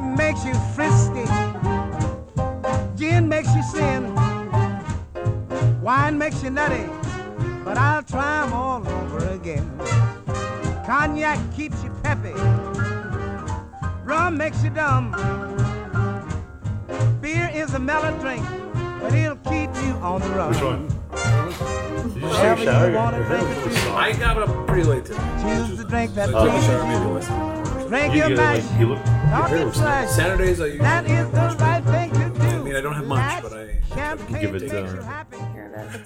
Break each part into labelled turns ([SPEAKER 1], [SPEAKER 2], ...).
[SPEAKER 1] makes you frisky. Gin makes you sin. Wine makes you nutty. But I'll try 'em all over again. Cognac keeps you peppy. Rum makes you dumb. Beer is a mellow drink, but it'll keep you on the run.
[SPEAKER 2] Which one?
[SPEAKER 1] Whatever you want to drink or choose,
[SPEAKER 3] I got up pretty late today.
[SPEAKER 1] choose the drink that
[SPEAKER 3] I'll be
[SPEAKER 1] pleases
[SPEAKER 3] sure
[SPEAKER 1] you.
[SPEAKER 3] maybe less than
[SPEAKER 1] Drink
[SPEAKER 2] Uh, You
[SPEAKER 1] your
[SPEAKER 2] get it, like,
[SPEAKER 1] mash,
[SPEAKER 2] you look.
[SPEAKER 1] dark and flash.
[SPEAKER 3] Saturdays I usually.
[SPEAKER 1] That is the right thing to do. I
[SPEAKER 3] mean, I don't have much, but I-
[SPEAKER 1] champagne
[SPEAKER 2] give it,
[SPEAKER 1] makes
[SPEAKER 2] uh,
[SPEAKER 1] you happy.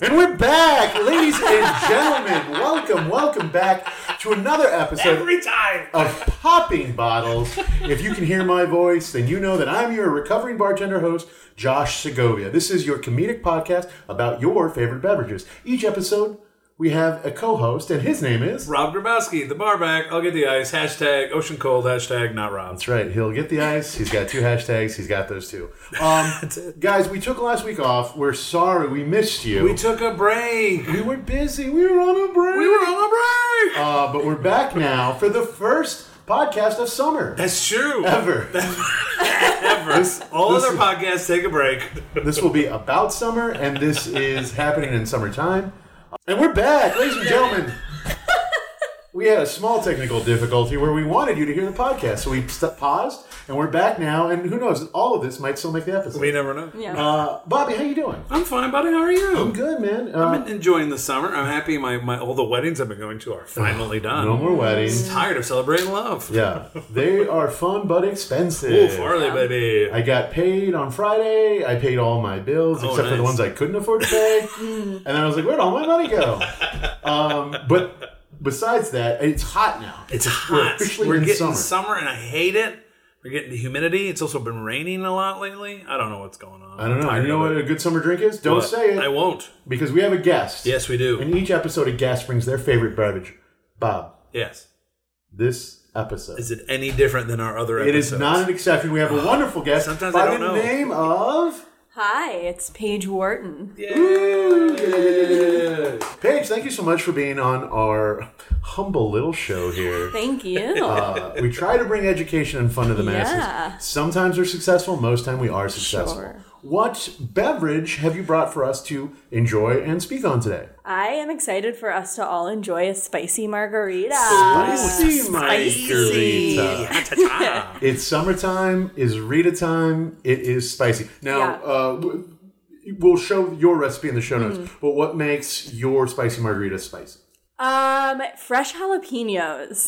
[SPEAKER 4] And we're back, ladies and gentlemen. Welcome, welcome back to another episode
[SPEAKER 3] Every time.
[SPEAKER 4] of Popping Bottles. If you can hear my voice, then you know that I'm your recovering bartender host, Josh Segovia. This is your comedic podcast about your favorite beverages. Each episode, we have a co host, and his name is.
[SPEAKER 3] Rob Grabowski, the bar back. I'll get the ice. Hashtag ocean cold. Hashtag not Rob.
[SPEAKER 4] That's right. He'll get the ice. He's got two hashtags. He's got those two. Um, guys, we took last week off. We're sorry. We missed you.
[SPEAKER 3] We took a break.
[SPEAKER 4] we were busy. We were on a break.
[SPEAKER 3] We were on a break.
[SPEAKER 4] Uh, but we're back now for the first podcast of summer
[SPEAKER 3] That's true.
[SPEAKER 4] ever.
[SPEAKER 3] Ever. All
[SPEAKER 4] this
[SPEAKER 3] other
[SPEAKER 4] is-
[SPEAKER 3] podcasts take a break.
[SPEAKER 4] this will be about summer, and this is happening in summertime. And we're back, ladies and gentlemen. We had a small technical difficulty where we wanted you to hear the podcast, so we st- paused, and we're back now. And who knows? All of this might still make the episode.
[SPEAKER 3] We never know.
[SPEAKER 4] uh, Bobby, how you doing?
[SPEAKER 3] I'm fine, buddy. How are you?
[SPEAKER 4] I'm good, man.
[SPEAKER 3] I've
[SPEAKER 4] Uh,
[SPEAKER 3] been enjoying the summer. I'm happy my, my all the weddings I've been going to are finally done.
[SPEAKER 4] no more weddings.
[SPEAKER 3] Tired of celebrating love.
[SPEAKER 4] Yeah, they are fun but
[SPEAKER 3] Ooh,
[SPEAKER 4] expensive.
[SPEAKER 3] Farley, baby.
[SPEAKER 4] I got paid on Friday. I paid all my bills
[SPEAKER 3] Oh,
[SPEAKER 4] except for the
[SPEAKER 3] nice. Mm.
[SPEAKER 4] ones I couldn't afford to pay. and then I was like, where'd all my money go? um, but besides that, it's hot now.
[SPEAKER 3] It's
[SPEAKER 4] We're
[SPEAKER 3] hot.
[SPEAKER 4] officially
[SPEAKER 3] We're
[SPEAKER 4] in
[SPEAKER 3] getting
[SPEAKER 4] summer.
[SPEAKER 3] summer. and I hate it. We're getting the humidity. It's also been raining a lot lately. I don't know what's going on.
[SPEAKER 4] I don't know.
[SPEAKER 3] I'm
[SPEAKER 4] You know
[SPEAKER 3] tired
[SPEAKER 4] what
[SPEAKER 3] of
[SPEAKER 4] a
[SPEAKER 3] it.
[SPEAKER 4] good summer drink is? Don't
[SPEAKER 3] But
[SPEAKER 4] say
[SPEAKER 3] I
[SPEAKER 4] it
[SPEAKER 3] won't.
[SPEAKER 4] because we have a guest.
[SPEAKER 3] Yes, we do.
[SPEAKER 4] And each episode, a guest brings their favorite beverage. Bob,
[SPEAKER 3] yes.
[SPEAKER 4] this episode.
[SPEAKER 3] Is it any different than our other
[SPEAKER 4] it
[SPEAKER 3] episodes?
[SPEAKER 4] is not an exception. We have a wonderful guest
[SPEAKER 3] Sometimes I
[SPEAKER 4] by
[SPEAKER 3] don't
[SPEAKER 4] the
[SPEAKER 3] know.
[SPEAKER 4] name of
[SPEAKER 5] Hi, it's Paige Wharton.
[SPEAKER 3] Yay.
[SPEAKER 4] Paige. Thank you so much for being on our humble little show here.
[SPEAKER 5] Thank you.
[SPEAKER 4] Uh, we try to bring education and fun to the
[SPEAKER 5] Yeah.
[SPEAKER 4] masses. Sometimes we're successful, most time we are successful.
[SPEAKER 5] Sure.
[SPEAKER 4] What beverage have you brought for us to enjoy and speak on today?
[SPEAKER 5] I am excited for us to all enjoy a spicy margarita.
[SPEAKER 4] Spicy margarita.
[SPEAKER 3] Ta-ta.
[SPEAKER 4] It's summertime, is Rita time, it is spicy. Now,
[SPEAKER 5] Yeah.
[SPEAKER 4] uh, w- we'll show your recipe in the show
[SPEAKER 5] Mm.
[SPEAKER 4] notes, but what makes your spicy margarita spicy?
[SPEAKER 5] Um, fresh jalapenos.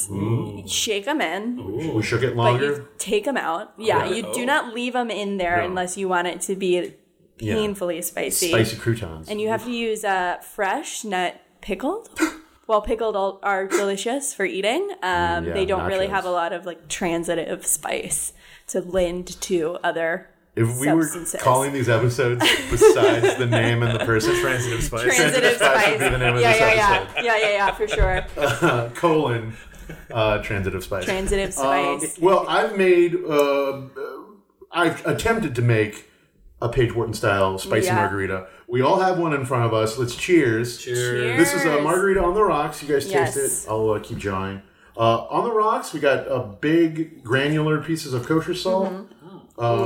[SPEAKER 5] Shake them in,
[SPEAKER 4] We shook it
[SPEAKER 5] but
[SPEAKER 4] longer.
[SPEAKER 5] you take them out. Yeah,
[SPEAKER 4] Yeah. Oh.
[SPEAKER 5] you do not leave them in there
[SPEAKER 4] No.
[SPEAKER 5] unless you want it to be
[SPEAKER 4] Yeah.
[SPEAKER 5] painfully spicy.
[SPEAKER 4] Spicy croutons.
[SPEAKER 5] And you have to use uh, fresh, not pickled. well, pickled al- are delicious for eating. Um,
[SPEAKER 4] Mm, yeah,
[SPEAKER 5] they don't really
[SPEAKER 4] nachos.
[SPEAKER 5] have a lot of like transitive spice to lend to other
[SPEAKER 4] if we
[SPEAKER 5] substances.
[SPEAKER 4] were calling these episodes besides the name and the person,
[SPEAKER 3] Transitive spice.
[SPEAKER 5] transitive
[SPEAKER 4] spice
[SPEAKER 5] spice.
[SPEAKER 4] would be the name of
[SPEAKER 5] yeah,
[SPEAKER 4] this
[SPEAKER 5] yeah, yeah,
[SPEAKER 4] episode.
[SPEAKER 5] yeah, yeah, yeah, for sure.
[SPEAKER 4] colon uh, transitive spice.
[SPEAKER 5] Transitive
[SPEAKER 4] Um,
[SPEAKER 5] spice.
[SPEAKER 4] well, I've made, uh, I've attempted to make a Paige Wharton style spicy
[SPEAKER 5] Yeah.
[SPEAKER 4] margarita. We all have one in front of us. Let's cheers.
[SPEAKER 3] Cheers.
[SPEAKER 4] This is uh, a margarita on the rocks. You guys taste
[SPEAKER 5] Yes.
[SPEAKER 4] it. I'll uh, keep jawing. Uh, on the rocks, we got uh, big granular pieces of kosher salt, um,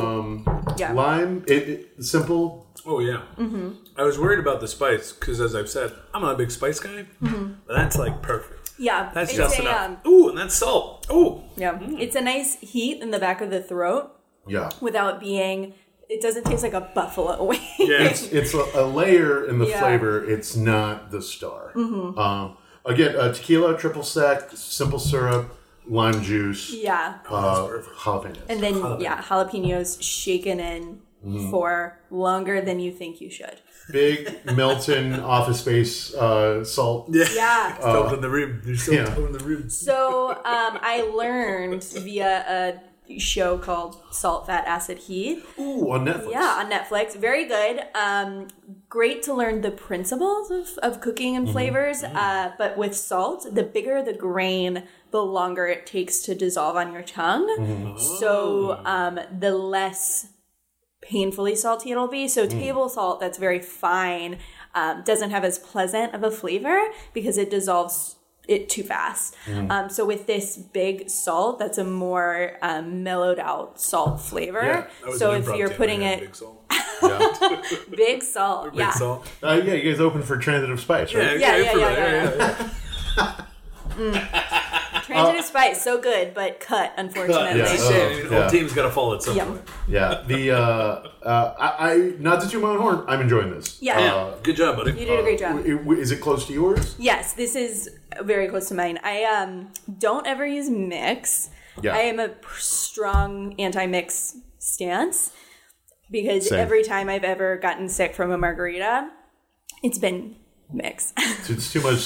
[SPEAKER 5] Mm-hmm. Yeah.
[SPEAKER 4] lime. It, it, simple.
[SPEAKER 3] Oh yeah. Mm-hmm. I was worried about the spice because, as I've said, I'm not a big spice guy. But that's like perfect.
[SPEAKER 5] yeah,
[SPEAKER 3] That's
[SPEAKER 5] Mm-hmm. it's
[SPEAKER 3] just
[SPEAKER 5] a,
[SPEAKER 3] enough.
[SPEAKER 5] um,
[SPEAKER 3] Ooh, and that's salt. Ooh.
[SPEAKER 5] yeah, it's a nice heat in the back of the throat
[SPEAKER 4] Yeah.
[SPEAKER 5] without being. It doesn't taste like a buffalo wing.
[SPEAKER 3] Yeah.
[SPEAKER 4] it's a, a layer in the
[SPEAKER 5] Yeah. Mm-hmm.
[SPEAKER 4] flavor. It's not the star. Um, again, uh, tequila, triple sec, simple syrup, lime juice,
[SPEAKER 5] yeah,
[SPEAKER 4] uh, jalapenos. Mm-hmm.
[SPEAKER 5] and then yeah, jalapenos shaken in for longer than you think you should.
[SPEAKER 4] Big Milton Office Space uh, salt.
[SPEAKER 5] Yeah.
[SPEAKER 3] Felt in the room. There's still
[SPEAKER 4] Uh, yeah.
[SPEAKER 3] in the room.
[SPEAKER 5] So um, I learned via a show called Salt, Fat, Acid, Heat.
[SPEAKER 4] Ooh, on Netflix.
[SPEAKER 5] Yeah, on Netflix. Very good. Um, great to learn the principles of, of cooking
[SPEAKER 4] Mm-hmm.
[SPEAKER 5] and flavors. Uh, but with salt, the bigger the grain, the longer it takes to dissolve on your tongue.
[SPEAKER 4] Mm-hmm. Oh.
[SPEAKER 5] So um, the less painfully salty it'll be.
[SPEAKER 4] Mm.
[SPEAKER 5] So table salt that's very fine um, doesn't have as pleasant of a flavor because it dissolves it too fast.
[SPEAKER 4] Mm.
[SPEAKER 5] Um, so with this big salt, that's a more um, mellowed out salt flavor.
[SPEAKER 4] Yeah,
[SPEAKER 3] That was
[SPEAKER 5] so
[SPEAKER 3] an
[SPEAKER 5] if
[SPEAKER 3] improv
[SPEAKER 5] you're
[SPEAKER 3] jam I
[SPEAKER 5] putting
[SPEAKER 3] had,
[SPEAKER 5] it
[SPEAKER 3] Big Salt.
[SPEAKER 4] Yeah.
[SPEAKER 5] big, salt,
[SPEAKER 3] Big
[SPEAKER 5] yeah,
[SPEAKER 3] Salt.
[SPEAKER 4] Uh, yeah, you guys open for Transitive Spice,
[SPEAKER 3] Yeah,
[SPEAKER 4] right?
[SPEAKER 5] Yeah, yeah,
[SPEAKER 3] for
[SPEAKER 5] yeah,
[SPEAKER 3] that,
[SPEAKER 5] yeah,
[SPEAKER 3] yeah, yeah. Uh,
[SPEAKER 5] transitive spice, so good, but cut unfortunately.
[SPEAKER 3] It's a
[SPEAKER 4] Yeah. Oh,
[SPEAKER 3] shame. I mean,
[SPEAKER 4] Yeah.
[SPEAKER 3] All teams got to fall at some
[SPEAKER 5] Yeah.
[SPEAKER 3] point.
[SPEAKER 4] Yeah. The uh, uh, I, I not to toot my own horn, I'm enjoying this.
[SPEAKER 5] Yeah.
[SPEAKER 4] Uh,
[SPEAKER 3] Yeah, good job, buddy.
[SPEAKER 5] You did a great job.
[SPEAKER 3] Oh.
[SPEAKER 4] w- w- is it close to yours?
[SPEAKER 5] Yes, this is very close to mine. I um, don't ever use mix.
[SPEAKER 4] Yeah.
[SPEAKER 5] I am a p- strong anti-mix stance because
[SPEAKER 4] Same.
[SPEAKER 5] every time I've ever gotten sick from a margarita, it's been mix.
[SPEAKER 4] It's too much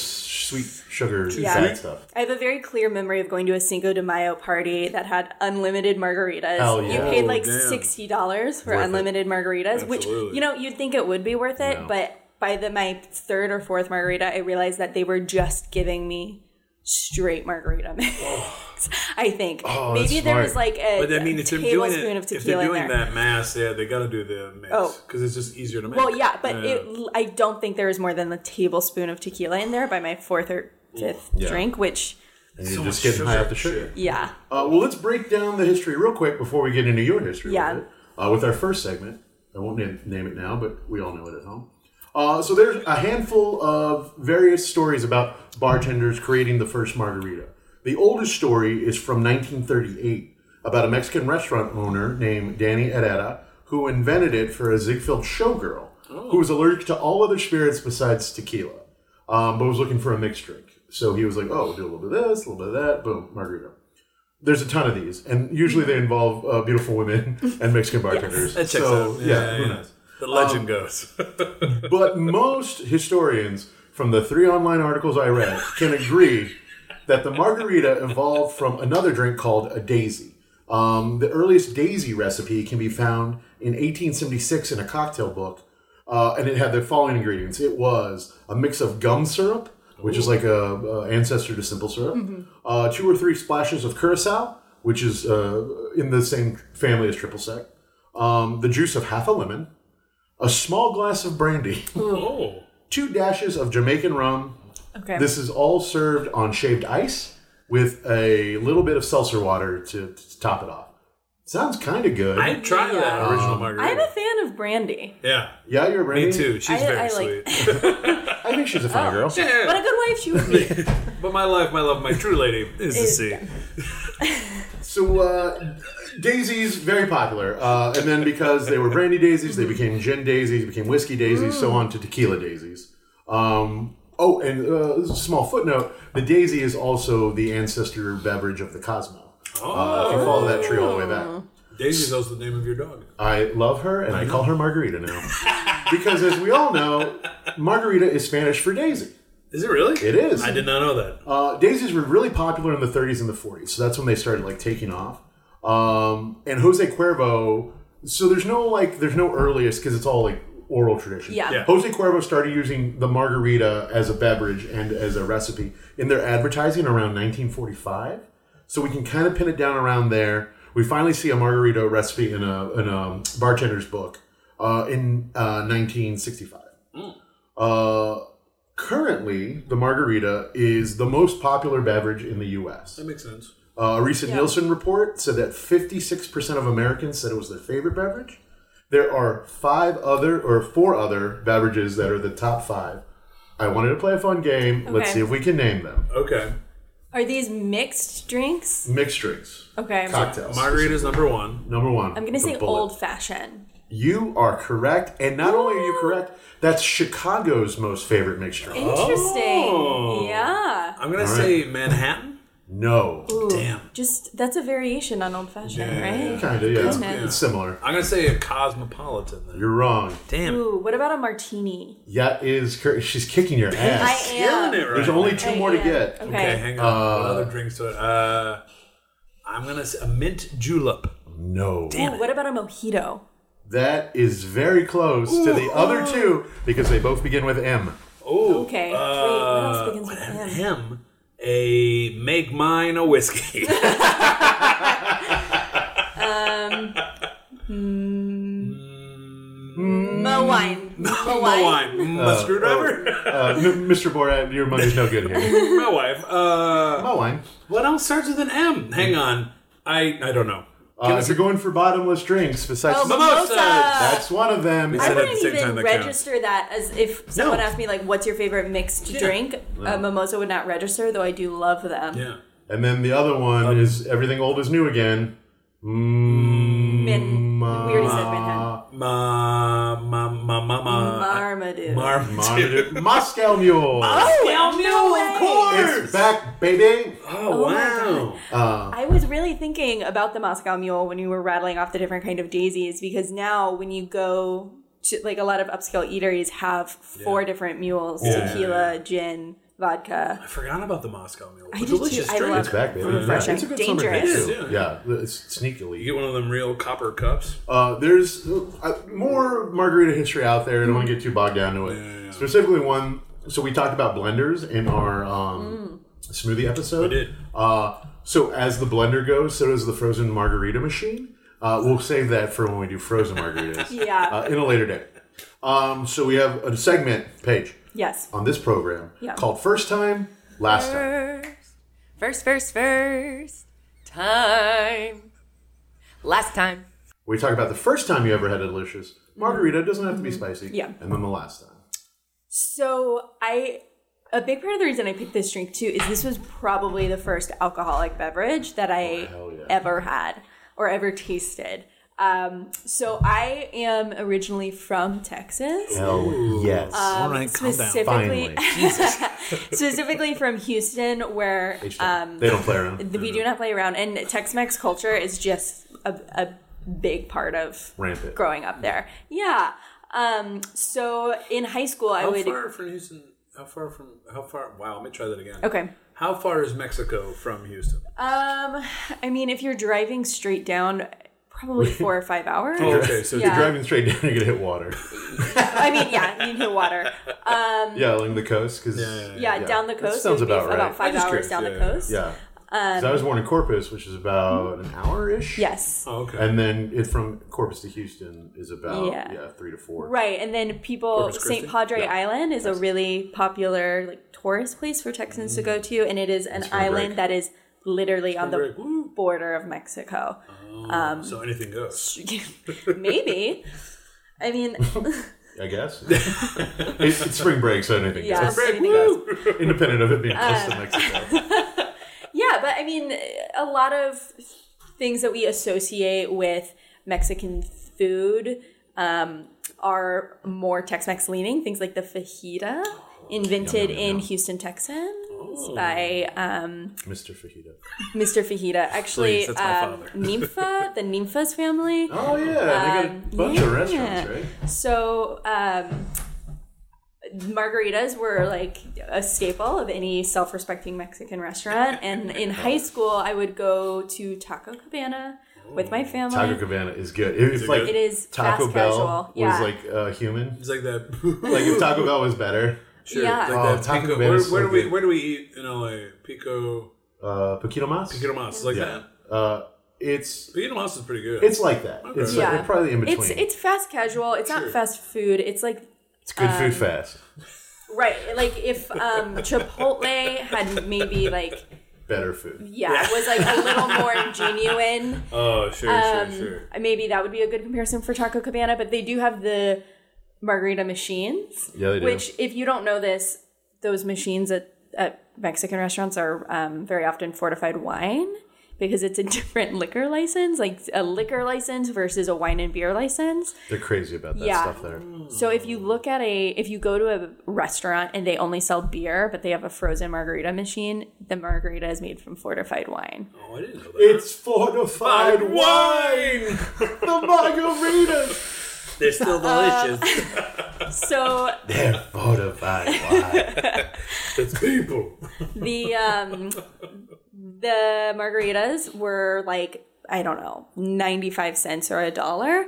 [SPEAKER 4] sweet sugar
[SPEAKER 5] Yeah.
[SPEAKER 4] bad stuff.
[SPEAKER 5] I have a very clear memory of going to a Cinco de Mayo party that had unlimited margaritas.
[SPEAKER 4] Hell
[SPEAKER 5] You
[SPEAKER 4] yeah.
[SPEAKER 5] paid
[SPEAKER 3] Oh,
[SPEAKER 5] like
[SPEAKER 3] damn.
[SPEAKER 5] sixty dollars for
[SPEAKER 4] Worth it.
[SPEAKER 5] unlimited margaritas, which
[SPEAKER 3] Absolutely.
[SPEAKER 5] you know you'd think it would be worth it,
[SPEAKER 4] No.
[SPEAKER 5] but by the my third or fourth margarita, I realized that they were just giving me straight margarita mix. I think
[SPEAKER 4] Oh, that's
[SPEAKER 5] maybe there was
[SPEAKER 4] smart.
[SPEAKER 5] like a
[SPEAKER 3] But I mean, if they're doing it,
[SPEAKER 5] tablespoon of
[SPEAKER 3] if they're
[SPEAKER 5] tequila in
[SPEAKER 3] doing
[SPEAKER 5] there.
[SPEAKER 3] that mass, yeah, they got to do the mix
[SPEAKER 5] Oh.
[SPEAKER 3] because it's just easier to make.
[SPEAKER 5] Well, yeah, but It, I don't think there was more than a tablespoon of tequila in there by my fourth or fifth
[SPEAKER 4] Yeah.
[SPEAKER 5] drink, which
[SPEAKER 4] And you're
[SPEAKER 3] So
[SPEAKER 4] just
[SPEAKER 3] much
[SPEAKER 4] getting high
[SPEAKER 3] sugar.
[SPEAKER 4] off the sugar.
[SPEAKER 5] yeah,
[SPEAKER 4] Uh, well, let's break down the history real quick before we get into your history. real
[SPEAKER 5] Yeah.
[SPEAKER 4] quick, Uh, with our first segment, I won't name, name it now, but we all know it at home. Uh, so there's a handful of various stories about bartenders creating the first margarita. The oldest story is from 1938 about a Mexican restaurant owner named Danny Herrera who invented it for a Ziegfeld showgirl who was allergic to all other spirits besides tequila, um, but was looking for a mixed drink. So he was like, "Oh, we'll do a little bit of this, a little bit of that, boom, margarita." there's a ton of these, and usually they involve uh, beautiful women and Mexican bartenders.
[SPEAKER 3] that checks
[SPEAKER 4] so
[SPEAKER 3] out.
[SPEAKER 4] yeah, who knows?
[SPEAKER 3] The legend
[SPEAKER 5] Um,
[SPEAKER 3] goes.
[SPEAKER 4] But most historians, from the three online articles I read, can agree that the margarita evolved from another drink called a daisy. Um, the earliest daisy recipe can be found in 1876 in a cocktail book, uh, and it had the following ingredients. It was a mix of gum syrup, which is like a, a ancestor to simple syrup, uh, two or three splashes of curacao, which is uh, in the same family as triple sec, um, the juice of half a lemon, a small glass of brandy,
[SPEAKER 3] oh,
[SPEAKER 4] two dashes of Jamaican rum.
[SPEAKER 5] okay,
[SPEAKER 4] This is all served on shaved ice with a little bit of seltzer water to, to top it off. Sounds kind of good.
[SPEAKER 3] I tried that
[SPEAKER 5] Yeah.
[SPEAKER 3] original margarita.
[SPEAKER 5] I'm a fan of brandy.
[SPEAKER 3] yeah,
[SPEAKER 4] yeah, you're a
[SPEAKER 3] me
[SPEAKER 4] brandy.
[SPEAKER 3] too. She's
[SPEAKER 5] I-
[SPEAKER 3] very
[SPEAKER 5] I like-
[SPEAKER 3] sweet.
[SPEAKER 4] I think she's a fine girl.
[SPEAKER 3] Yeah.
[SPEAKER 5] What a good wife she would be.
[SPEAKER 3] But my life, my love, my true lady is the sea.
[SPEAKER 4] So uh, daisies very popular, uh, and then because they were brandy daisies, they became gin daisies, became whiskey daisies, so on to tequila daisies. Um, oh, and uh, this is a small footnote: the daisy is also the ancestor beverage of the Cosmo. Uh, if you follow that tree all the way back.
[SPEAKER 3] Daisy's also the name of your dog.
[SPEAKER 4] I love her and I call her Margarita now. because as we all know, Margarita is Spanish for daisy.
[SPEAKER 3] Is it really?
[SPEAKER 4] It is.
[SPEAKER 3] I did not know that.
[SPEAKER 4] Uh, daisies were really popular in the 30s and the 40s, so that's when they started like taking off. Um, and Jose Cuervo, so there's no like there's no earliest because it's all like oral tradition.
[SPEAKER 5] Yeah. Yeah.
[SPEAKER 4] Jose Cuervo started using the margarita as a beverage and as a recipe in their advertising around 1945. So we can kind of pin it down around there. We finally see a margarita recipe in a in a bartender's book uh, in uh, 1965. Uh, currently, the margarita is the most popular beverage in the U.S.
[SPEAKER 3] That makes sense.
[SPEAKER 4] Uh, a recent
[SPEAKER 5] Yeah.
[SPEAKER 4] Nielsen report said that 56% of Americans said it was their favorite beverage. There are five other or four other beverages that are the top five. I wanted to play a fun game. Let's
[SPEAKER 5] Okay.
[SPEAKER 4] see if we can name them.
[SPEAKER 3] Okay,
[SPEAKER 5] Are these mixed drinks?
[SPEAKER 4] Mixed drinks,
[SPEAKER 5] Okay.
[SPEAKER 4] cocktails.
[SPEAKER 3] margarita's number one.
[SPEAKER 4] Number one.
[SPEAKER 5] I'm gonna
[SPEAKER 4] the
[SPEAKER 5] say
[SPEAKER 4] bullet.
[SPEAKER 5] old fashioned.
[SPEAKER 4] You are correct, and not only are you correct, that's Chicago's most favorite mixed drink.
[SPEAKER 5] Interesting.
[SPEAKER 3] Oh.
[SPEAKER 5] Yeah.
[SPEAKER 3] I'm gonna
[SPEAKER 4] All right.
[SPEAKER 3] say Manhattan.
[SPEAKER 4] No,
[SPEAKER 5] Ooh,
[SPEAKER 3] Damn.
[SPEAKER 5] Just that's a variation on old fashioned, right?
[SPEAKER 4] kind of. Yeah, it's,
[SPEAKER 5] Goodness.
[SPEAKER 4] it's similar.
[SPEAKER 3] I'm gonna say a cosmopolitan. Then.
[SPEAKER 4] You're wrong.
[SPEAKER 3] Damn.
[SPEAKER 5] Ooh, what about a martini?
[SPEAKER 4] That is cor- she's kicking your
[SPEAKER 5] I
[SPEAKER 4] ass.
[SPEAKER 5] am.
[SPEAKER 3] Killing it right
[SPEAKER 4] There's only
[SPEAKER 3] now.
[SPEAKER 4] two more to
[SPEAKER 5] I am.
[SPEAKER 4] get.
[SPEAKER 5] Okay.
[SPEAKER 3] Okay, hang on. what other drinks? do I- Uh, I'm gonna say a mint julep.
[SPEAKER 4] No.
[SPEAKER 5] Ooh, what about a mojito?
[SPEAKER 4] That is very close to the other two because they both begin with M.
[SPEAKER 3] Oh,
[SPEAKER 5] Okay. Wait, what else
[SPEAKER 3] Uh,
[SPEAKER 5] begins with M?
[SPEAKER 3] him? A make mine a whiskey.
[SPEAKER 5] Mo wine. My
[SPEAKER 3] My
[SPEAKER 5] wife.
[SPEAKER 3] wife. My screwdriver.
[SPEAKER 4] Uh, m- Mr. Borat, your money's no good here. Oh,
[SPEAKER 3] my wife. Uh,
[SPEAKER 4] My wine.
[SPEAKER 3] what else starts with an M? Hang on. I I don't know.
[SPEAKER 4] Mm. Uh, if you're going for bottomless drinks, besides
[SPEAKER 5] Oh,
[SPEAKER 3] Mimosas.
[SPEAKER 5] mimosa.
[SPEAKER 4] that's one of them.
[SPEAKER 5] I
[SPEAKER 3] said at the
[SPEAKER 5] wouldn't
[SPEAKER 3] same time
[SPEAKER 5] even
[SPEAKER 3] that counts.
[SPEAKER 5] register that as if someone asked me like, "What's your favorite mixed drink?" A mimosa would not register, though I do love them.
[SPEAKER 3] Yeah.
[SPEAKER 4] And then the other one is everything old is new again.
[SPEAKER 5] Min- Mm, we already said Manhattan.
[SPEAKER 3] Uh, Ma ma ma ma ma.
[SPEAKER 5] Marmaduke.
[SPEAKER 3] uh, Mar-
[SPEAKER 4] Monitor- Mm, Moscow Mule.
[SPEAKER 3] Oh,
[SPEAKER 5] no
[SPEAKER 3] of
[SPEAKER 5] way.
[SPEAKER 3] course.
[SPEAKER 4] It's back, baby.
[SPEAKER 3] Oh, wow.
[SPEAKER 5] I was really thinking about the Moscow Mule when you were rattling off the different kind of daisies because now when you go to like a lot of upscale eateries have four different mules:
[SPEAKER 3] Yeah.
[SPEAKER 5] tequila, gin, vodka.
[SPEAKER 3] I forgot about the Moscow Mule.
[SPEAKER 5] I
[SPEAKER 3] It's
[SPEAKER 5] did
[SPEAKER 3] delicious
[SPEAKER 5] too. I
[SPEAKER 3] drink.
[SPEAKER 5] love
[SPEAKER 4] It's back, baby.
[SPEAKER 5] Refreshing.
[SPEAKER 4] It's a good
[SPEAKER 5] Dangerous.
[SPEAKER 4] summer drink, too. Yeah, it's sneakily.
[SPEAKER 3] You get one of them real copper cups.
[SPEAKER 5] Oh,
[SPEAKER 4] Uh, there's uh, more margarita history out there. I don't want to get too bogged down to it. Specifically, one. So we talked about blenders in our um, smoothie episode.
[SPEAKER 3] We did.
[SPEAKER 4] Uh, so as the blender goes, so does the frozen margarita machine. Uh, we'll save that for when we do frozen margaritas.
[SPEAKER 5] Yeah.
[SPEAKER 4] Uh, in a later day. Um, so we have a segment page
[SPEAKER 5] Yes.
[SPEAKER 4] on this program
[SPEAKER 5] Yeah.
[SPEAKER 4] called First Time, Last Time.
[SPEAKER 2] First, first, first, first time. Last time.
[SPEAKER 4] We talk about the first time you ever had a delicious margarita. It doesn't have to be spicy.
[SPEAKER 5] Mm-hmm. Yeah.
[SPEAKER 4] And then the last time.
[SPEAKER 5] So I a big part of the reason I picked this drink too is this was probably the first alcoholic beverage that I
[SPEAKER 4] Oh, hell yeah.
[SPEAKER 5] ever had or ever tasted. Um, so I am originally from Texas, Um,
[SPEAKER 4] Hell yes.
[SPEAKER 5] Uh,
[SPEAKER 3] All right, calm down.
[SPEAKER 4] Finally.
[SPEAKER 5] specifically specifically from Houston, where
[SPEAKER 4] H Mm-hmm.
[SPEAKER 5] uh,
[SPEAKER 4] time. they don't play around.
[SPEAKER 5] we do not play around, and Tex-Mex culture is just a, a big part of
[SPEAKER 4] Rampant.
[SPEAKER 5] growing up there. Yeah. Um, so in high school, I
[SPEAKER 3] How
[SPEAKER 5] would
[SPEAKER 3] far from Houston? How far from? How far? Wow, let me try that again.
[SPEAKER 5] okay.
[SPEAKER 3] How far is Mexico from Houston?
[SPEAKER 5] Um, I mean, if you're driving straight down, probably four or five hours.
[SPEAKER 4] Oh.
[SPEAKER 3] okay, so
[SPEAKER 5] Oh, Yeah.
[SPEAKER 4] You're driving straight down, you're going to hit water.
[SPEAKER 5] I mean, yeah, you need water.
[SPEAKER 4] yeah, along the coast. Cause,
[SPEAKER 5] Yeah, down the
[SPEAKER 4] That
[SPEAKER 5] coast.
[SPEAKER 4] sounds
[SPEAKER 5] it would be
[SPEAKER 4] about right.
[SPEAKER 5] About five Um,
[SPEAKER 3] just
[SPEAKER 5] hours
[SPEAKER 3] curious,
[SPEAKER 5] down the
[SPEAKER 3] yeah, yeah,
[SPEAKER 5] coast.
[SPEAKER 4] Yeah. 'Cause I was born in Corpus, which is about
[SPEAKER 5] Mm-hmm.
[SPEAKER 4] an hour ish.
[SPEAKER 5] Yes.
[SPEAKER 3] Oh, okay.
[SPEAKER 4] And then it from Corpus to Houston is about
[SPEAKER 5] Yeah.
[SPEAKER 4] yeah, three to four.
[SPEAKER 5] Right, and then people
[SPEAKER 3] Corpus Christi?
[SPEAKER 5] St. Padre Island is a really popular like tourist place for Texans to
[SPEAKER 3] Mm.
[SPEAKER 5] go to, and it is an
[SPEAKER 4] spring
[SPEAKER 5] island
[SPEAKER 4] break.
[SPEAKER 5] that is literally on the
[SPEAKER 3] break, woo.
[SPEAKER 5] border of Mexico. um,
[SPEAKER 3] so anything goes.
[SPEAKER 5] Maybe. I mean,
[SPEAKER 4] I guess. it, it's spring break, so anything.
[SPEAKER 5] yeah. Uh,
[SPEAKER 4] goes.
[SPEAKER 5] anything goes.
[SPEAKER 4] Independent of it being close to Mexico.
[SPEAKER 5] Yeah, but I mean, a lot of things that we associate with Mexican food um, are more Tex Mex leaning. Things like the fajita,
[SPEAKER 3] Oh,
[SPEAKER 5] invented
[SPEAKER 4] yum,
[SPEAKER 5] in
[SPEAKER 4] yum.
[SPEAKER 5] Houston, Texans, by um,
[SPEAKER 4] Mr. Fajita.
[SPEAKER 5] Mr. Fajita. Actually,
[SPEAKER 3] Please, that's my
[SPEAKER 5] um,
[SPEAKER 3] father.
[SPEAKER 5] Nympha, the Nympha's family.
[SPEAKER 4] Oh, yeah. They
[SPEAKER 5] Um,
[SPEAKER 4] got a bunch of
[SPEAKER 5] yeah.
[SPEAKER 4] restaurants, right?
[SPEAKER 5] So, um, margaritas were like a staple of any self respecting Mexican restaurant. And in high school, I would go to Taco Cabana with my family.
[SPEAKER 4] Taco Cabana is good. It, it's
[SPEAKER 3] it
[SPEAKER 4] like
[SPEAKER 3] good?
[SPEAKER 5] It is
[SPEAKER 4] Taco
[SPEAKER 5] fast
[SPEAKER 4] Bell
[SPEAKER 5] casual. Yeah.
[SPEAKER 4] was like uh, human.
[SPEAKER 3] It's like that.
[SPEAKER 4] Like if Taco Bell was better,
[SPEAKER 3] sure,
[SPEAKER 5] Yeah.
[SPEAKER 3] Like
[SPEAKER 4] Oh,
[SPEAKER 3] that
[SPEAKER 4] Taco
[SPEAKER 3] pico.
[SPEAKER 4] Bell
[SPEAKER 3] Where,
[SPEAKER 4] is
[SPEAKER 3] where
[SPEAKER 4] so
[SPEAKER 3] do we
[SPEAKER 4] good.
[SPEAKER 3] where do we eat in LA? Pico
[SPEAKER 4] uh, Paquito Mas.
[SPEAKER 3] Pico Mas like that.
[SPEAKER 4] Uh, it's
[SPEAKER 3] Pico Mas is pretty good.
[SPEAKER 4] it's like that. It's
[SPEAKER 5] Yeah.
[SPEAKER 4] like, probably in between.
[SPEAKER 5] it's it's fast casual. It's not fast food. It's like
[SPEAKER 4] It's good
[SPEAKER 5] um,
[SPEAKER 4] food fast.
[SPEAKER 5] right, like if um, Chipotle had maybe like
[SPEAKER 4] Better food.
[SPEAKER 5] yeah, it was like a little more genuine.
[SPEAKER 4] Uh.
[SPEAKER 3] oh sure
[SPEAKER 5] Um,
[SPEAKER 3] sure sure.
[SPEAKER 5] Maybe that would be a good comparison for Taco Cabana, but they do have the margarita machines.
[SPEAKER 4] Yeah, they do.
[SPEAKER 5] Which, if you don't know this, those machines at, at Mexican restaurants are um, very often fortified wine because it's a different liquor license, like a liquor license versus a wine and beer license.
[SPEAKER 4] They're crazy about that
[SPEAKER 5] Yeah.
[SPEAKER 4] stuff there.
[SPEAKER 3] Mm.
[SPEAKER 5] So if you look at a, if you go to a restaurant and they only sell beer, but they have a frozen margarita machine, the margarita is made from fortified wine.
[SPEAKER 3] Oh, I didn't know that.
[SPEAKER 4] It's fortified
[SPEAKER 3] wine.
[SPEAKER 4] The margaritas.
[SPEAKER 3] They're still
[SPEAKER 5] Uh,
[SPEAKER 3] delicious.
[SPEAKER 5] So
[SPEAKER 4] They're fortified wine.
[SPEAKER 3] it's people.
[SPEAKER 5] the um the margaritas were like I don't know, 95 cents or a dollar.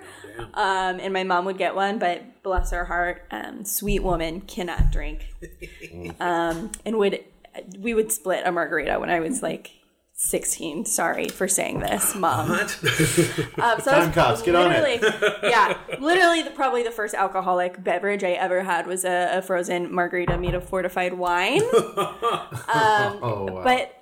[SPEAKER 5] Um, and my mom would get one, but bless her heart, um, sweet woman cannot drink. um, and would we would split a margarita when I was like 16. Sorry for saying this, mom. Um, so
[SPEAKER 4] Time cops, get on it.
[SPEAKER 5] it. yeah, literally, the, probably the first alcoholic beverage I ever had was a, a frozen margarita made of fortified wine.
[SPEAKER 4] Oh, wow.
[SPEAKER 5] But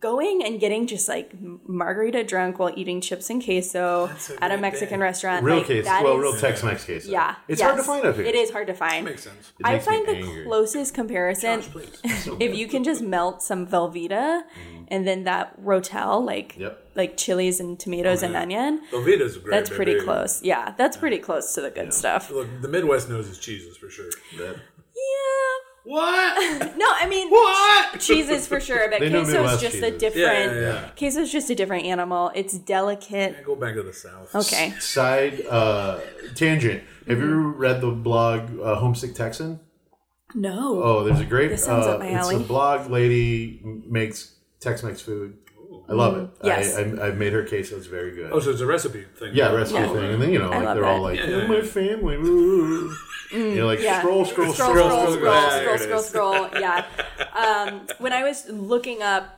[SPEAKER 5] going and getting just like margarita drunk while eating chips and queso
[SPEAKER 3] a
[SPEAKER 5] at a
[SPEAKER 3] great
[SPEAKER 5] Mexican
[SPEAKER 3] day.
[SPEAKER 5] restaurant,
[SPEAKER 4] real
[SPEAKER 5] like,
[SPEAKER 4] case.
[SPEAKER 5] that
[SPEAKER 4] Well,
[SPEAKER 5] is-
[SPEAKER 4] real Tex-Mex case. though.
[SPEAKER 5] yeah,
[SPEAKER 4] it's hard to
[SPEAKER 5] yes.
[SPEAKER 4] find up here.
[SPEAKER 5] It is hard to find.
[SPEAKER 3] Makes sense.
[SPEAKER 4] It
[SPEAKER 5] I
[SPEAKER 4] makes me
[SPEAKER 5] find the
[SPEAKER 4] angry.
[SPEAKER 5] closest comparison if you can just melt some Velveeta and then that Rotel, like
[SPEAKER 4] Mm. Yep.
[SPEAKER 5] like chilies and tomatoes and onion.
[SPEAKER 3] Velveeta's a great.
[SPEAKER 5] That's pretty
[SPEAKER 3] baby.
[SPEAKER 5] close. Yeah, that's pretty close to the good stuff.
[SPEAKER 3] Look, the Midwest knows its cheeses for sure.
[SPEAKER 4] That-
[SPEAKER 5] Yeah.
[SPEAKER 3] What?
[SPEAKER 5] No, I mean
[SPEAKER 3] What?
[SPEAKER 5] cheese is for sure, but
[SPEAKER 4] They know
[SPEAKER 5] queso is
[SPEAKER 4] Midwest
[SPEAKER 5] just a
[SPEAKER 4] cheeses.
[SPEAKER 5] different
[SPEAKER 3] Yeah, yeah, yeah.
[SPEAKER 5] queso is just a different animal. It's delicate.
[SPEAKER 3] Go back to the South.
[SPEAKER 5] Okay.
[SPEAKER 4] Side uh, tangent. Have you
[SPEAKER 5] Mm-hmm.
[SPEAKER 4] read the blog uh, Homesick Texan?
[SPEAKER 5] No.
[SPEAKER 4] Oh, there's a great.
[SPEAKER 5] This sounds
[SPEAKER 4] uh,
[SPEAKER 5] up my
[SPEAKER 4] it's
[SPEAKER 5] alley.
[SPEAKER 4] a blog lady m- makes Tex-Mex food. I love it.
[SPEAKER 5] Mm-hmm. Yes.
[SPEAKER 4] I, I, I've made her queso. It's very good.
[SPEAKER 3] Oh, so it's a recipe thing.
[SPEAKER 4] yeah, recipe
[SPEAKER 5] Yeah.
[SPEAKER 4] thing, and then you know,
[SPEAKER 5] I
[SPEAKER 4] like
[SPEAKER 5] love
[SPEAKER 4] they're all
[SPEAKER 5] that.
[SPEAKER 4] like, "Oh, my family. Ooh. You're like
[SPEAKER 5] Yeah.
[SPEAKER 4] scroll, scroll,
[SPEAKER 5] scroll,
[SPEAKER 4] scroll,
[SPEAKER 5] scroll,
[SPEAKER 3] scroll, scroll,
[SPEAKER 5] scroll,
[SPEAKER 3] there
[SPEAKER 5] scroll, scroll,
[SPEAKER 3] it
[SPEAKER 5] scroll,
[SPEAKER 3] is.
[SPEAKER 5] Yeah. Um, when I was looking up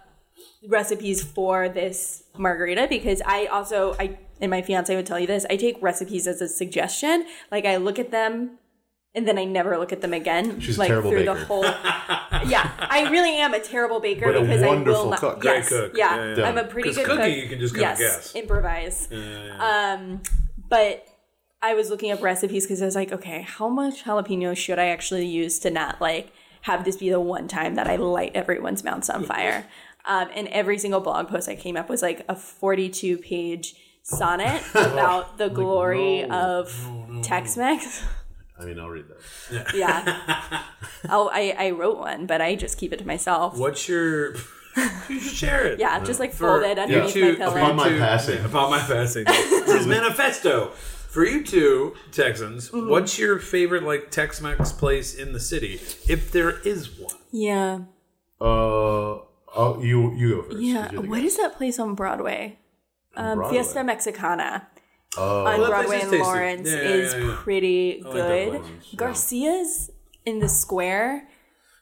[SPEAKER 5] recipes for this margarita, because I also I and my fiance would tell you this, I take recipes as a suggestion. Like I look at them. And then I never look at them again.
[SPEAKER 4] She's a
[SPEAKER 5] like
[SPEAKER 4] terrible
[SPEAKER 5] through the
[SPEAKER 4] baker.
[SPEAKER 5] whole Yeah. I really am a terrible baker
[SPEAKER 4] But a
[SPEAKER 5] because I
[SPEAKER 4] wonderful
[SPEAKER 5] will not
[SPEAKER 4] cook.
[SPEAKER 3] Great
[SPEAKER 5] yes,
[SPEAKER 3] cook.
[SPEAKER 5] Yeah.
[SPEAKER 3] Yeah, yeah.
[SPEAKER 5] I'm a pretty
[SPEAKER 3] 'Cause
[SPEAKER 5] good
[SPEAKER 3] cooking,
[SPEAKER 5] cook.
[SPEAKER 3] you can just kinda
[SPEAKER 5] yes,
[SPEAKER 3] guess.
[SPEAKER 5] Improvise. Um but I was looking up recipes because I was like, okay, how much jalapeno should I actually use to not like have this be the one time that I light everyone's mouths on fire? Um, and every single blog post I came up was like a 42 page sonnet about the glory of Tex Mex.
[SPEAKER 4] I mean, I'll read that.
[SPEAKER 5] yeah. Oh, I, I wrote one, but I just keep it to myself.
[SPEAKER 3] What's your? you should share it.
[SPEAKER 5] Yeah, just like
[SPEAKER 3] For
[SPEAKER 5] folded
[SPEAKER 3] you
[SPEAKER 5] underneath
[SPEAKER 3] two,
[SPEAKER 5] my pillow.
[SPEAKER 4] Upon my passing.
[SPEAKER 3] Yeah, upon my passing. this is manifesto for you two Texans.
[SPEAKER 5] Mm-hmm.
[SPEAKER 3] What's your favorite like Tex-Mex place in the city, if there is one?
[SPEAKER 5] yeah.
[SPEAKER 4] Uh, oh, you you go first. 'cause
[SPEAKER 5] Yeah.
[SPEAKER 4] you're the
[SPEAKER 5] What
[SPEAKER 4] guy.
[SPEAKER 5] is that place on Broadway? Um,
[SPEAKER 4] Broadway?
[SPEAKER 5] Fiesta Mexicana.
[SPEAKER 4] Oh,
[SPEAKER 5] on
[SPEAKER 3] that
[SPEAKER 5] Broadway
[SPEAKER 3] place
[SPEAKER 5] and
[SPEAKER 3] is tasty.
[SPEAKER 5] Lawrence
[SPEAKER 3] Yeah, yeah,
[SPEAKER 5] is
[SPEAKER 3] yeah, yeah.
[SPEAKER 5] pretty
[SPEAKER 3] like that
[SPEAKER 5] good.
[SPEAKER 3] Lawrence,
[SPEAKER 4] yeah.
[SPEAKER 5] Garcia's in the square,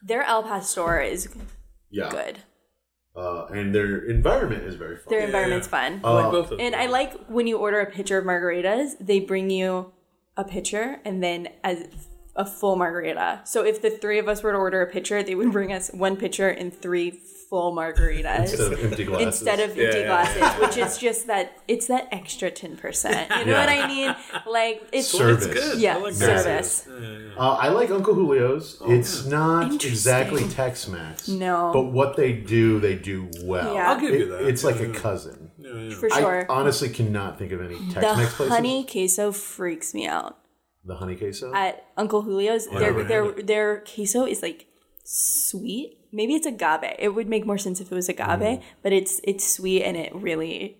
[SPEAKER 5] their El Pastor is
[SPEAKER 4] yeah.
[SPEAKER 5] good.
[SPEAKER 4] Uh, and their environment is very fun.
[SPEAKER 5] Their environment's fun.
[SPEAKER 4] Uh,
[SPEAKER 3] I like both of them.
[SPEAKER 5] and I like when you order a pitcher of margaritas, they bring you a pitcher and then as a full margarita. So if the three of us were to order a pitcher, they would bring us one pitcher and three full margaritas.
[SPEAKER 4] instead of empty glasses.
[SPEAKER 5] instead of empty
[SPEAKER 3] yeah,
[SPEAKER 5] glasses, which is just that it's that extra ten percent. You know
[SPEAKER 4] Yeah.
[SPEAKER 5] what I mean? Like it's
[SPEAKER 4] Service.
[SPEAKER 3] It's good.
[SPEAKER 5] Yeah,
[SPEAKER 3] I like
[SPEAKER 5] service.
[SPEAKER 3] Texas.
[SPEAKER 4] Uh, I like Uncle Julio's.
[SPEAKER 3] Oh,
[SPEAKER 4] it's not exactly Tex-Mex.
[SPEAKER 5] No.
[SPEAKER 4] But what they do, they do well.
[SPEAKER 5] Yeah. I'll
[SPEAKER 3] give
[SPEAKER 4] It-
[SPEAKER 3] you that.
[SPEAKER 4] It's like a cousin.
[SPEAKER 5] for sure.
[SPEAKER 4] I honestly cannot think of any
[SPEAKER 5] the
[SPEAKER 4] Tex-Mex places.
[SPEAKER 5] honey queso freaks me out
[SPEAKER 4] the honey queso.
[SPEAKER 5] at Uncle Julio's.
[SPEAKER 3] never
[SPEAKER 5] Their
[SPEAKER 3] had
[SPEAKER 5] their their queso is like sweet. Maybe it's agave. It would make more sense if it was
[SPEAKER 3] Mm.
[SPEAKER 5] agave, but it's it's sweet and it really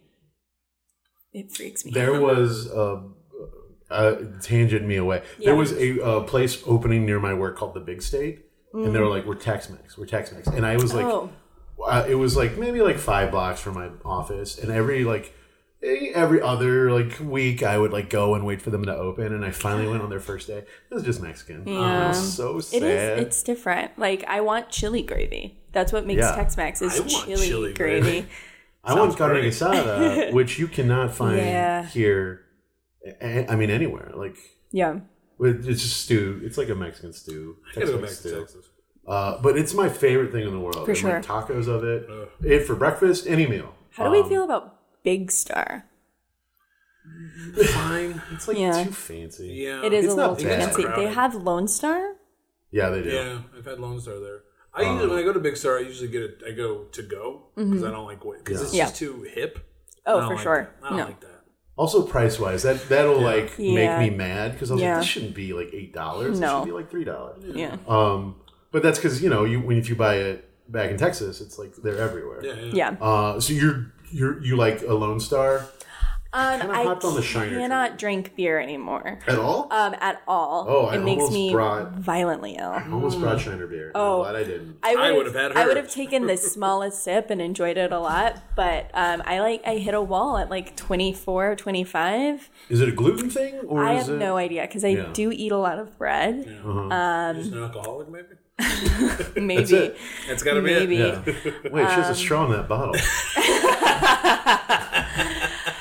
[SPEAKER 5] it freaks me. out.
[SPEAKER 4] there was a, uh tangent me away. There was a, uh place opening near my work called the Big State, and they were like, "We're Tex-Mex. We're Tex-Mex," and I was like.
[SPEAKER 5] Mm. oh,
[SPEAKER 4] uh, it was like maybe like five blocks from my office and every like eh, every other like week i would like go and wait for them to open and i finally went on their first day it was just mexican yeah. it was so sad
[SPEAKER 5] it is. It's different. Like I want chili gravy. That's what makes
[SPEAKER 4] Yeah.
[SPEAKER 5] Tex-Mex is
[SPEAKER 3] I want
[SPEAKER 5] chili,
[SPEAKER 3] chili
[SPEAKER 5] gravy.
[SPEAKER 3] gravy.
[SPEAKER 4] i want
[SPEAKER 3] sounds
[SPEAKER 4] carne
[SPEAKER 3] great.
[SPEAKER 4] asada which you cannot find
[SPEAKER 5] Yeah.
[SPEAKER 4] here a- a- i mean anywhere like
[SPEAKER 5] Yeah.
[SPEAKER 4] with- it's just stew it's like a mexican stew
[SPEAKER 3] I gotta go back
[SPEAKER 4] Tex-Mex
[SPEAKER 3] to Texas.
[SPEAKER 4] Uh, but it's my favorite thing in the world
[SPEAKER 5] For
[SPEAKER 4] And, like,
[SPEAKER 5] sure.
[SPEAKER 4] tacos of it it for breakfast any meal Um,
[SPEAKER 5] How do we feel about Big Star?
[SPEAKER 3] Fine.
[SPEAKER 4] it's like
[SPEAKER 5] Yeah.
[SPEAKER 4] too fancy
[SPEAKER 3] Yeah.
[SPEAKER 5] It is
[SPEAKER 4] it's
[SPEAKER 5] a
[SPEAKER 4] not
[SPEAKER 5] little too
[SPEAKER 4] bad.
[SPEAKER 5] fancy. They
[SPEAKER 3] Crowded.
[SPEAKER 5] have Lone Star.
[SPEAKER 4] yeah they do
[SPEAKER 3] Yeah, I've had Lone Star there. I usually when I go to Big Star, I usually get it. I go to go because I don't like wait because it's
[SPEAKER 5] Mm-hmm. Yeah.
[SPEAKER 3] just too hip. I
[SPEAKER 5] Oh,
[SPEAKER 3] don't
[SPEAKER 5] for
[SPEAKER 3] like
[SPEAKER 5] sure.
[SPEAKER 3] that. I don't
[SPEAKER 5] no.
[SPEAKER 3] like that.
[SPEAKER 4] Also, price wise, that that'll like
[SPEAKER 5] Yeah.
[SPEAKER 4] make me mad because I was
[SPEAKER 5] Yeah.
[SPEAKER 4] like, this shouldn't be like eight dollars.
[SPEAKER 5] No.
[SPEAKER 4] It should be like three dollars.
[SPEAKER 5] Yeah.
[SPEAKER 4] Um, but that's because you know you when if you buy it back in Texas, it's like they're everywhere.
[SPEAKER 3] Yeah, yeah.
[SPEAKER 5] Yeah.
[SPEAKER 4] Uh, so you're you're you like a Lone Star
[SPEAKER 5] Um,
[SPEAKER 4] kinda
[SPEAKER 5] I
[SPEAKER 4] hopped on the Shiner train.
[SPEAKER 5] cannot drink beer anymore.
[SPEAKER 4] at all?
[SPEAKER 5] Um, at all.
[SPEAKER 4] Oh, I
[SPEAKER 5] it makes
[SPEAKER 4] almost
[SPEAKER 5] me
[SPEAKER 4] brought-
[SPEAKER 5] violently ill.
[SPEAKER 4] I Almost brought Shiner beer.
[SPEAKER 5] Oh.
[SPEAKER 4] I'm glad I didn't.
[SPEAKER 5] I
[SPEAKER 3] would've had
[SPEAKER 5] I
[SPEAKER 3] her.
[SPEAKER 5] would have taken the smallest sip and enjoyed it a lot, but um, I like I hit a wall at like 24, 25.
[SPEAKER 4] Is it a gluten thing or
[SPEAKER 5] I
[SPEAKER 4] is
[SPEAKER 5] have
[SPEAKER 4] it?
[SPEAKER 5] no idea because I
[SPEAKER 4] Yeah.
[SPEAKER 5] do eat a lot of bread.
[SPEAKER 3] Just an alcoholic, maybe.
[SPEAKER 5] Maybe.
[SPEAKER 4] That's it.
[SPEAKER 3] That's got to be
[SPEAKER 5] Maybe.
[SPEAKER 3] it.
[SPEAKER 4] Yeah. Wait, she
[SPEAKER 5] Um,
[SPEAKER 4] has a straw in that bottle.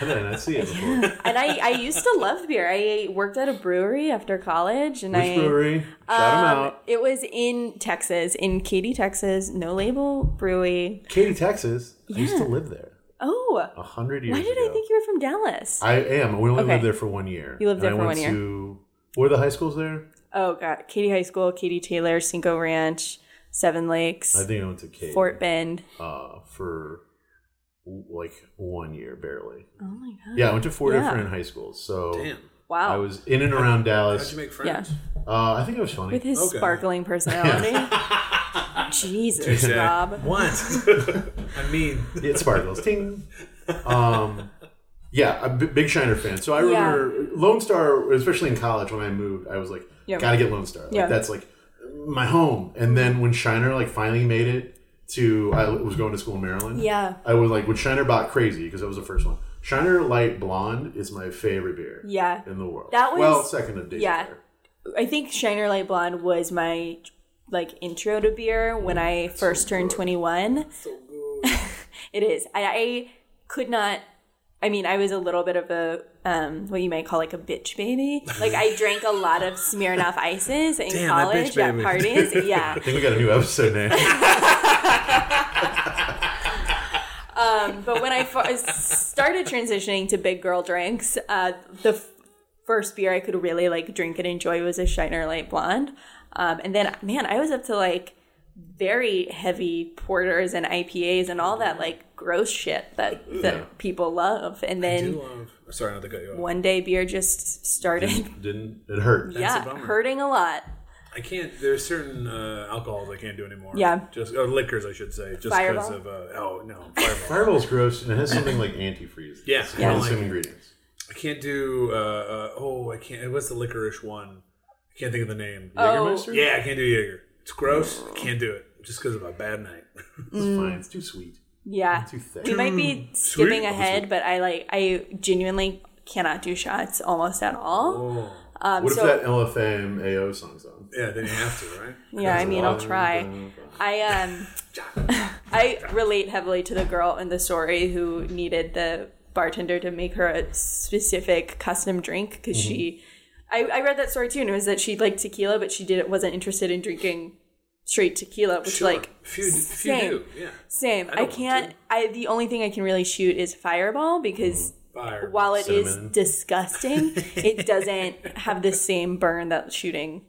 [SPEAKER 4] I did not see it before. Which
[SPEAKER 5] And I, I used to love beer. I worked at a brewery after college, and I
[SPEAKER 4] brewery? Shout
[SPEAKER 5] Um,
[SPEAKER 4] them out.
[SPEAKER 5] it was in Texas, in Katy, Texas, no label brewery.
[SPEAKER 4] Katy, Texas. I used to live there
[SPEAKER 5] Oh,
[SPEAKER 4] a hundred years
[SPEAKER 5] why did
[SPEAKER 4] ago.
[SPEAKER 5] I think you were from Dallas?
[SPEAKER 4] I am. We only
[SPEAKER 5] Okay.
[SPEAKER 4] lived there for one year.
[SPEAKER 5] You lived
[SPEAKER 4] And
[SPEAKER 5] there
[SPEAKER 4] I
[SPEAKER 5] for
[SPEAKER 4] went
[SPEAKER 5] one year.
[SPEAKER 4] To, were the high schools there?
[SPEAKER 5] oh God, Katy High School, Katy Taylor, Cinco Ranch, Seven Lakes,
[SPEAKER 4] I think I went to Katy
[SPEAKER 5] Fort Bend.
[SPEAKER 4] uh, for like one year, barely.
[SPEAKER 5] Oh my God!
[SPEAKER 4] Yeah, I went to four
[SPEAKER 5] Yeah.
[SPEAKER 4] different high schools. So
[SPEAKER 3] Damn.
[SPEAKER 5] Wow.
[SPEAKER 4] I was in and around
[SPEAKER 3] How'd
[SPEAKER 4] Dallas.
[SPEAKER 3] you make friends?
[SPEAKER 4] uh, I think it was funny.
[SPEAKER 5] With his
[SPEAKER 3] Okay.
[SPEAKER 5] sparkling personality. Jesus,
[SPEAKER 3] Exact-
[SPEAKER 5] Rob.
[SPEAKER 3] What? I mean,
[SPEAKER 4] it sparkles. Ting. Um, yeah, a b- big Shiner fan. So I
[SPEAKER 5] Yeah.
[SPEAKER 4] remember Lone Star, especially in college when I moved, I was like,
[SPEAKER 5] Yeah.
[SPEAKER 4] gotta get Lone Star. Like,
[SPEAKER 5] Yeah.
[SPEAKER 4] That's like my home. And then when Shiner like finally made it to, I was going to school in Maryland.
[SPEAKER 5] Yeah.
[SPEAKER 4] I was like, when Shiner bought Crazy, because that was the first one. Shiner Light Blonde is my favorite beer.
[SPEAKER 5] Yeah.
[SPEAKER 4] In the world.
[SPEAKER 5] That was-
[SPEAKER 4] well, second of Daisy
[SPEAKER 5] yeah.
[SPEAKER 4] Beer.
[SPEAKER 5] I think Shiner Light Blonde was my like intro to beer when I first turned 21. it is. I, I could not. I mean, I was a little bit of a um, what you might call like a bitch baby. Like I drank a lot of Smirnoff ices in
[SPEAKER 3] Damn, that
[SPEAKER 5] college
[SPEAKER 3] bitch
[SPEAKER 5] at
[SPEAKER 3] baby.
[SPEAKER 5] parties. Yeah.
[SPEAKER 4] I think we got a new episode name.
[SPEAKER 5] but when I fir- started transitioning to big girl drinks, uh, the f- first beer I could really like drink and enjoy was a Shiner Light Blonde, um, and then man, I was up to like very heavy porters and IPAs and all that like gross shit that that people love, and
[SPEAKER 3] you
[SPEAKER 5] then.
[SPEAKER 3] love. Sorry, not to cut you off.
[SPEAKER 5] One day, beer just started,
[SPEAKER 4] Didn't it hurt?
[SPEAKER 5] yeah,
[SPEAKER 3] bummer.
[SPEAKER 5] hurting a lot.
[SPEAKER 3] I can't. There's certain uh, alcohols I can't do anymore.
[SPEAKER 5] Yeah.
[SPEAKER 3] Just or liquors, I should say, just because
[SPEAKER 5] Fireball?
[SPEAKER 3] of. Uh, oh no, fireball.
[SPEAKER 4] Fireball's gross and it has something like antifreeze.
[SPEAKER 3] Yeah.
[SPEAKER 4] It's
[SPEAKER 3] Yeah.
[SPEAKER 4] One of the same ingredients.
[SPEAKER 3] I can't do. Uh, uh, oh, I can't. What's the licorice one? I can't think of the name.
[SPEAKER 5] Oh,
[SPEAKER 4] Jägermeister?
[SPEAKER 3] Yeah, I can't do Jaeger. It's gross. I can't do it just because of a bad night.
[SPEAKER 4] It's fine. It's too sweet.
[SPEAKER 5] Mm. Yeah,
[SPEAKER 4] Too thick.
[SPEAKER 5] we might be skipping
[SPEAKER 3] sweet.
[SPEAKER 5] ahead, but I like I genuinely cannot do shots almost at all.
[SPEAKER 3] oh,
[SPEAKER 5] Um,
[SPEAKER 4] what if
[SPEAKER 5] so-
[SPEAKER 4] that LFMAO song's on?
[SPEAKER 3] yeah. Then you have to, right?
[SPEAKER 5] Yeah, I mean, I'll
[SPEAKER 4] Long
[SPEAKER 5] try.
[SPEAKER 4] time.
[SPEAKER 5] I um, I relate heavily to the girl in the story who needed the bartender to make her a specific custom drink because
[SPEAKER 4] Mm-hmm.
[SPEAKER 5] she. I, I read that story too, and it was that she liked tequila, but she didn't wasn't interested in drinking straight tequila, which
[SPEAKER 3] Sure.
[SPEAKER 5] like
[SPEAKER 3] few, few
[SPEAKER 5] same.
[SPEAKER 3] do. Yeah.
[SPEAKER 5] same.
[SPEAKER 3] I
[SPEAKER 5] I,
[SPEAKER 3] don't
[SPEAKER 5] can't.
[SPEAKER 3] do.
[SPEAKER 5] I the only thing I can really shoot is Fireball because
[SPEAKER 3] Fire.
[SPEAKER 5] while it
[SPEAKER 4] Mm.
[SPEAKER 5] is
[SPEAKER 4] Cinnamon.
[SPEAKER 5] disgusting, it doesn't have the same burn that shooting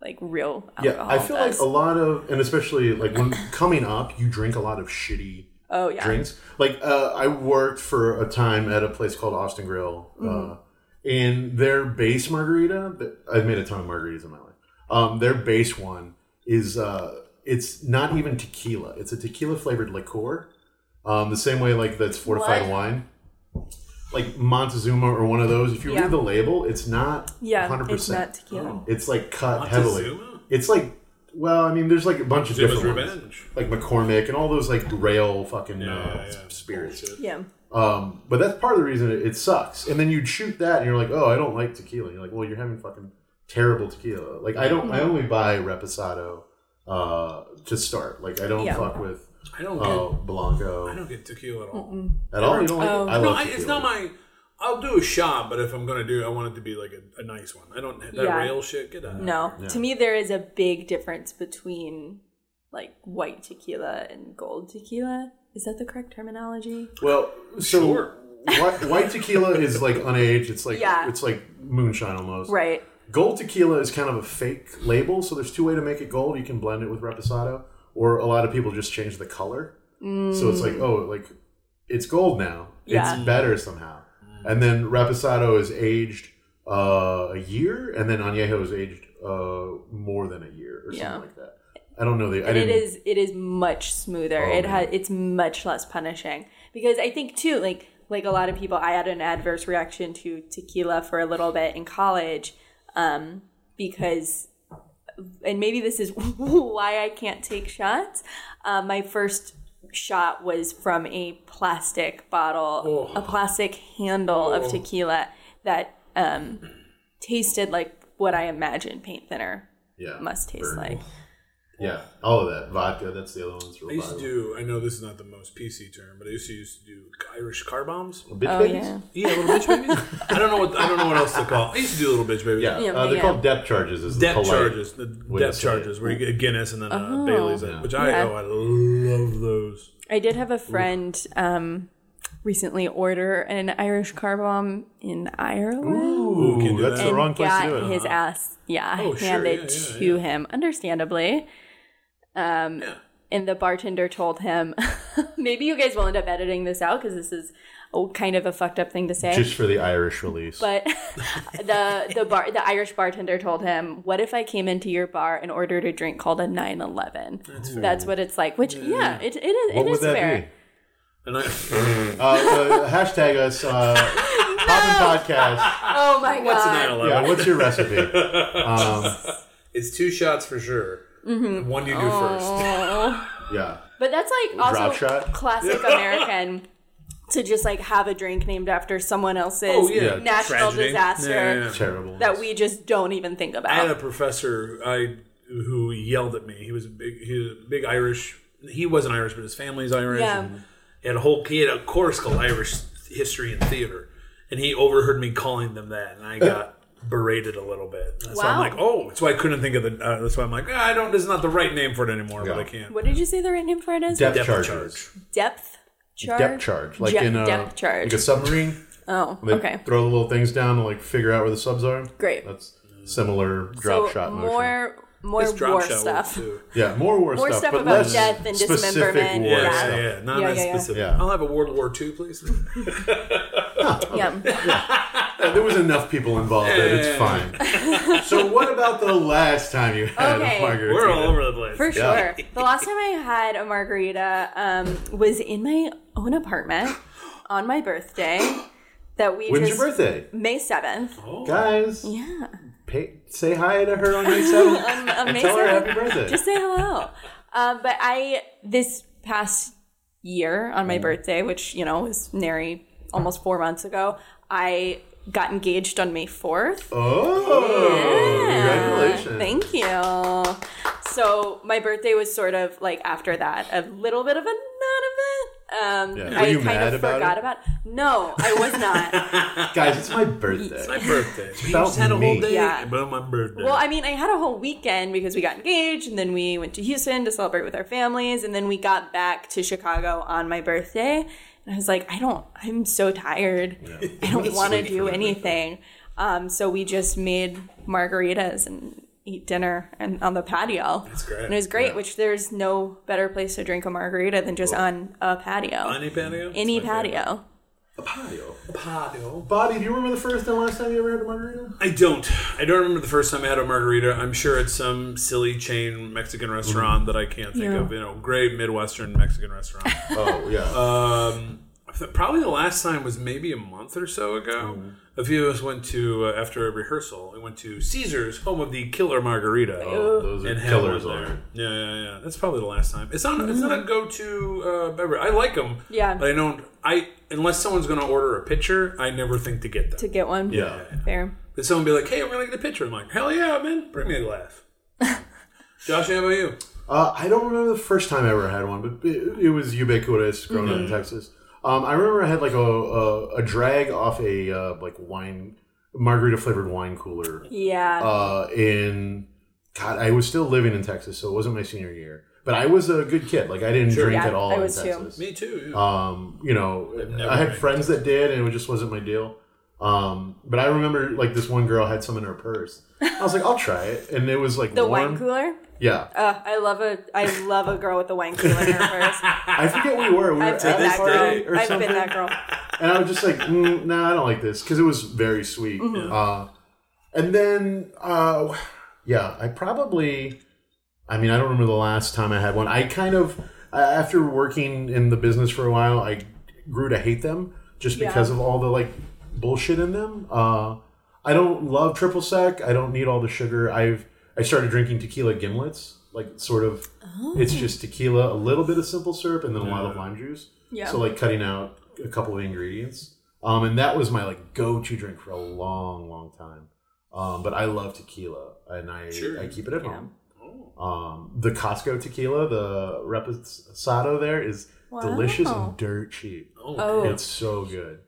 [SPEAKER 5] like real
[SPEAKER 4] Yeah,
[SPEAKER 5] alcohol
[SPEAKER 4] I feel like
[SPEAKER 5] does.
[SPEAKER 4] a lot of, and especially like when coming up, you drink a lot of shitty
[SPEAKER 5] oh yeah.
[SPEAKER 4] drinks. Like uh, I worked for a time at a place called Austin Grill,
[SPEAKER 5] Mm-hmm.
[SPEAKER 4] uh, and their base margarita. th- I've made a ton of margaritas in my life. Um, their base one is uh, it's not even tequila. It's a tequila flavored liqueur, um, the same way like that's fortified
[SPEAKER 5] What?
[SPEAKER 4] wine. Like Montezuma or one of those. If you
[SPEAKER 5] Yeah.
[SPEAKER 4] read the label, it's not
[SPEAKER 5] Yeah,
[SPEAKER 4] 100%.
[SPEAKER 5] it's not tequila.
[SPEAKER 4] It's like cut heavily.
[SPEAKER 3] Montezuma?
[SPEAKER 4] It's like, well, I mean, there's like a bunch of
[SPEAKER 3] Zuma's
[SPEAKER 4] different ones.
[SPEAKER 3] Revenge.
[SPEAKER 4] like McCormick and all those like rail fucking uh,
[SPEAKER 3] Yeah, yeah.
[SPEAKER 4] spirits.
[SPEAKER 3] Bullshit.
[SPEAKER 5] Yeah.
[SPEAKER 4] Um, but that's part of the reason it, it sucks. And then you'd shoot that, and you're like, oh, I don't like tequila. And you're like, well, you're having fucking terrible tequila. Like I don't, I only buy reposado uh, to start. Like I don't
[SPEAKER 5] Yeah.
[SPEAKER 4] fuck with
[SPEAKER 3] I don't.
[SPEAKER 4] uh,
[SPEAKER 3] Get, I
[SPEAKER 4] blanco
[SPEAKER 3] don't get tequila at all.
[SPEAKER 4] at all. You don't like
[SPEAKER 5] Oh.
[SPEAKER 4] it? I
[SPEAKER 3] no,
[SPEAKER 4] love
[SPEAKER 3] I,
[SPEAKER 4] tequila.
[SPEAKER 3] it's not my. I'll do a shot, but if I'm gonna do, it, I want it to be like a, a nice one. I don't that
[SPEAKER 5] Yeah.
[SPEAKER 3] rail shit. Get out. of
[SPEAKER 5] No.
[SPEAKER 4] Yeah.
[SPEAKER 5] To me, there is a big difference between like white tequila and gold tequila. Is that the correct terminology?
[SPEAKER 4] Well, so
[SPEAKER 3] Sure.
[SPEAKER 4] white, white tequila is like unaged. It's like
[SPEAKER 5] Yeah.
[SPEAKER 4] it's like moonshine almost.
[SPEAKER 5] Right.
[SPEAKER 4] Gold tequila is kind of a fake label, so there's two way to make it gold. You can blend it with reposado, or a lot of people just change the color. So it's like, oh, like it's gold now.
[SPEAKER 5] Yeah.
[SPEAKER 4] It's better somehow. And then reposado is aged uh, a year, and then añejo is aged uh, more than a year or something
[SPEAKER 5] Yeah.
[SPEAKER 4] like that. I don't know the. I
[SPEAKER 5] And it
[SPEAKER 4] didn't,
[SPEAKER 5] is it is much smoother. it has it's much less punishing because I think too like like a lot of people I had an adverse reaction to tequila for a little bit in college um because and maybe this is why I can't take shots. Uh, my first shot was from a plastic bottle, a plastic handle of tequila that um tasted like what I imagined paint thinner
[SPEAKER 4] yeah,
[SPEAKER 5] must taste
[SPEAKER 4] burn.
[SPEAKER 5] like.
[SPEAKER 4] Yeah, all of that vodka. That's the other one. That's real
[SPEAKER 3] I used to
[SPEAKER 4] viral.
[SPEAKER 3] do. I know this is not the most PC term, but I used to used to do Irish car bombs.
[SPEAKER 4] Well, bitch
[SPEAKER 5] Oh,
[SPEAKER 4] babies?
[SPEAKER 5] yeah.
[SPEAKER 3] Yeah, little bitch babies. I don't know what I don't know what else to call. I used to do little bitch babies.
[SPEAKER 4] Yeah,
[SPEAKER 5] Yeah,
[SPEAKER 4] uh, they're
[SPEAKER 5] yeah.
[SPEAKER 4] called depth charges. Is the
[SPEAKER 3] Depth
[SPEAKER 4] polite-
[SPEAKER 3] charges, the
[SPEAKER 4] way to
[SPEAKER 3] depth
[SPEAKER 4] say it.
[SPEAKER 3] charges, where you get a Guinness and then uh, Bailey's, in, which I
[SPEAKER 5] Oh. Yeah.
[SPEAKER 3] oh I love those.
[SPEAKER 5] I did have a friend um, recently order an Irish car bomb in Ireland.
[SPEAKER 4] Ooh,
[SPEAKER 3] can do
[SPEAKER 4] that's
[SPEAKER 3] that.
[SPEAKER 4] the
[SPEAKER 5] and
[SPEAKER 4] wrong place
[SPEAKER 5] got
[SPEAKER 4] to do it.
[SPEAKER 5] his ass, yeah,
[SPEAKER 3] Oh, sure,
[SPEAKER 5] handed
[SPEAKER 3] yeah, yeah,
[SPEAKER 5] to him, understandably. Um, And the bartender told him, maybe you guys will end up editing this out because this is a, kind of a fucked up thing to say.
[SPEAKER 4] Just for the Irish release.
[SPEAKER 5] but the the bar the Irish bartender told him, "What if I came into your bar and ordered a drink called a 911? That's, what it's like." Which yeah, it, it is
[SPEAKER 4] what
[SPEAKER 5] it
[SPEAKER 4] would
[SPEAKER 5] is
[SPEAKER 4] that
[SPEAKER 5] fair.
[SPEAKER 4] be?
[SPEAKER 3] And I,
[SPEAKER 4] Uh, uh, hashtag us. Uh, Poppin' podcast.
[SPEAKER 5] Oh my
[SPEAKER 3] what's
[SPEAKER 5] god!
[SPEAKER 3] nine eleven?
[SPEAKER 4] Yeah, what's your recipe? Um,
[SPEAKER 3] It's two shots for sure.
[SPEAKER 5] Mm-hmm.
[SPEAKER 3] One you do
[SPEAKER 5] Oh.
[SPEAKER 3] first.
[SPEAKER 4] yeah,
[SPEAKER 5] But that's like
[SPEAKER 4] Drop
[SPEAKER 5] also
[SPEAKER 4] shot?
[SPEAKER 5] classic American to just like have a drink named after someone else's
[SPEAKER 3] Oh yeah,
[SPEAKER 5] national
[SPEAKER 3] Tragedy.
[SPEAKER 5] disaster
[SPEAKER 3] Yeah, yeah, yeah.
[SPEAKER 4] terrible.
[SPEAKER 5] that we just don't even think
[SPEAKER 3] I had a
[SPEAKER 5] about.
[SPEAKER 3] professor I who yelled at me. He was a big, he was a big Irish. He wasn't Irish, but his family's Irish.
[SPEAKER 5] Yeah.
[SPEAKER 3] And he had a whole he had a course called Irish history and theater, and he overheard me calling them that, and I got berated a little bit. So I'm
[SPEAKER 5] Wow.
[SPEAKER 3] like, oh, that's why I couldn't think of the. Uh, that's why I'm like, ah, I don't. This is not the right name for it anymore, but
[SPEAKER 4] Yeah.
[SPEAKER 3] I can't.
[SPEAKER 5] What did you say the right name for it is?
[SPEAKER 4] depth,
[SPEAKER 3] Depth
[SPEAKER 4] charges.
[SPEAKER 3] charge.
[SPEAKER 5] Depth charge.
[SPEAKER 4] Depth charge, like
[SPEAKER 5] Je-
[SPEAKER 4] in a
[SPEAKER 5] depth charge.
[SPEAKER 4] like a submarine.
[SPEAKER 5] oh,
[SPEAKER 4] They
[SPEAKER 5] okay.
[SPEAKER 4] Throw the little things down to like figure out where the subs are.
[SPEAKER 5] Great.
[SPEAKER 4] That's similar drop
[SPEAKER 5] so
[SPEAKER 4] shot motion.
[SPEAKER 5] more more
[SPEAKER 3] This drop
[SPEAKER 5] war
[SPEAKER 3] shot
[SPEAKER 5] stuff.
[SPEAKER 3] works, too.
[SPEAKER 4] yeah, more war
[SPEAKER 5] More
[SPEAKER 4] stuff,
[SPEAKER 5] stuff
[SPEAKER 4] but
[SPEAKER 5] about
[SPEAKER 4] less
[SPEAKER 5] death and
[SPEAKER 4] specific
[SPEAKER 5] dismemberment,
[SPEAKER 4] war
[SPEAKER 3] Yeah,
[SPEAKER 5] Yeah.
[SPEAKER 3] yeah,
[SPEAKER 4] stuff.
[SPEAKER 3] yeah. Not
[SPEAKER 5] Yeah,
[SPEAKER 3] as
[SPEAKER 5] yeah, yeah.
[SPEAKER 3] specific.
[SPEAKER 4] Yeah.
[SPEAKER 3] I'll have a World War II, please.
[SPEAKER 5] Yeah.
[SPEAKER 4] Uh, There was enough people involved that it's fine. so what about the last time you had
[SPEAKER 5] Okay.
[SPEAKER 4] a margarita?
[SPEAKER 3] We're all over the place.
[SPEAKER 5] For
[SPEAKER 4] Yeah.
[SPEAKER 5] sure. The last time I had a margarita um, was in my own apartment on my birthday. That we
[SPEAKER 4] When's
[SPEAKER 5] just
[SPEAKER 4] your birthday, Oh.
[SPEAKER 5] May seventh.
[SPEAKER 4] guys?
[SPEAKER 5] Yeah.
[SPEAKER 4] Pay, say hi to her on May seventh.
[SPEAKER 5] Amazing.
[SPEAKER 4] Tell her happy birthday.
[SPEAKER 5] Just say hello. Um, but I this past year on
[SPEAKER 4] Mm.
[SPEAKER 5] my birthday, which you know was nary almost four months ago, I got engaged on May fourth.
[SPEAKER 4] oh, congratulations!
[SPEAKER 5] Thank you. So my birthday was sort of like after that, a little bit of a none of it. Um,
[SPEAKER 4] Yeah.
[SPEAKER 5] I
[SPEAKER 4] Were you
[SPEAKER 5] kind
[SPEAKER 4] mad
[SPEAKER 5] of
[SPEAKER 4] about
[SPEAKER 5] forgot
[SPEAKER 4] it?
[SPEAKER 5] about. No, I was not.
[SPEAKER 4] Guys, it's my birthday.
[SPEAKER 3] My birthday. We
[SPEAKER 4] about
[SPEAKER 3] just had a
[SPEAKER 4] me.
[SPEAKER 3] whole day
[SPEAKER 5] Yeah.
[SPEAKER 3] about my birthday.
[SPEAKER 5] well, I mean, I had a whole weekend because we got engaged, and then we went to Houston to celebrate with our families, and then we got back to Chicago on my birthday. And I was like, I don't. I'm so tired. I don't want to do anything. Um, so we just made margaritas and eat dinner and on the patio. That's
[SPEAKER 3] great.
[SPEAKER 5] And it was great, which there's no better place to drink a margarita than just on a patio.
[SPEAKER 3] Any patio?
[SPEAKER 5] Any
[SPEAKER 3] It's my favorite.
[SPEAKER 5] patio.
[SPEAKER 4] Patio.
[SPEAKER 3] Patio.
[SPEAKER 4] oh. Bobby, do you remember the first and last time you ever had a margarita?
[SPEAKER 3] I don't. I don't remember the first time I had a margarita. I'm sure it's some silly chain Mexican restaurant that I can't think
[SPEAKER 5] Yeah.
[SPEAKER 3] of. You know, great Midwestern Mexican restaurant.
[SPEAKER 4] Oh yeah.
[SPEAKER 3] um, I thought probably the last time was maybe a month or so ago. A few of us went to uh, after a rehearsal. We went to Caesar's, home of the killer margarita.
[SPEAKER 4] Oh, those are
[SPEAKER 3] and had
[SPEAKER 4] killers
[SPEAKER 3] one there.
[SPEAKER 4] on
[SPEAKER 3] Yeah, yeah, yeah. That's probably the last time. It's not. It's not a go-to uh, beverage. I like them.
[SPEAKER 5] Mm-hmm. Yeah.
[SPEAKER 3] But I don't. I unless someone's going to order a pitcher, I never think to get them.
[SPEAKER 5] To get one.
[SPEAKER 4] Yeah.
[SPEAKER 5] Fair.
[SPEAKER 3] But someone be like, "Hey, we're going to get a pitcher." I'm like, "Hell yeah, man! Bring me a glass." Josh, how about you?
[SPEAKER 4] Uh, I don't remember the first time I ever had one, but it, it was ubiquitous growing up in Texas. Um, I remember I had like a, a, a drag off a uh, like wine margarita flavored wine cooler
[SPEAKER 5] Yeah.
[SPEAKER 4] uh, in God. I was still living in Texas, so it wasn't my senior year. But I was a good kid. Like I didn't drink
[SPEAKER 5] Yeah,
[SPEAKER 4] at all
[SPEAKER 5] I
[SPEAKER 4] in
[SPEAKER 5] was too.
[SPEAKER 4] Texas.
[SPEAKER 3] Me too. yeah.
[SPEAKER 4] Um, you know, I had
[SPEAKER 3] drank.
[SPEAKER 4] friends that did, and it just wasn't my deal. Um, but I remember like this one girl had some in her purse. I was like, I'll try it, and it was like
[SPEAKER 5] the
[SPEAKER 4] warm.
[SPEAKER 5] wine cooler.
[SPEAKER 4] Yeah,
[SPEAKER 5] Uh, I love a I love a girl with a wine cooler in her purse.
[SPEAKER 4] I forget we were. We were
[SPEAKER 5] I've
[SPEAKER 4] at
[SPEAKER 5] been
[SPEAKER 4] a
[SPEAKER 5] that
[SPEAKER 4] party
[SPEAKER 5] girl.
[SPEAKER 4] or
[SPEAKER 5] I've
[SPEAKER 4] something.
[SPEAKER 5] been that girl.
[SPEAKER 4] and I was just like, mm, nah, I don't like this because it was very sweet. Uh, and then, uh, yeah, I probably, I mean, I don't remember the last time I had one. I kind of, uh, after working in the business for a while, I grew to hate them just because of all the like bullshit in them. Uh, I don't love triple sec. I don't need all the sugar. I've I started drinking tequila gimlets, like sort of. It's just tequila, a little bit of simple syrup, and then a lot of lime juice.
[SPEAKER 5] Yeah.
[SPEAKER 4] So like cutting out a couple of ingredients. Um, and that was my like go-to drink for a long, long time. Um, but I love tequila, and I
[SPEAKER 3] Sure.
[SPEAKER 4] I keep it at home. Um, the Costco tequila, the Reposado there is delicious and
[SPEAKER 5] Wow.
[SPEAKER 4] dirt cheap.
[SPEAKER 3] Oh,
[SPEAKER 5] Oh.
[SPEAKER 3] damn.
[SPEAKER 4] It's so good.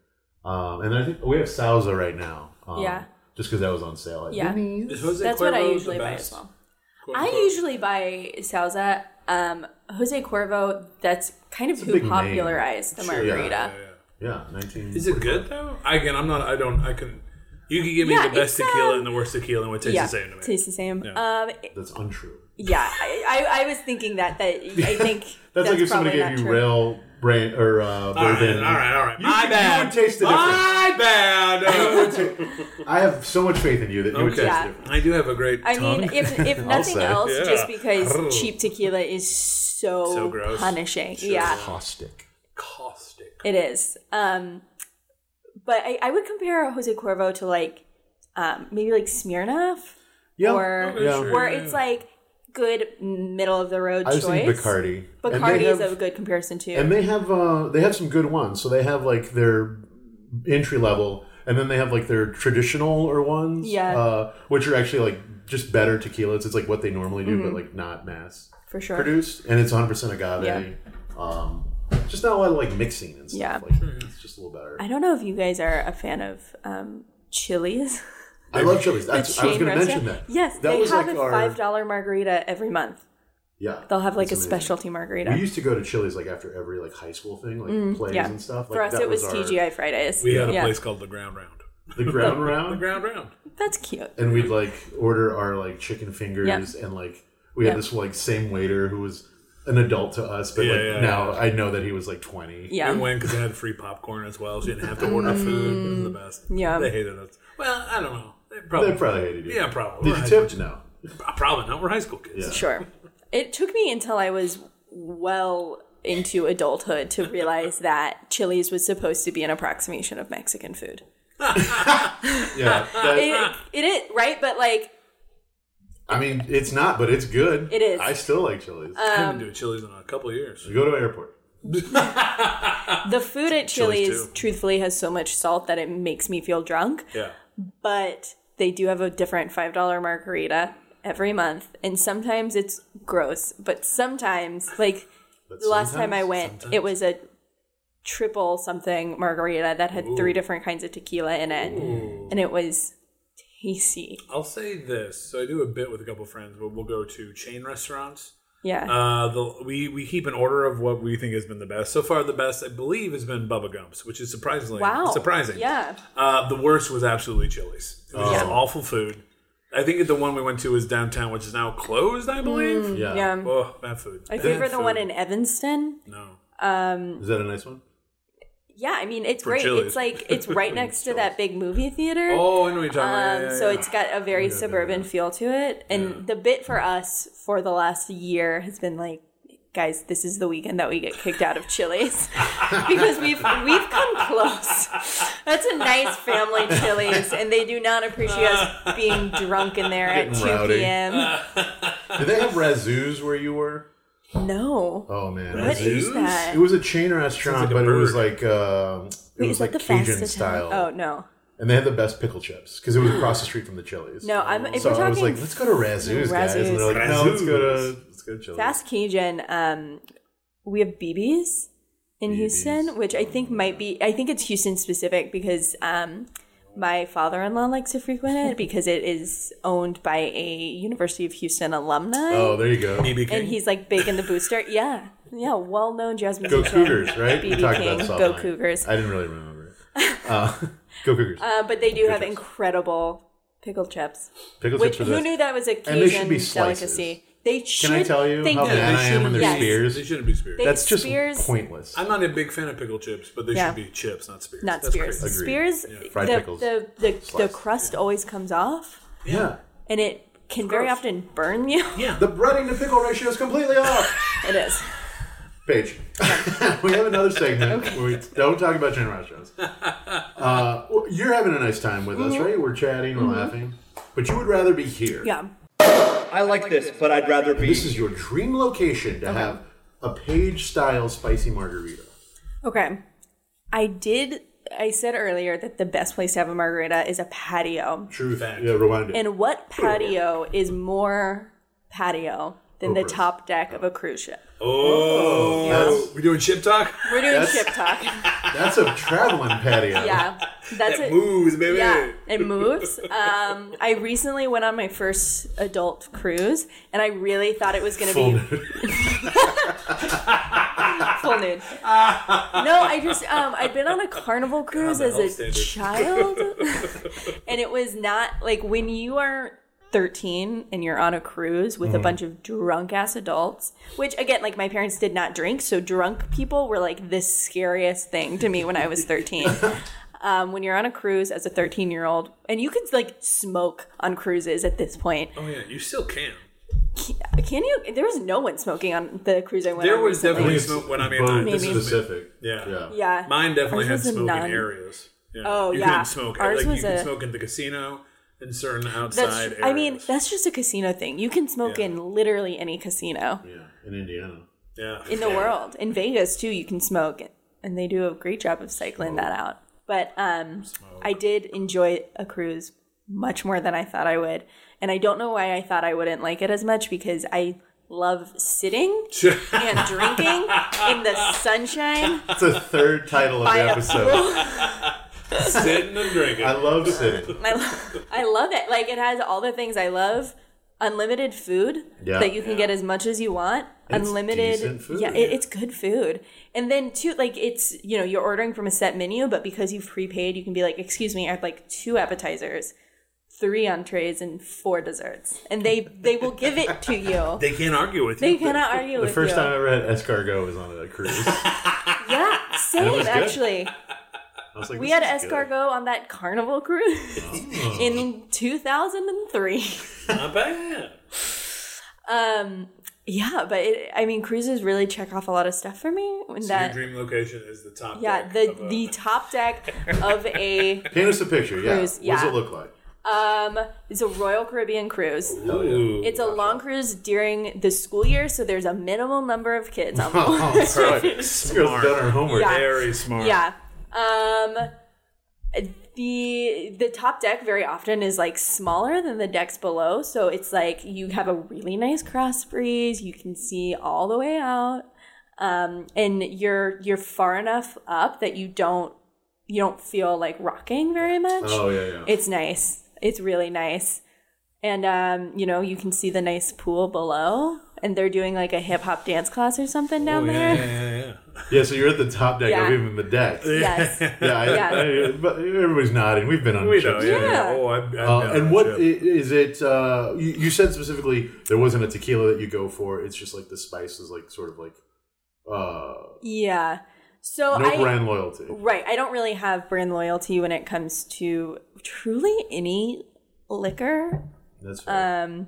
[SPEAKER 4] Um, and I think we have Salsa right now. Um,
[SPEAKER 5] Yeah.
[SPEAKER 4] Just because that was on sale. At
[SPEAKER 5] Yeah.
[SPEAKER 4] Denny's.
[SPEAKER 3] Is Jose
[SPEAKER 5] That's what I
[SPEAKER 3] Cuervo the
[SPEAKER 5] usually buy
[SPEAKER 3] best?
[SPEAKER 5] as well.
[SPEAKER 3] Quote,
[SPEAKER 5] I
[SPEAKER 3] unquote.
[SPEAKER 5] usually buy salsa. Um, Jose Cuervo, that's kind of
[SPEAKER 4] big
[SPEAKER 5] who
[SPEAKER 4] name.
[SPEAKER 5] popularized the
[SPEAKER 4] yeah,
[SPEAKER 5] margarita.
[SPEAKER 3] Yeah, yeah, yeah.
[SPEAKER 4] Yeah, 19.
[SPEAKER 3] Is it good though? I, again, I'm not. I don't. I can. You could give me
[SPEAKER 5] Yeah,
[SPEAKER 3] the best
[SPEAKER 5] it's,
[SPEAKER 3] tequila
[SPEAKER 5] um,
[SPEAKER 3] and the worst tequila, and it would taste the same to me.
[SPEAKER 5] tastes the same.
[SPEAKER 3] Yeah.
[SPEAKER 5] Um,
[SPEAKER 4] That's untrue.
[SPEAKER 5] yeah, I, I, I was thinking that. That I think
[SPEAKER 4] That's, like if somebody
[SPEAKER 5] probably
[SPEAKER 4] gave
[SPEAKER 5] not
[SPEAKER 4] you
[SPEAKER 5] true.
[SPEAKER 4] rail brand or uh,
[SPEAKER 3] all right, all
[SPEAKER 4] bourbon.
[SPEAKER 3] right, all right.
[SPEAKER 4] You
[SPEAKER 3] My
[SPEAKER 4] should- you
[SPEAKER 3] bad.
[SPEAKER 4] would taste the difference.
[SPEAKER 3] My bad.
[SPEAKER 4] I have so much faith in you that you would
[SPEAKER 3] Okay.
[SPEAKER 4] taste
[SPEAKER 5] Yeah.
[SPEAKER 4] the difference.
[SPEAKER 3] I do have a great.
[SPEAKER 5] I
[SPEAKER 3] tongue.
[SPEAKER 5] mean, if if
[SPEAKER 4] I'll
[SPEAKER 5] nothing
[SPEAKER 4] say.
[SPEAKER 5] else,
[SPEAKER 3] Yeah.
[SPEAKER 5] just because
[SPEAKER 3] Brr.
[SPEAKER 5] cheap tequila is so,
[SPEAKER 3] So gross.
[SPEAKER 5] punishing. Yeah,
[SPEAKER 4] Caustic.
[SPEAKER 3] caustic.
[SPEAKER 5] it is. Um, but I, I would compare Jose Cuervo to like um, maybe like Smirnoff,
[SPEAKER 4] Yeah.
[SPEAKER 5] or
[SPEAKER 3] Okay, sure.
[SPEAKER 5] where it's like good middle of the road
[SPEAKER 4] I was
[SPEAKER 5] choice.
[SPEAKER 4] thinking Bacardi. And they
[SPEAKER 5] Bacardi
[SPEAKER 4] have-
[SPEAKER 5] is a good comparison too.
[SPEAKER 4] and they have uh, they have some good ones. So they have like their entry level, and then they have like their traditional or ones,
[SPEAKER 5] Yeah.
[SPEAKER 4] uh, which are actually like just better tequilas. It's like what they normally do,
[SPEAKER 5] Mm-hmm.
[SPEAKER 4] but like not mass
[SPEAKER 5] for sure.
[SPEAKER 4] produced, and it's 100 percent agave. Um, just not a lot of like mixing and stuff.
[SPEAKER 5] Yeah.
[SPEAKER 4] like
[SPEAKER 3] Hmm.
[SPEAKER 4] that. it's just a little better.
[SPEAKER 5] I don't know if you guys are a fan of um, chilies.
[SPEAKER 4] I love Chili's.
[SPEAKER 5] The
[SPEAKER 4] That's, I was
[SPEAKER 5] chain
[SPEAKER 4] going to mention
[SPEAKER 5] restaurant.
[SPEAKER 4] that.
[SPEAKER 5] Yes,
[SPEAKER 4] that
[SPEAKER 5] they
[SPEAKER 4] was
[SPEAKER 5] have
[SPEAKER 4] like
[SPEAKER 5] a
[SPEAKER 4] our
[SPEAKER 5] five dollar margarita every month.
[SPEAKER 4] yeah.
[SPEAKER 5] They'll have like a
[SPEAKER 4] that's amazing.
[SPEAKER 5] specialty margarita.
[SPEAKER 4] We used to go to Chili's like after every like high school thing, like plays
[SPEAKER 5] Mm, yeah.
[SPEAKER 4] and stuff. Like,
[SPEAKER 5] For us,
[SPEAKER 4] that
[SPEAKER 5] it was,
[SPEAKER 4] our-
[SPEAKER 5] TGI Fridays.
[SPEAKER 3] We had a
[SPEAKER 5] Yeah.
[SPEAKER 3] place called the Ground Round.
[SPEAKER 4] the ground round.
[SPEAKER 3] The Ground Round.
[SPEAKER 5] That's cute.
[SPEAKER 4] and we'd like order our like chicken fingers and like we had
[SPEAKER 5] Yeah.
[SPEAKER 4] this like same waiter who was an adult to us but
[SPEAKER 3] Yeah,
[SPEAKER 4] like
[SPEAKER 3] yeah,
[SPEAKER 4] now i know that he was like 20
[SPEAKER 5] Yeah.
[SPEAKER 3] We went because they had free popcorn as well, so you didn't have to order food. It was the best.
[SPEAKER 5] Mm, Yeah.
[SPEAKER 3] They hated us. Well, I don't know. They probably.
[SPEAKER 4] they probably hated you
[SPEAKER 3] Yeah, probably.
[SPEAKER 4] did
[SPEAKER 3] We're
[SPEAKER 4] you
[SPEAKER 3] high
[SPEAKER 4] tip no
[SPEAKER 3] school- Probably not. We're high school kids.
[SPEAKER 4] Yeah.
[SPEAKER 5] Sure. It took me until I was well into adulthood to realize that Chili's was supposed to be an approximation of Mexican food.
[SPEAKER 4] yeah that-
[SPEAKER 5] It, it is, right? But like,
[SPEAKER 4] i mean it's not but it's good
[SPEAKER 5] It is. Uh,
[SPEAKER 4] i still like chili's
[SPEAKER 3] I
[SPEAKER 5] Um,
[SPEAKER 3] haven't been to Chili's in a couple of years.
[SPEAKER 4] we go to airport
[SPEAKER 5] the food at
[SPEAKER 3] Chili's,
[SPEAKER 5] Chili's
[SPEAKER 3] too.
[SPEAKER 5] truthfully has so much salt that it makes me feel drunk.
[SPEAKER 3] Yeah.
[SPEAKER 5] but they do have a different $5 margarita every month and sometimes it's gross but sometimes like
[SPEAKER 4] But
[SPEAKER 5] the last time i
[SPEAKER 4] sometimes-
[SPEAKER 5] went it was a triple something margarita that had three different kinds of tequila in it and it was tasty
[SPEAKER 3] I'll say this. So I do a bit with a couple of friends, but we'll go to chain restaurants.
[SPEAKER 5] yeah
[SPEAKER 3] Uh, the, we we keep an order of what we think has been the best. So far, the best I believe has been Bubba Gump's, which is surprisingly
[SPEAKER 5] wow
[SPEAKER 3] surprising.
[SPEAKER 5] yeah
[SPEAKER 3] Uh, the worst was absolutely Chili's. It was just awful food. I think the one we went to was downtown, which is now closed, I believe.
[SPEAKER 4] yeah,
[SPEAKER 5] yeah
[SPEAKER 3] Oh, bad food.
[SPEAKER 5] i
[SPEAKER 3] Bad
[SPEAKER 5] favor the
[SPEAKER 3] food.
[SPEAKER 5] one in evanston
[SPEAKER 3] No.
[SPEAKER 4] is that a nice one
[SPEAKER 5] yeah i mean it's
[SPEAKER 3] For
[SPEAKER 5] great
[SPEAKER 3] Chili's.
[SPEAKER 5] it's like it's right next to that big movie theater
[SPEAKER 3] Oh, I know what you're talking about.
[SPEAKER 5] Um,
[SPEAKER 3] Yeah, yeah,
[SPEAKER 5] so
[SPEAKER 3] yeah.
[SPEAKER 5] it's got a very suburban feel to it. And the bit for us for the last year has been like, guys, this is the weekend that we get kicked out of Chili's because we've we've come close. That's a nice family Chili's, and they do not appreciate us being drunk in there at
[SPEAKER 4] Getting
[SPEAKER 5] two
[SPEAKER 4] rowdy.
[SPEAKER 5] p.m.
[SPEAKER 4] did they have razzoos where you were
[SPEAKER 5] No,
[SPEAKER 4] oh man
[SPEAKER 5] what is
[SPEAKER 3] Zeus?
[SPEAKER 5] that?
[SPEAKER 4] it was a chain restaurant
[SPEAKER 3] Sounds like a
[SPEAKER 4] but it was like
[SPEAKER 3] bird.
[SPEAKER 4] um it was
[SPEAKER 5] Wait, is that
[SPEAKER 4] like
[SPEAKER 5] the
[SPEAKER 4] cajun
[SPEAKER 5] fast
[SPEAKER 4] style
[SPEAKER 5] Italian- Oh no,
[SPEAKER 4] and they had the best pickle chips because it was across the street from the chili's
[SPEAKER 5] no. I'm if
[SPEAKER 4] so
[SPEAKER 5] we're
[SPEAKER 4] I was
[SPEAKER 5] talking
[SPEAKER 4] like, let's go to Razoo's, guys. And they're like,
[SPEAKER 3] Razoo's.
[SPEAKER 4] no, let's go to let's go to Chili's.
[SPEAKER 5] Fast Cajun, um, we have BB's in Houston, which I think might be, I think it's Houston specific because um, my father in law likes to frequent it because it is owned by a University of Houston alumni.
[SPEAKER 4] Oh, there you go.
[SPEAKER 3] BB King.
[SPEAKER 5] And he's like big in the booster. Yeah. Yeah. Well known jazz
[SPEAKER 4] Go
[SPEAKER 5] musician.
[SPEAKER 4] Cougars, right?
[SPEAKER 5] BB King,
[SPEAKER 4] soft
[SPEAKER 5] Go
[SPEAKER 4] line.
[SPEAKER 5] Cougars.
[SPEAKER 4] I didn't really remember. Uh, go Cougars.
[SPEAKER 5] Uh, but they do have incredible pickle chips.
[SPEAKER 4] Pickle
[SPEAKER 5] Which
[SPEAKER 4] chips are
[SPEAKER 5] who
[SPEAKER 4] the
[SPEAKER 5] knew that was a
[SPEAKER 4] And they should
[SPEAKER 5] Cajun
[SPEAKER 4] be slices.
[SPEAKER 5] delicacy? They should.
[SPEAKER 4] Can I tell you
[SPEAKER 5] they
[SPEAKER 4] how
[SPEAKER 5] do.
[SPEAKER 4] mad
[SPEAKER 3] they
[SPEAKER 4] I am when
[SPEAKER 3] shouldn't
[SPEAKER 4] they're
[SPEAKER 5] Yes.
[SPEAKER 3] be
[SPEAKER 4] spears?
[SPEAKER 3] They shouldn't be spears.
[SPEAKER 5] They-
[SPEAKER 4] That's just
[SPEAKER 5] Spears-
[SPEAKER 4] pointless.
[SPEAKER 3] I'm not a big fan of pickled chips, but they
[SPEAKER 5] Yeah.
[SPEAKER 3] should be chips, not spears.
[SPEAKER 5] not
[SPEAKER 3] That's
[SPEAKER 5] spears.
[SPEAKER 3] crazy.
[SPEAKER 5] Spears,
[SPEAKER 4] Fried
[SPEAKER 5] the,
[SPEAKER 4] pickles.
[SPEAKER 5] the the the
[SPEAKER 4] Sliced.
[SPEAKER 5] crust always comes off,
[SPEAKER 4] yeah.
[SPEAKER 5] and it can very
[SPEAKER 3] gross.
[SPEAKER 5] often burn you.
[SPEAKER 3] Yeah.
[SPEAKER 4] The breading to pickle ratio is completely off.
[SPEAKER 5] It is.
[SPEAKER 4] Paige, we have another segment where we don't talk about chain restaurants. Uh, well, you're having a nice time with us, right? We're chatting, we're laughing, but you would rather be here.
[SPEAKER 5] Mm-hmm. Yeah.
[SPEAKER 6] I like this, but I'd rather be.
[SPEAKER 4] This is your dream location to have a Page style spicy margarita.
[SPEAKER 5] Okay. I did. I said earlier that the best place to have a margarita is a patio,
[SPEAKER 4] True
[SPEAKER 3] Fact.
[SPEAKER 4] Yeah, rewind it.
[SPEAKER 5] and what patio is more patio than the
[SPEAKER 4] Oprah's.
[SPEAKER 5] top deck of a cruise ship.
[SPEAKER 3] Oh,
[SPEAKER 4] That's-
[SPEAKER 3] we're doing ship talk.
[SPEAKER 5] We're doing
[SPEAKER 4] That's-
[SPEAKER 5] ship talk.
[SPEAKER 4] That's a traveling patio.
[SPEAKER 5] yeah, that's
[SPEAKER 3] That
[SPEAKER 5] it.
[SPEAKER 3] moves, baby.
[SPEAKER 5] Yeah, it moves. Um, I recently went on my first adult cruise, and I really thought it was going to
[SPEAKER 4] Full
[SPEAKER 5] be
[SPEAKER 4] nude.
[SPEAKER 5] full nude. no, I just um, I'd been on a carnival cruise
[SPEAKER 3] that
[SPEAKER 5] as a
[SPEAKER 3] helps, David.
[SPEAKER 5] child, and it was not like when you are. 13 and you're on a cruise
[SPEAKER 3] Mm-hmm.
[SPEAKER 5] with a bunch of drunk ass adults which again like my parents did not drink so drunk people were like the scariest thing to me when i was 13 um, when you're on a cruise as a 13 year old and you could like smoke on cruises at this point
[SPEAKER 3] Oh yeah, you still can.
[SPEAKER 5] can you there was no one smoking on the cruise i went
[SPEAKER 3] There
[SPEAKER 5] on
[SPEAKER 3] was
[SPEAKER 5] recently.
[SPEAKER 3] definitely smoke when I made
[SPEAKER 4] Bone
[SPEAKER 3] mine. This
[SPEAKER 5] Maybe.
[SPEAKER 3] is me.
[SPEAKER 4] specific.
[SPEAKER 3] Yeah.
[SPEAKER 5] yeah
[SPEAKER 3] Mine definitely
[SPEAKER 5] Ours
[SPEAKER 3] had
[SPEAKER 5] was a
[SPEAKER 3] smoking
[SPEAKER 5] nun.
[SPEAKER 3] areas. Yeah.
[SPEAKER 5] Oh,
[SPEAKER 3] you
[SPEAKER 5] yeah.
[SPEAKER 3] couldn't smoke.
[SPEAKER 5] Ours
[SPEAKER 3] like
[SPEAKER 5] was
[SPEAKER 3] you could
[SPEAKER 5] a-
[SPEAKER 3] smoke in the casino and certain outside
[SPEAKER 5] That's,
[SPEAKER 3] areas.
[SPEAKER 5] I mean, that's just a casino thing. You can smoke
[SPEAKER 3] Yeah.
[SPEAKER 5] in literally any casino
[SPEAKER 4] Yeah, in Indiana.
[SPEAKER 3] yeah.
[SPEAKER 5] in the world. In Vegas too, you can smoke, and they do a great job of cycling that out. But um, I did enjoy a cruise much more than I thought I would, and I don't know why I thought I wouldn't like it as much because I love sitting and drinking in the sunshine.
[SPEAKER 4] That's a third title of the
[SPEAKER 5] By a
[SPEAKER 4] episode.
[SPEAKER 3] sitting and drinking.
[SPEAKER 4] I love sitting.
[SPEAKER 5] I, lo- I love it. Like it has all the things I love. Unlimited food
[SPEAKER 4] Yeah.
[SPEAKER 5] that you can get as much as you want.
[SPEAKER 4] It's
[SPEAKER 5] Unlimited,
[SPEAKER 4] decent food.
[SPEAKER 5] yeah, it, it's good food. And then too, like it's you know you're ordering from a set menu, but because you've prepaid, you can be like, excuse me, I'd like two appetizers, three entrees, and four desserts, and they they will give it to you.
[SPEAKER 3] they can't argue with
[SPEAKER 5] They
[SPEAKER 3] you.
[SPEAKER 5] cannot argue
[SPEAKER 4] The
[SPEAKER 5] with
[SPEAKER 4] first
[SPEAKER 5] you.
[SPEAKER 4] time I ever had escargot was on a cruise.
[SPEAKER 5] yeah, same
[SPEAKER 4] was good.
[SPEAKER 5] actually.
[SPEAKER 4] I was like,
[SPEAKER 5] We
[SPEAKER 4] this
[SPEAKER 5] had
[SPEAKER 4] is good. Oh.
[SPEAKER 5] escargot on that carnival cruise in 2003.
[SPEAKER 3] Not bad.
[SPEAKER 5] Um, yeah, but it, I mean, cruises really check off a lot of stuff for me. When
[SPEAKER 3] So
[SPEAKER 5] that,
[SPEAKER 3] your dream location is the top.
[SPEAKER 5] yeah,
[SPEAKER 3] deck
[SPEAKER 5] the
[SPEAKER 3] of uh, a-
[SPEAKER 5] the top deck of a
[SPEAKER 4] Paint us a picture. Yeah.
[SPEAKER 5] Cruise,
[SPEAKER 4] What does
[SPEAKER 5] yeah.
[SPEAKER 4] it look like?
[SPEAKER 5] um, it's a Royal Caribbean cruise.
[SPEAKER 3] Ooh.
[SPEAKER 5] It's a long cruise during the school year, so there's a minimal number of kids on board.
[SPEAKER 4] Oh, perfect. This girl's
[SPEAKER 3] smart.
[SPEAKER 4] done her homework.
[SPEAKER 5] Yeah.
[SPEAKER 3] Very smart.
[SPEAKER 5] yeah. Um, the the top deck very often is like smaller than the decks below, so it's like you have a really nice cross breeze. You can see all the way out, um, and you're you're far enough up that you don't you don't feel like rocking very much.
[SPEAKER 4] Oh yeah, yeah.
[SPEAKER 5] It's nice. It's really nice. And um, you know, you can see the nice pool below, and they're doing like a hip hop dance class or something down
[SPEAKER 3] Oh,
[SPEAKER 5] there.
[SPEAKER 3] yeah, yeah, yeah, yeah.
[SPEAKER 4] yeah, so you're at the top deck
[SPEAKER 5] Yeah.
[SPEAKER 4] of even the deck. Yeah,
[SPEAKER 5] Yes.
[SPEAKER 4] I,
[SPEAKER 5] Yeah.
[SPEAKER 4] I- but everybody's nodding. We've been on
[SPEAKER 3] We know.
[SPEAKER 4] ships.
[SPEAKER 3] Yeah. yeah.
[SPEAKER 5] Yeah.
[SPEAKER 3] Oh, I, I
[SPEAKER 4] Uh, and what i- is it? Uh, you, you said specifically there wasn't a tequila that you go for. It's just like the spice is like sort of like uh,
[SPEAKER 5] Yeah. So
[SPEAKER 4] no
[SPEAKER 5] I
[SPEAKER 4] brand loyalty.
[SPEAKER 5] right, I don't really have brand loyalty when it comes to truly any liquor, Um,
[SPEAKER 4] That's
[SPEAKER 5] Uh,
[SPEAKER 4] fair.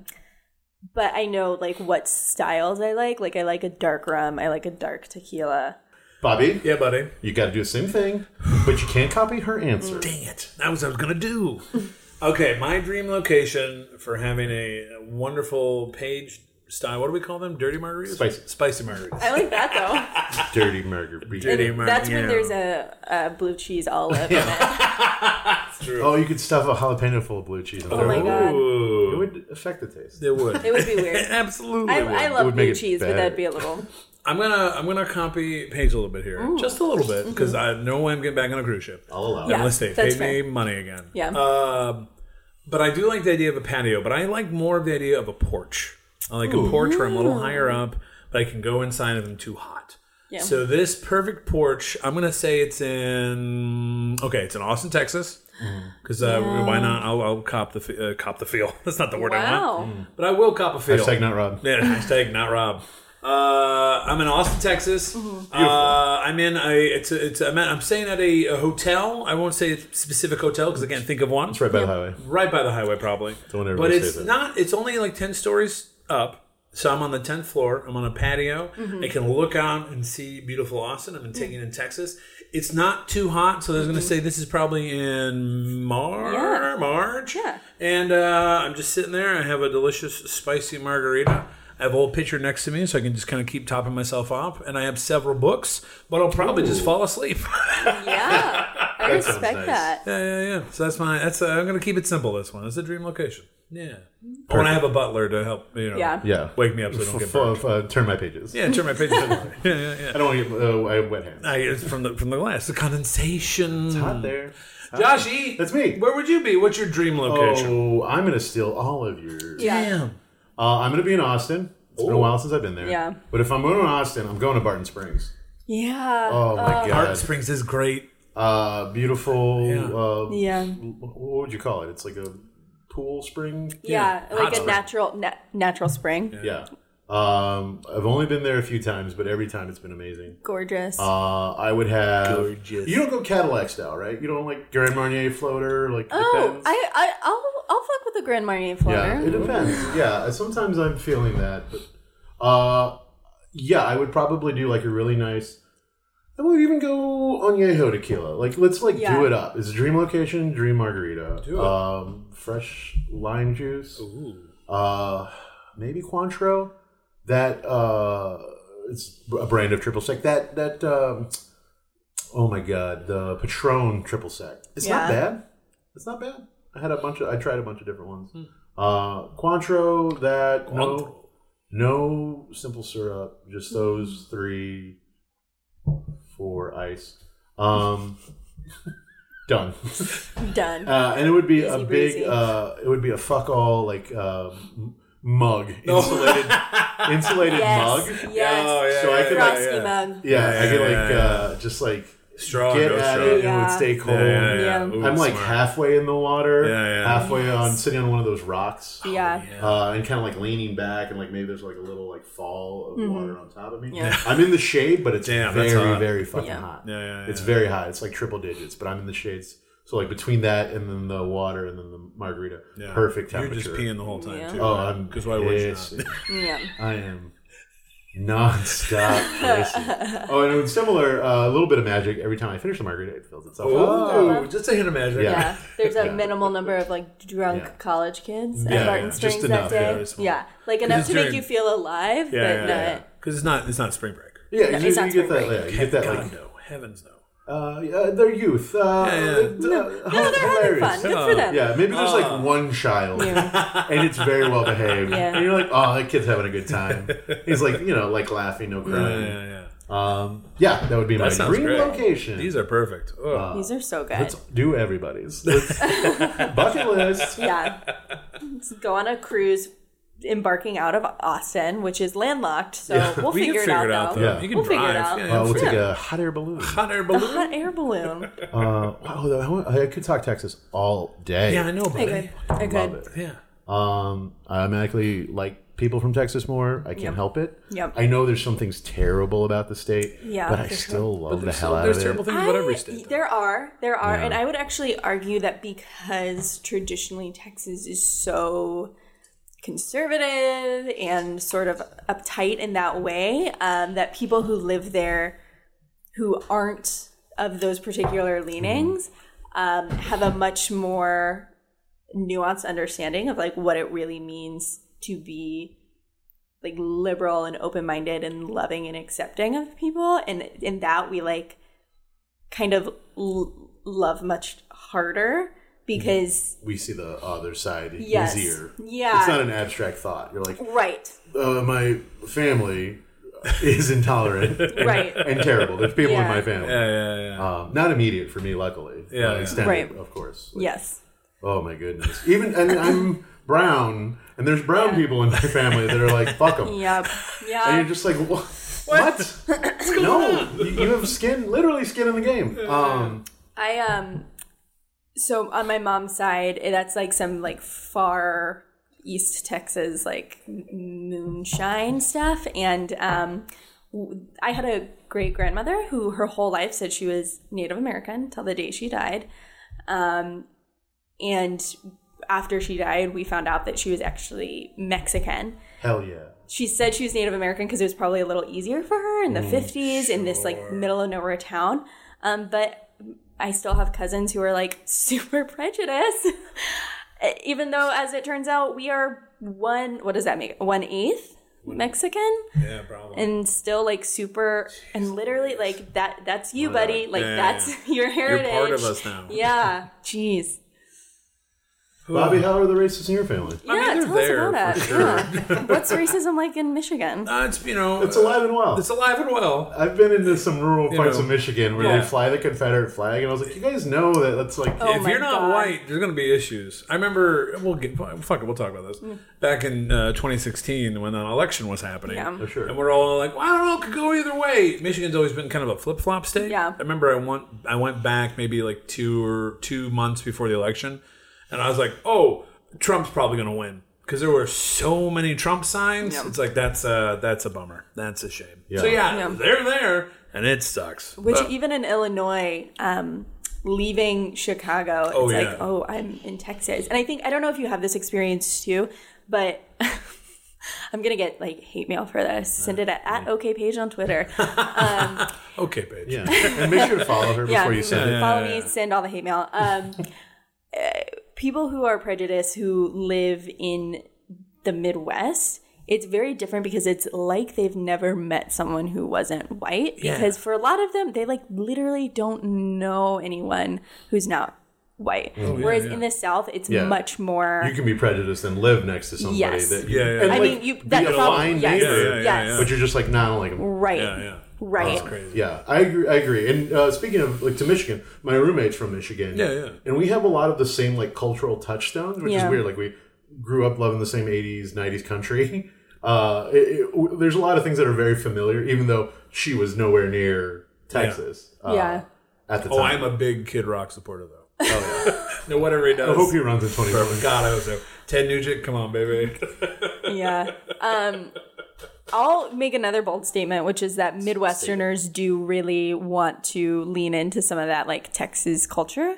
[SPEAKER 5] but I know like what styles I like. Like I like a dark rum, I like a dark tequila.
[SPEAKER 4] Bobby,
[SPEAKER 3] yeah, buddy.
[SPEAKER 4] you got to do the same thing, but you can't copy her answer.
[SPEAKER 3] Dang it. That was what I was going to do. okay, my dream location for having a wonderful page style. What do we call them? Dirty margaritas?
[SPEAKER 4] Spicy.
[SPEAKER 3] Spicy margaritas.
[SPEAKER 5] I like that though.
[SPEAKER 4] Dirty margarita.
[SPEAKER 3] Dirty margaritas.
[SPEAKER 5] That's when there's a, a blue cheese olive. in it.
[SPEAKER 4] Oh, you could stuff a jalapeno full of blue cheese. on
[SPEAKER 5] Oh my
[SPEAKER 4] there.
[SPEAKER 5] god.
[SPEAKER 4] It
[SPEAKER 3] Ooh.
[SPEAKER 4] would affect the taste.
[SPEAKER 3] It would.
[SPEAKER 5] It would be weird.
[SPEAKER 3] Absolutely.
[SPEAKER 5] I,
[SPEAKER 3] would.
[SPEAKER 5] I
[SPEAKER 4] It
[SPEAKER 5] love
[SPEAKER 4] would make
[SPEAKER 5] blue
[SPEAKER 4] it
[SPEAKER 5] cheese,
[SPEAKER 4] better.
[SPEAKER 5] but that'd be a little.
[SPEAKER 3] I'm gonna I'm gonna copy Paige a little bit here, just a little bit, because I know when I'm getting back on a cruise ship.
[SPEAKER 4] I'll allow
[SPEAKER 5] Mm-hmm. Yeah.
[SPEAKER 4] it.
[SPEAKER 3] Unless they pay
[SPEAKER 5] that's fair.
[SPEAKER 3] me money again.
[SPEAKER 5] Yeah.
[SPEAKER 3] Um, but I do like the idea of a patio, but I like more of the idea of a porch. I like a porch where I'm a little higher up, but I can go inside if I'm too hot.
[SPEAKER 5] Yeah.
[SPEAKER 3] So this perfect porch, I'm gonna say it's in okay, it's in Austin, Texas.
[SPEAKER 4] Mm-hmm.
[SPEAKER 3] Because uh, why not? I'll, I'll cop the fe- uh, cop the feel. That's not the word I want,
[SPEAKER 5] Wow.
[SPEAKER 3] but I will cop a feel.
[SPEAKER 4] Hashtag not Rob.
[SPEAKER 3] Yeah, hashtag not Rob. Uh, I'm in Austin, Texas. Uh, I'm in a. It's a, it's. A, I'm, at, I'm staying at a, a hotel. I won't say a specific hotel because I can't think of one.
[SPEAKER 4] It's right by the highway.
[SPEAKER 3] Right by the highway, probably.
[SPEAKER 4] Don't ever
[SPEAKER 3] but
[SPEAKER 4] say
[SPEAKER 3] it's
[SPEAKER 4] that.
[SPEAKER 3] not. It's only like ten stories up. So I'm on the tenth floor. I'm on a patio.
[SPEAKER 5] Mm-hmm.
[SPEAKER 3] I can look out and see beautiful Austin. I'm taking in Texas. It's not too hot, so I was going to say this is probably in Mar
[SPEAKER 5] Mm-hmm. Yeah.
[SPEAKER 3] March.
[SPEAKER 5] Yeah.
[SPEAKER 3] And uh, I'm just sitting there. I have a delicious spicy margarita. I have a whole pitcher next to me, so I can just kind of keep topping myself off. And I have several books, but I'll probably just fall asleep.
[SPEAKER 5] Yeah, I
[SPEAKER 4] sounds
[SPEAKER 5] respect
[SPEAKER 4] Mm. nice.
[SPEAKER 5] that.
[SPEAKER 3] Yeah, yeah, yeah. So that's my. That's uh, I'm gonna keep it simple. This one. It's a dream location. Yeah. I want to have a butler to help, you know,
[SPEAKER 5] Yeah.
[SPEAKER 4] Yeah.
[SPEAKER 3] wake me up so I don't
[SPEAKER 4] F-
[SPEAKER 3] get
[SPEAKER 4] f-
[SPEAKER 3] burned.
[SPEAKER 4] f- uh, turn my pages.
[SPEAKER 3] Yeah, turn my face. yeah, yeah, yeah.
[SPEAKER 4] I don't want to get uh, I have wet hands.
[SPEAKER 3] I, it's from the from the glass, the condensation.
[SPEAKER 4] Hot there.
[SPEAKER 3] Josh E.
[SPEAKER 4] That's me.
[SPEAKER 3] Where would you be? What's your dream location?
[SPEAKER 4] Oh, I'm gonna steal all of your.
[SPEAKER 5] Yeah.
[SPEAKER 3] Damn.
[SPEAKER 4] Uh, I'm gonna be in Austin. It's been a
[SPEAKER 3] Ooh.
[SPEAKER 4] while since I've been there.
[SPEAKER 5] Yeah.
[SPEAKER 4] But if I'm going to Austin, I'm going to Barton Springs.
[SPEAKER 5] Yeah.
[SPEAKER 4] Oh my
[SPEAKER 3] Art
[SPEAKER 4] god.
[SPEAKER 3] Springs is great.
[SPEAKER 4] Uh, beautiful.
[SPEAKER 3] Uh, Yeah.
[SPEAKER 4] Uh,
[SPEAKER 5] Yeah.
[SPEAKER 4] What would you call it? It's like a pool spring.
[SPEAKER 5] Yeah,
[SPEAKER 3] Yeah. Hot
[SPEAKER 5] like a
[SPEAKER 3] spring.
[SPEAKER 5] natural na- natural spring.
[SPEAKER 4] Yeah. Um, I've only been there a few times, but every time it's been amazing.
[SPEAKER 5] Gorgeous.
[SPEAKER 4] Uh, I would have.
[SPEAKER 3] Gorgeous.
[SPEAKER 4] You don't go Cadillac style, right? You don't like Grand Marnier floater, like
[SPEAKER 5] oh,
[SPEAKER 4] depends.
[SPEAKER 5] I, I I'll I'll fuck with the Grand Marnier
[SPEAKER 4] yeah, it
[SPEAKER 5] floater.
[SPEAKER 4] depends. Yeah, sometimes I'm feeling that, but uh, yeah, I would probably do like a really nice. I would even go añejo tequila. Like, let's like
[SPEAKER 5] Yeah.
[SPEAKER 4] do it up. It's a dream location, dream margarita.
[SPEAKER 3] Do it.
[SPEAKER 4] Um, fresh lime juice.
[SPEAKER 3] Ooh.
[SPEAKER 4] Uh, maybe Cointreau. That uh, it's a brand of triple sec. That that um, oh my god, the Patron triple sec. It's not
[SPEAKER 5] Yeah.
[SPEAKER 4] bad. It's not bad. I had a bunch of. I tried a bunch of different ones. Uh, Cointreau. That
[SPEAKER 3] Cointreau.
[SPEAKER 4] no, no simple syrup. Just those three. Four ice. Um, done.
[SPEAKER 5] Done.
[SPEAKER 4] Uh, and it would be a
[SPEAKER 5] Easy
[SPEAKER 4] big,
[SPEAKER 5] breezy.
[SPEAKER 4] uh, it would be a fuck all like uh, m- mug, insulated, insulated
[SPEAKER 5] yes.
[SPEAKER 4] mug.
[SPEAKER 5] Yes.
[SPEAKER 3] Oh, yeah,
[SPEAKER 4] So I
[SPEAKER 3] yeah,
[SPEAKER 4] could,
[SPEAKER 3] yeah,
[SPEAKER 5] Frosty
[SPEAKER 3] yeah.
[SPEAKER 5] mug.
[SPEAKER 4] Yeah, I could
[SPEAKER 3] Yeah,
[SPEAKER 4] like
[SPEAKER 3] yeah, yeah.
[SPEAKER 4] Uh, just like
[SPEAKER 3] Straw,
[SPEAKER 4] get
[SPEAKER 3] no
[SPEAKER 4] at it
[SPEAKER 3] straw.
[SPEAKER 4] and it would
[SPEAKER 5] Yeah.
[SPEAKER 4] stay cold.
[SPEAKER 3] Yeah, yeah, yeah.
[SPEAKER 5] Yeah.
[SPEAKER 3] Ooh,
[SPEAKER 4] I'm like
[SPEAKER 3] smart.
[SPEAKER 4] halfway in the water,
[SPEAKER 3] Yeah, yeah.
[SPEAKER 4] halfway on sitting on one of those rocks,
[SPEAKER 5] Yeah.
[SPEAKER 4] uh, and kind of like leaning back, and like maybe there's like a little like fall of water on top of me.
[SPEAKER 5] Mm-hmm. Yeah.
[SPEAKER 4] I'm in the shade, but it's
[SPEAKER 3] Damn, that's
[SPEAKER 4] very,
[SPEAKER 3] hot.
[SPEAKER 4] very fucking
[SPEAKER 5] Yeah.
[SPEAKER 4] hot.
[SPEAKER 3] Yeah, yeah, yeah.
[SPEAKER 4] It's very hot. It's like triple digits, but I'm in the shades. So like between that and then the water and then the margarita,
[SPEAKER 3] Yeah.
[SPEAKER 4] perfect
[SPEAKER 3] You're
[SPEAKER 4] temperature.
[SPEAKER 3] just peeing the whole time
[SPEAKER 5] Yeah.
[SPEAKER 3] too.
[SPEAKER 4] Oh, I'm
[SPEAKER 3] because why would you?
[SPEAKER 4] pissed.
[SPEAKER 3] not?
[SPEAKER 5] Yeah.
[SPEAKER 4] I am nonstop pissing. Oh, and it was similar. Uh, a little bit of magic. Every time I finish the margarita, it fills itself up.
[SPEAKER 3] Oh, just a hint of magic.
[SPEAKER 4] Yeah.
[SPEAKER 5] Yeah. There's a
[SPEAKER 4] Yeah.
[SPEAKER 5] minimal number of like drunk
[SPEAKER 4] Yeah.
[SPEAKER 5] college kids
[SPEAKER 4] Yeah,
[SPEAKER 5] at Barton
[SPEAKER 4] yeah.
[SPEAKER 5] Springs
[SPEAKER 4] Just enough,
[SPEAKER 5] that
[SPEAKER 4] yeah,
[SPEAKER 5] day.
[SPEAKER 3] it's small.
[SPEAKER 5] Yeah, like enough
[SPEAKER 3] it's
[SPEAKER 5] to make
[SPEAKER 3] during-
[SPEAKER 5] you feel alive,
[SPEAKER 3] Yeah,
[SPEAKER 5] but
[SPEAKER 3] yeah,
[SPEAKER 5] not.
[SPEAKER 3] yeah, Because it's not it's not spring break.
[SPEAKER 4] Yeah, you,
[SPEAKER 5] it's
[SPEAKER 4] you
[SPEAKER 5] not
[SPEAKER 4] get
[SPEAKER 5] spring
[SPEAKER 4] that.
[SPEAKER 5] break.
[SPEAKER 4] Yeah, you get that
[SPEAKER 3] God
[SPEAKER 4] like
[SPEAKER 3] no, heavens no.
[SPEAKER 4] uh, yeah, their youth. Uh,
[SPEAKER 3] Yeah, yeah.
[SPEAKER 4] uh,
[SPEAKER 5] No, they're having
[SPEAKER 4] hilarious.
[SPEAKER 5] fun. Good for them.
[SPEAKER 4] Yeah, maybe there's
[SPEAKER 3] Ah.
[SPEAKER 4] like one child, and it's very well behaved,
[SPEAKER 5] Yeah.
[SPEAKER 4] and you're like, "Oh, that kid's having a good time." He's like, you know, like laughing, no
[SPEAKER 3] Yeah,
[SPEAKER 4] crying.
[SPEAKER 3] yeah, yeah.
[SPEAKER 4] Um, yeah, that would be my
[SPEAKER 3] sounds
[SPEAKER 4] dream
[SPEAKER 3] great.
[SPEAKER 4] location.
[SPEAKER 3] These are perfect. Oh,
[SPEAKER 5] These are so good.
[SPEAKER 4] Let's do everybody's Let's- bucket list.
[SPEAKER 5] yeah. Let's go on a cruise embarking out of Austin, which is landlocked, so we'll
[SPEAKER 3] we
[SPEAKER 5] figure it
[SPEAKER 3] can figure
[SPEAKER 5] out, though.
[SPEAKER 4] though. Yeah.
[SPEAKER 3] You can
[SPEAKER 5] We'll
[SPEAKER 3] drive.
[SPEAKER 5] figure it out.
[SPEAKER 3] Yeah,
[SPEAKER 4] Uh, we'll
[SPEAKER 3] figure
[SPEAKER 4] take
[SPEAKER 3] it out.
[SPEAKER 4] a hot air balloon.
[SPEAKER 3] hot air
[SPEAKER 5] The
[SPEAKER 3] balloon.
[SPEAKER 5] hot air balloon.
[SPEAKER 4] Uh, wow, though, I, want- I could talk Texas all day.
[SPEAKER 3] Yeah, I know,
[SPEAKER 5] I
[SPEAKER 3] buddy.
[SPEAKER 5] could. I could.
[SPEAKER 4] Love it.
[SPEAKER 3] Yeah.
[SPEAKER 4] Um, I automatically like people from Texas more. I can't
[SPEAKER 5] Yep.
[SPEAKER 4] help it.
[SPEAKER 5] Yep.
[SPEAKER 4] I know there's some things terrible about the state.
[SPEAKER 5] Yeah,
[SPEAKER 4] but I
[SPEAKER 5] for sure.
[SPEAKER 4] still love the
[SPEAKER 3] There's,
[SPEAKER 4] hell out
[SPEAKER 3] there's
[SPEAKER 4] of
[SPEAKER 3] terrible
[SPEAKER 4] it.
[SPEAKER 3] things about
[SPEAKER 5] I-
[SPEAKER 3] every state.
[SPEAKER 5] There are, there are,
[SPEAKER 4] Yeah.
[SPEAKER 5] and I would actually argue that because traditionally Texas is so conservative and sort of uptight in that way, um, that people who live there who aren't of those particular leanings um, have a much more nuanced understanding of like what it really means to be like liberal and open-minded and loving and accepting of people and in that we like kind of l- love much harder because
[SPEAKER 4] We see the other side
[SPEAKER 5] Yes.
[SPEAKER 4] easier.
[SPEAKER 5] Yeah.
[SPEAKER 4] it's not an abstract thought. You're like,
[SPEAKER 5] right
[SPEAKER 4] uh, my family is intolerant
[SPEAKER 5] right
[SPEAKER 4] and terrible. There's people in
[SPEAKER 5] Yeah.
[SPEAKER 4] my family.
[SPEAKER 3] Yeah, yeah, yeah.
[SPEAKER 4] Um, not immediate for me, luckily.
[SPEAKER 3] Yeah,
[SPEAKER 4] Uh,
[SPEAKER 3] yeah.
[SPEAKER 4] extended,
[SPEAKER 5] Right.
[SPEAKER 4] of course.
[SPEAKER 5] yes
[SPEAKER 4] Oh my goodness! Even and I'm brown, and there's brown people in my family that are like, "Fuck them,"
[SPEAKER 5] yep
[SPEAKER 4] and
[SPEAKER 5] yeah
[SPEAKER 4] you're just like, "What? what? no, you, you have skin, literally skin in the game." Um,
[SPEAKER 5] i um so on my mom's side eh, that's like some like far east texas like m- moonshine stuff and um w- i had a great grandmother who her whole life said she was native american until the day she died um and after she died we found out that she was actually mexican
[SPEAKER 4] hell yeah!
[SPEAKER 5] she said she was Native American because it was probably a little easier for her in the
[SPEAKER 3] Mm,
[SPEAKER 5] 50s in this like middle of nowhere town. Um, but I still have cousins who are like super prejudiced, E, even though, as it turns out, we are one, what does that make? One eighth Mexican
[SPEAKER 3] yeah, problem.
[SPEAKER 5] and still like super and literally like that that's
[SPEAKER 3] Oh,
[SPEAKER 5] you buddy like
[SPEAKER 3] Yeah, yeah,
[SPEAKER 5] that's your
[SPEAKER 3] You're
[SPEAKER 5] heritage
[SPEAKER 3] part of us now.
[SPEAKER 5] yeah jeez
[SPEAKER 4] Bobby, how are the racists in your family?
[SPEAKER 5] Yeah,
[SPEAKER 3] mean, they're
[SPEAKER 5] tell
[SPEAKER 3] there
[SPEAKER 5] us about
[SPEAKER 3] for
[SPEAKER 5] that. Yeah. What's racism like in Michigan?
[SPEAKER 3] Uh, it's you know,
[SPEAKER 4] It's alive and well.
[SPEAKER 3] It's alive and well.
[SPEAKER 4] I've been into some rural
[SPEAKER 3] You
[SPEAKER 4] parts
[SPEAKER 3] know.
[SPEAKER 4] of Michigan where
[SPEAKER 3] Yeah.
[SPEAKER 4] they fly the Confederate flag, and I was like, you guys know that that's like.
[SPEAKER 5] Oh.
[SPEAKER 3] if
[SPEAKER 5] my
[SPEAKER 3] you're not
[SPEAKER 5] God.
[SPEAKER 3] white, there's going to be issues. I remember we'll get fuck it. We'll talk about this
[SPEAKER 5] Mm.
[SPEAKER 3] back in uh, 2016 when an election was happening.
[SPEAKER 5] Yeah.
[SPEAKER 4] Oh, sure.
[SPEAKER 3] And we're all like, well, I don't know, it could go either way. Michigan's always been kind of a flip flop state.
[SPEAKER 5] Yeah.
[SPEAKER 3] I remember I went I went back maybe like two or two months before the election, and I was like, oh, Trump's probably going to win because there were so many Trump signs.
[SPEAKER 5] Yeah.
[SPEAKER 3] It's like that's a that's a bummer. That's a shame.
[SPEAKER 4] Yeah.
[SPEAKER 3] So yeah,
[SPEAKER 5] Yeah.
[SPEAKER 3] they're there, and it sucks.
[SPEAKER 5] Which
[SPEAKER 3] But-
[SPEAKER 5] even in Illinois, um, leaving Chicago,
[SPEAKER 3] Oh,
[SPEAKER 5] it's
[SPEAKER 3] yeah.
[SPEAKER 5] like, oh, I'm in Texas. And I think I don't know if you have this experience too, but I'm gonna get like hate mail for this. Send it at, at OK Page on Twitter.
[SPEAKER 3] okay, Paige.
[SPEAKER 4] Yeah. And make sure to follow her
[SPEAKER 5] yeah,
[SPEAKER 4] before you send it.
[SPEAKER 5] follow me, send all the hate mail. Um, uh, people who are prejudiced who live in the Midwest, it's very different because it's like they've never met someone who wasn't white.
[SPEAKER 3] Yeah.
[SPEAKER 5] Because for a lot of them, they like literally don't know anyone who's not white. Whereas
[SPEAKER 3] Oh, yeah.
[SPEAKER 5] in the South, it's
[SPEAKER 4] Yeah.
[SPEAKER 5] much more.
[SPEAKER 4] You can be prejudiced and live next to somebody
[SPEAKER 5] Yes.
[SPEAKER 4] that
[SPEAKER 3] Yeah, yeah.
[SPEAKER 4] and,
[SPEAKER 5] I
[SPEAKER 4] like,
[SPEAKER 5] mean, you
[SPEAKER 4] be
[SPEAKER 5] that
[SPEAKER 4] a
[SPEAKER 5] prob-
[SPEAKER 4] fine
[SPEAKER 5] yes,
[SPEAKER 4] neighbor,
[SPEAKER 3] Yeah, yeah, yeah,
[SPEAKER 5] yes,
[SPEAKER 3] yeah.
[SPEAKER 4] but you're just like not like them.
[SPEAKER 5] right,
[SPEAKER 3] Yeah, yeah.
[SPEAKER 5] right.
[SPEAKER 3] That's crazy.
[SPEAKER 4] Yeah, I agree. I agree. And uh, speaking of like to Michigan, my roommate's from Michigan.
[SPEAKER 3] Yeah, yeah.
[SPEAKER 4] And we have a lot of the same like cultural touchstones, which
[SPEAKER 5] Yeah.
[SPEAKER 4] is weird. Like we grew up loving the same '80s, '90s country. Uh, it, it, w- there's a lot of things that are very familiar, even though she was nowhere near Texas. uh,
[SPEAKER 5] Yeah.
[SPEAKER 4] At the time.
[SPEAKER 3] Oh, I'm a big Kid Rock supporter though. no, whatever he does.
[SPEAKER 4] I hope he runs in 2020.
[SPEAKER 3] Oh, God, I hope so. Ted Nugent, come on, baby.
[SPEAKER 5] yeah. Um, I'll make another bold statement, which is that Midwesterners do really want to lean into some of that like Texas culture.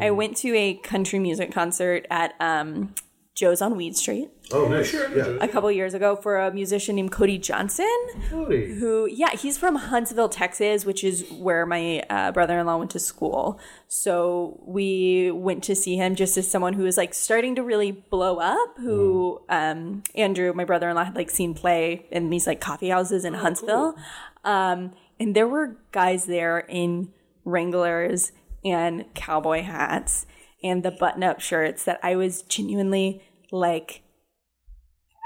[SPEAKER 5] I went to a country music concert at um, Joe's on Weed Street
[SPEAKER 4] Oh, nice. Yeah.
[SPEAKER 5] a couple years ago for a musician named Cody Johnson
[SPEAKER 4] Howdy.
[SPEAKER 5] who yeah he's from huntsville texas which is where my uh, brother-in-law went to school so we went to see him just as someone who is like starting to really blow up who um, andrew my brother-in-law had like seen play in these like coffee houses in huntsville um, and there were guys there in wranglers and cowboy hats and the button-up shirts that i was genuinely like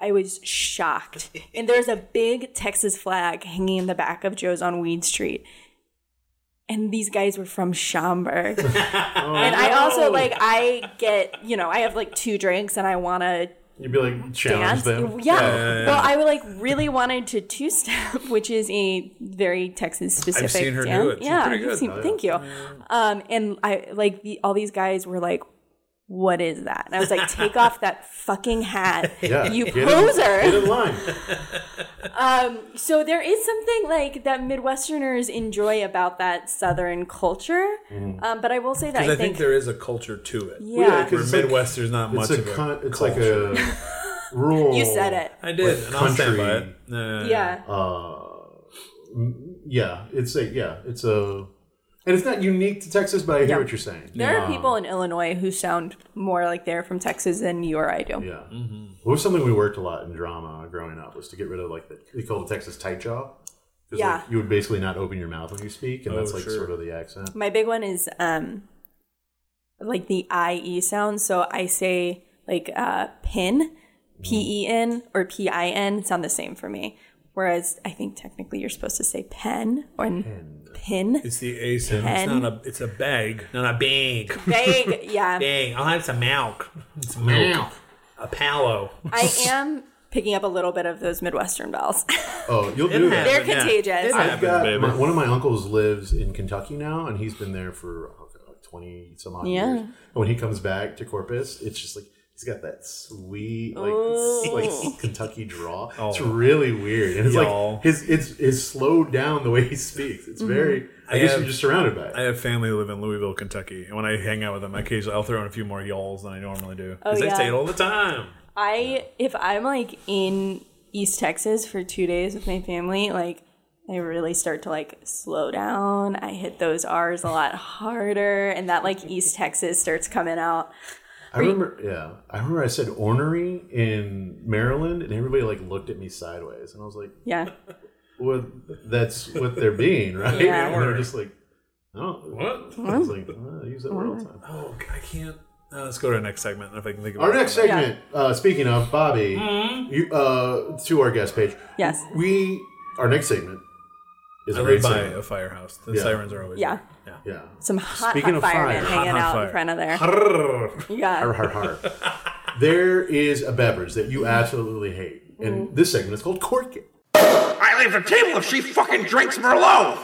[SPEAKER 5] I was shocked. And there's a big Texas flag hanging in the back of Joe's on Weed Street. And these guys were from Schaumburg. and
[SPEAKER 3] Oh,
[SPEAKER 5] I also like I get, you know, I have like two drinks and I want to
[SPEAKER 4] You'd be like challenge
[SPEAKER 5] dance.
[SPEAKER 4] them.
[SPEAKER 5] Yeah. Well, I like really wanted to two step, which is a very Texas specific.
[SPEAKER 3] seen her do
[SPEAKER 5] dance.
[SPEAKER 3] it. She's
[SPEAKER 5] yeah,
[SPEAKER 3] pretty
[SPEAKER 5] you've
[SPEAKER 3] good.
[SPEAKER 5] seen-
[SPEAKER 3] Oh, yeah.
[SPEAKER 5] thank you. Um, and I like the, all these guys were like, "What is that?" And I was like, "Take off that fucking hat,
[SPEAKER 4] Yeah.
[SPEAKER 5] you
[SPEAKER 4] Get in-
[SPEAKER 5] poser!"
[SPEAKER 4] Get in line.
[SPEAKER 5] So there is something like that Midwesterners enjoy about that Southern culture, um, but I will say that I
[SPEAKER 3] Because I
[SPEAKER 5] think,
[SPEAKER 3] think there is a culture to it.
[SPEAKER 5] yeah,
[SPEAKER 4] Yeah, 'cause
[SPEAKER 3] Where
[SPEAKER 4] it's like-
[SPEAKER 3] Midwest, there's not much
[SPEAKER 4] It's
[SPEAKER 3] of
[SPEAKER 4] a
[SPEAKER 3] a
[SPEAKER 4] con- it's like
[SPEAKER 3] culture.
[SPEAKER 4] a rural.
[SPEAKER 5] you said it,
[SPEAKER 3] I did, and I'll stand by it.
[SPEAKER 4] country.
[SPEAKER 3] Yeah.
[SPEAKER 5] yeah,
[SPEAKER 4] Yeah, it's a yeah, it's a, and it's not unique to Texas, but I hear
[SPEAKER 5] Yeah.
[SPEAKER 4] what you're saying.
[SPEAKER 5] there are people in Illinois who sound more like they're from Texas than you or I do.
[SPEAKER 4] Yeah,
[SPEAKER 3] Mm-hmm.
[SPEAKER 4] it was something we worked a lot in drama growing up was to get rid of like the they call it Texas tight jaw. 'Cause, like,
[SPEAKER 5] Yeah.
[SPEAKER 4] you would basically not open your mouth when you speak, and
[SPEAKER 3] Oh,
[SPEAKER 4] that's like
[SPEAKER 3] sure.
[SPEAKER 4] sort of the accent.
[SPEAKER 5] My big one is um, like the IE sound, so I say like uh, pin, P E N or P I N sound the same for me. Whereas I think technically you're supposed to say pen or pin.
[SPEAKER 3] It's the A sound. It's
[SPEAKER 5] Pen.
[SPEAKER 3] not a. It's a bag, not a bag.
[SPEAKER 5] Vague, yeah.
[SPEAKER 3] Bang! I'll have some milk. It's milk. A palo.
[SPEAKER 5] I am picking up a little bit of those Midwestern bells.
[SPEAKER 4] Oh, you'll
[SPEAKER 3] It
[SPEAKER 4] do that.
[SPEAKER 3] happens.
[SPEAKER 5] They're
[SPEAKER 3] Yeah. It
[SPEAKER 5] contagious.
[SPEAKER 4] I've
[SPEAKER 3] happens,
[SPEAKER 4] got
[SPEAKER 3] baby.
[SPEAKER 4] my- one of my uncles lives in Kentucky now, and he's been there for oh, God, like twenty some odd
[SPEAKER 5] Yeah.
[SPEAKER 4] years. And when he comes back to Corpus, it's just like he's got that sweet like s- like Kentucky draw. It's really weird, and it's
[SPEAKER 3] Oh. Y'all.
[SPEAKER 4] like his it's is slowed down the way he speaks. It's
[SPEAKER 5] Mm-hmm.
[SPEAKER 4] very. I,
[SPEAKER 3] I
[SPEAKER 4] guess
[SPEAKER 3] have-
[SPEAKER 4] you're just surrounded by it.
[SPEAKER 3] I have family who live in Louisville, Kentucky, and when I hang out with them, I occasionally I'll throw in a few more y'alls than I normally do
[SPEAKER 4] Oh,
[SPEAKER 3] because
[SPEAKER 5] yeah.
[SPEAKER 3] they say it all the time.
[SPEAKER 5] I if I'm like in East Texas for two days with my family, like I really start to like slow down. I hit those R's a lot harder, and that like East Texas starts coming out.
[SPEAKER 4] I remember, yeah, I remember I said ornery in Maryland, and everybody like looked at me sideways, and I was like,
[SPEAKER 5] Yeah,
[SPEAKER 4] "Well, that's what they're being, right?"
[SPEAKER 5] Yeah.
[SPEAKER 4] And they're just like, "Oh,
[SPEAKER 3] What?
[SPEAKER 4] uh, I was like, "Oh, I use that word all the time."
[SPEAKER 3] Oh, I can't. Uh, let's go to our next segment if I can think of
[SPEAKER 4] Our
[SPEAKER 3] it.
[SPEAKER 4] next segment, uh, speaking of Bobby,
[SPEAKER 7] Mm-hmm.
[SPEAKER 4] you, uh, to our guest page.
[SPEAKER 5] Yes.
[SPEAKER 4] We, our next segment is
[SPEAKER 3] I
[SPEAKER 4] a great
[SPEAKER 3] live by
[SPEAKER 4] segment.
[SPEAKER 3] a firehouse. The
[SPEAKER 4] Yeah.
[SPEAKER 3] sirens are always
[SPEAKER 5] Yeah.
[SPEAKER 3] there.
[SPEAKER 4] Yeah.
[SPEAKER 5] Some hot,
[SPEAKER 4] Speaking
[SPEAKER 5] hot
[SPEAKER 4] of fire,
[SPEAKER 5] firemen
[SPEAKER 4] hot,
[SPEAKER 5] hanging
[SPEAKER 3] hot
[SPEAKER 5] out
[SPEAKER 3] fire.
[SPEAKER 5] in front of there.
[SPEAKER 3] Yeah.
[SPEAKER 4] Har,
[SPEAKER 5] Yeah.
[SPEAKER 4] har, har. there is a beverage that you absolutely hate. And this segment is called Cork It.
[SPEAKER 7] I leave the table if she fucking drinks Merlot.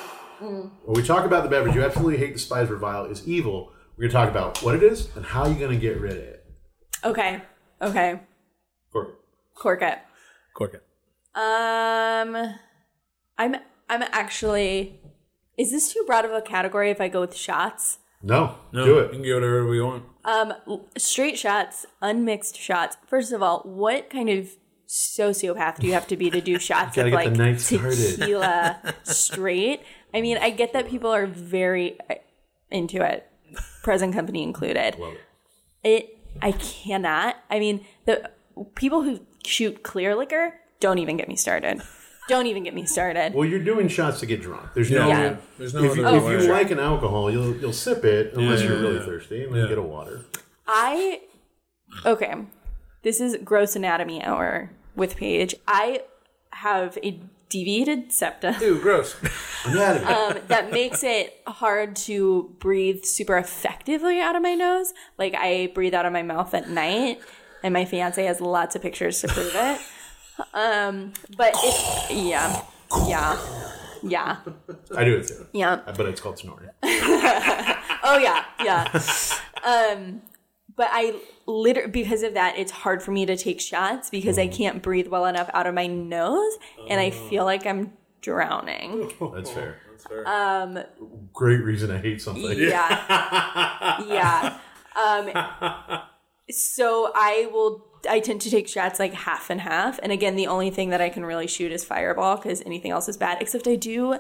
[SPEAKER 4] Mm. When we talk about the beverage you absolutely hate, despise, revile, is evil, we're going to talk about what it is and how you're going to get rid of it.
[SPEAKER 5] Okay. Okay.
[SPEAKER 4] Cork it.
[SPEAKER 5] Cork it.
[SPEAKER 3] Cork it.
[SPEAKER 5] Um, I'm I'm actually. Is this too broad of a category if I go with shots?
[SPEAKER 4] No,
[SPEAKER 3] No,
[SPEAKER 4] do
[SPEAKER 3] You
[SPEAKER 4] it.
[SPEAKER 3] can go whatever we want.
[SPEAKER 5] Um, l- straight shots, unmixed shots. First of all, what kind of sociopath do you have to be to do shots
[SPEAKER 4] Gotta get
[SPEAKER 5] of
[SPEAKER 4] the
[SPEAKER 5] like
[SPEAKER 4] night started.
[SPEAKER 5] tequila straight? I mean, I get that people are very uh, into it, present company included.
[SPEAKER 4] Love it.
[SPEAKER 5] It I cannot. I mean, the people who shoot clear liquor don't even get me started. Don't even get me started.
[SPEAKER 4] Well, you're doing shots to get drunk. There's no.
[SPEAKER 5] Yeah.
[SPEAKER 3] There's no
[SPEAKER 4] If you,
[SPEAKER 3] other
[SPEAKER 4] if
[SPEAKER 3] way.
[SPEAKER 4] you like an alcohol, you'll you'll sip it unless you're really thirsty and then
[SPEAKER 3] Yeah.
[SPEAKER 4] get a water.
[SPEAKER 5] I okay. This is gross anatomy hour with Paige. I have a deviated septum
[SPEAKER 3] Ew, gross.
[SPEAKER 4] Anatomy.
[SPEAKER 5] um, that makes it hard to breathe super effectively out of my nose. Like I breathe out of my mouth at night, and my fiance has lots of pictures to prove it. Um, but it's yeah, yeah, yeah,
[SPEAKER 4] I do it too. Uh,
[SPEAKER 5] yeah.
[SPEAKER 4] But it's called snoring.
[SPEAKER 5] Oh yeah, yeah. um, but I literally because of that, it's hard for me to take shots because I can't breathe well enough out of my nose, and I feel like I'm drowning.
[SPEAKER 4] That's fair.
[SPEAKER 5] Um,
[SPEAKER 4] Great reason I hate something.
[SPEAKER 5] yeah, yeah. Um, so I will. I tend to take shots like half and half, and again, the only thing that I can really shoot is fireball because anything else is bad. Except I do,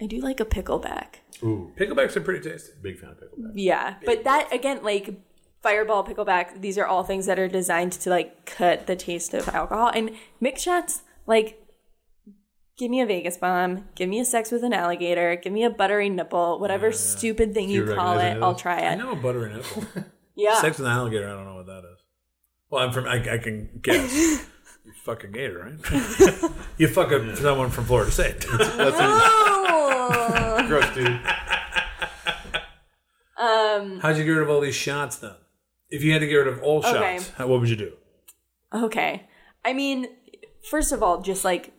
[SPEAKER 5] I do like a pickleback.
[SPEAKER 4] Ooh,
[SPEAKER 3] Picklebacks are pretty tasty.
[SPEAKER 4] big fan of pickleback.
[SPEAKER 5] Yeah, but that again, like fireball, pickleback, these are all things that are designed to like cut the taste of alcohol. And mix shots, like, give me a Vegas bomb, give me a sex with an alligator, give me a buttery nipple, whatever stupid thing you,
[SPEAKER 4] you
[SPEAKER 5] call
[SPEAKER 4] recognize any
[SPEAKER 5] it,
[SPEAKER 4] of
[SPEAKER 5] I'll
[SPEAKER 4] those?
[SPEAKER 5] try
[SPEAKER 3] I
[SPEAKER 5] it.
[SPEAKER 3] know a buttery nipple.
[SPEAKER 5] Yeah,
[SPEAKER 3] Sex with an alligator. I don't know what that is. Well, I'm from. I, I can guess. you fuck a gator, right? you fuck a, someone from Florida State.
[SPEAKER 4] That's a,
[SPEAKER 5] Oh.
[SPEAKER 4] gross, dude.
[SPEAKER 5] Um,
[SPEAKER 3] How'd you get rid of all these shots then? If you had to get rid of all
[SPEAKER 5] Okay.
[SPEAKER 3] shots, how, what would you do?
[SPEAKER 5] okay. I mean, first of all, just like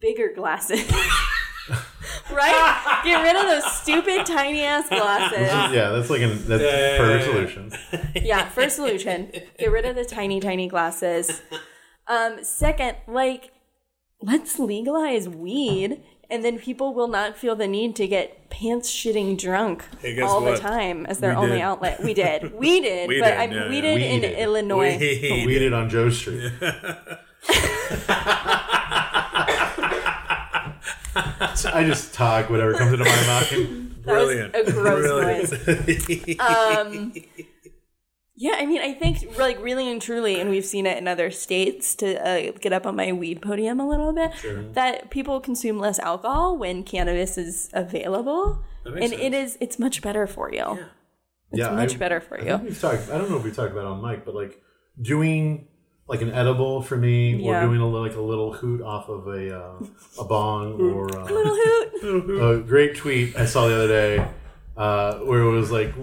[SPEAKER 5] bigger glasses. right? Get rid of those stupid tiny ass glasses.
[SPEAKER 4] Yeah, that's like an that's
[SPEAKER 3] yeah,
[SPEAKER 4] perfect
[SPEAKER 3] yeah.
[SPEAKER 4] solution.
[SPEAKER 5] yeah first solution get rid of the tiny tiny glasses um second like let's legalize weed and then people will not feel the need to get pants shitting drunk
[SPEAKER 3] Hey, guess
[SPEAKER 5] all
[SPEAKER 3] what?
[SPEAKER 5] the time as their
[SPEAKER 3] We
[SPEAKER 5] only
[SPEAKER 3] did.
[SPEAKER 5] outlet we did we did
[SPEAKER 3] We
[SPEAKER 5] but
[SPEAKER 3] did,
[SPEAKER 5] i
[SPEAKER 3] yeah,
[SPEAKER 5] we
[SPEAKER 3] yeah.
[SPEAKER 5] did
[SPEAKER 4] We
[SPEAKER 5] in
[SPEAKER 4] did.
[SPEAKER 5] illinois
[SPEAKER 4] Weed it on Joe Street. I just talk whatever comes into my mouth.
[SPEAKER 5] that was
[SPEAKER 3] Brilliant.
[SPEAKER 5] a gross
[SPEAKER 3] Brilliant.
[SPEAKER 5] noise Um, yeah i mean i think like really and truly and we've seen it in other states to uh, get up on my weed podium a little bit that people consume less alcohol when cannabis is available and it is it's much better for you
[SPEAKER 4] It's yeah,
[SPEAKER 5] much
[SPEAKER 4] I-
[SPEAKER 5] better for
[SPEAKER 4] I
[SPEAKER 5] you.
[SPEAKER 4] think we've talked- I don't know if we talked about it on mic, but like doing like an edible for me, or
[SPEAKER 5] Yeah.
[SPEAKER 4] doing a, li- like a little hoot off of a uh, a bong, or uh,
[SPEAKER 5] Hoot.
[SPEAKER 4] a great tweet I saw the other day uh, where it was like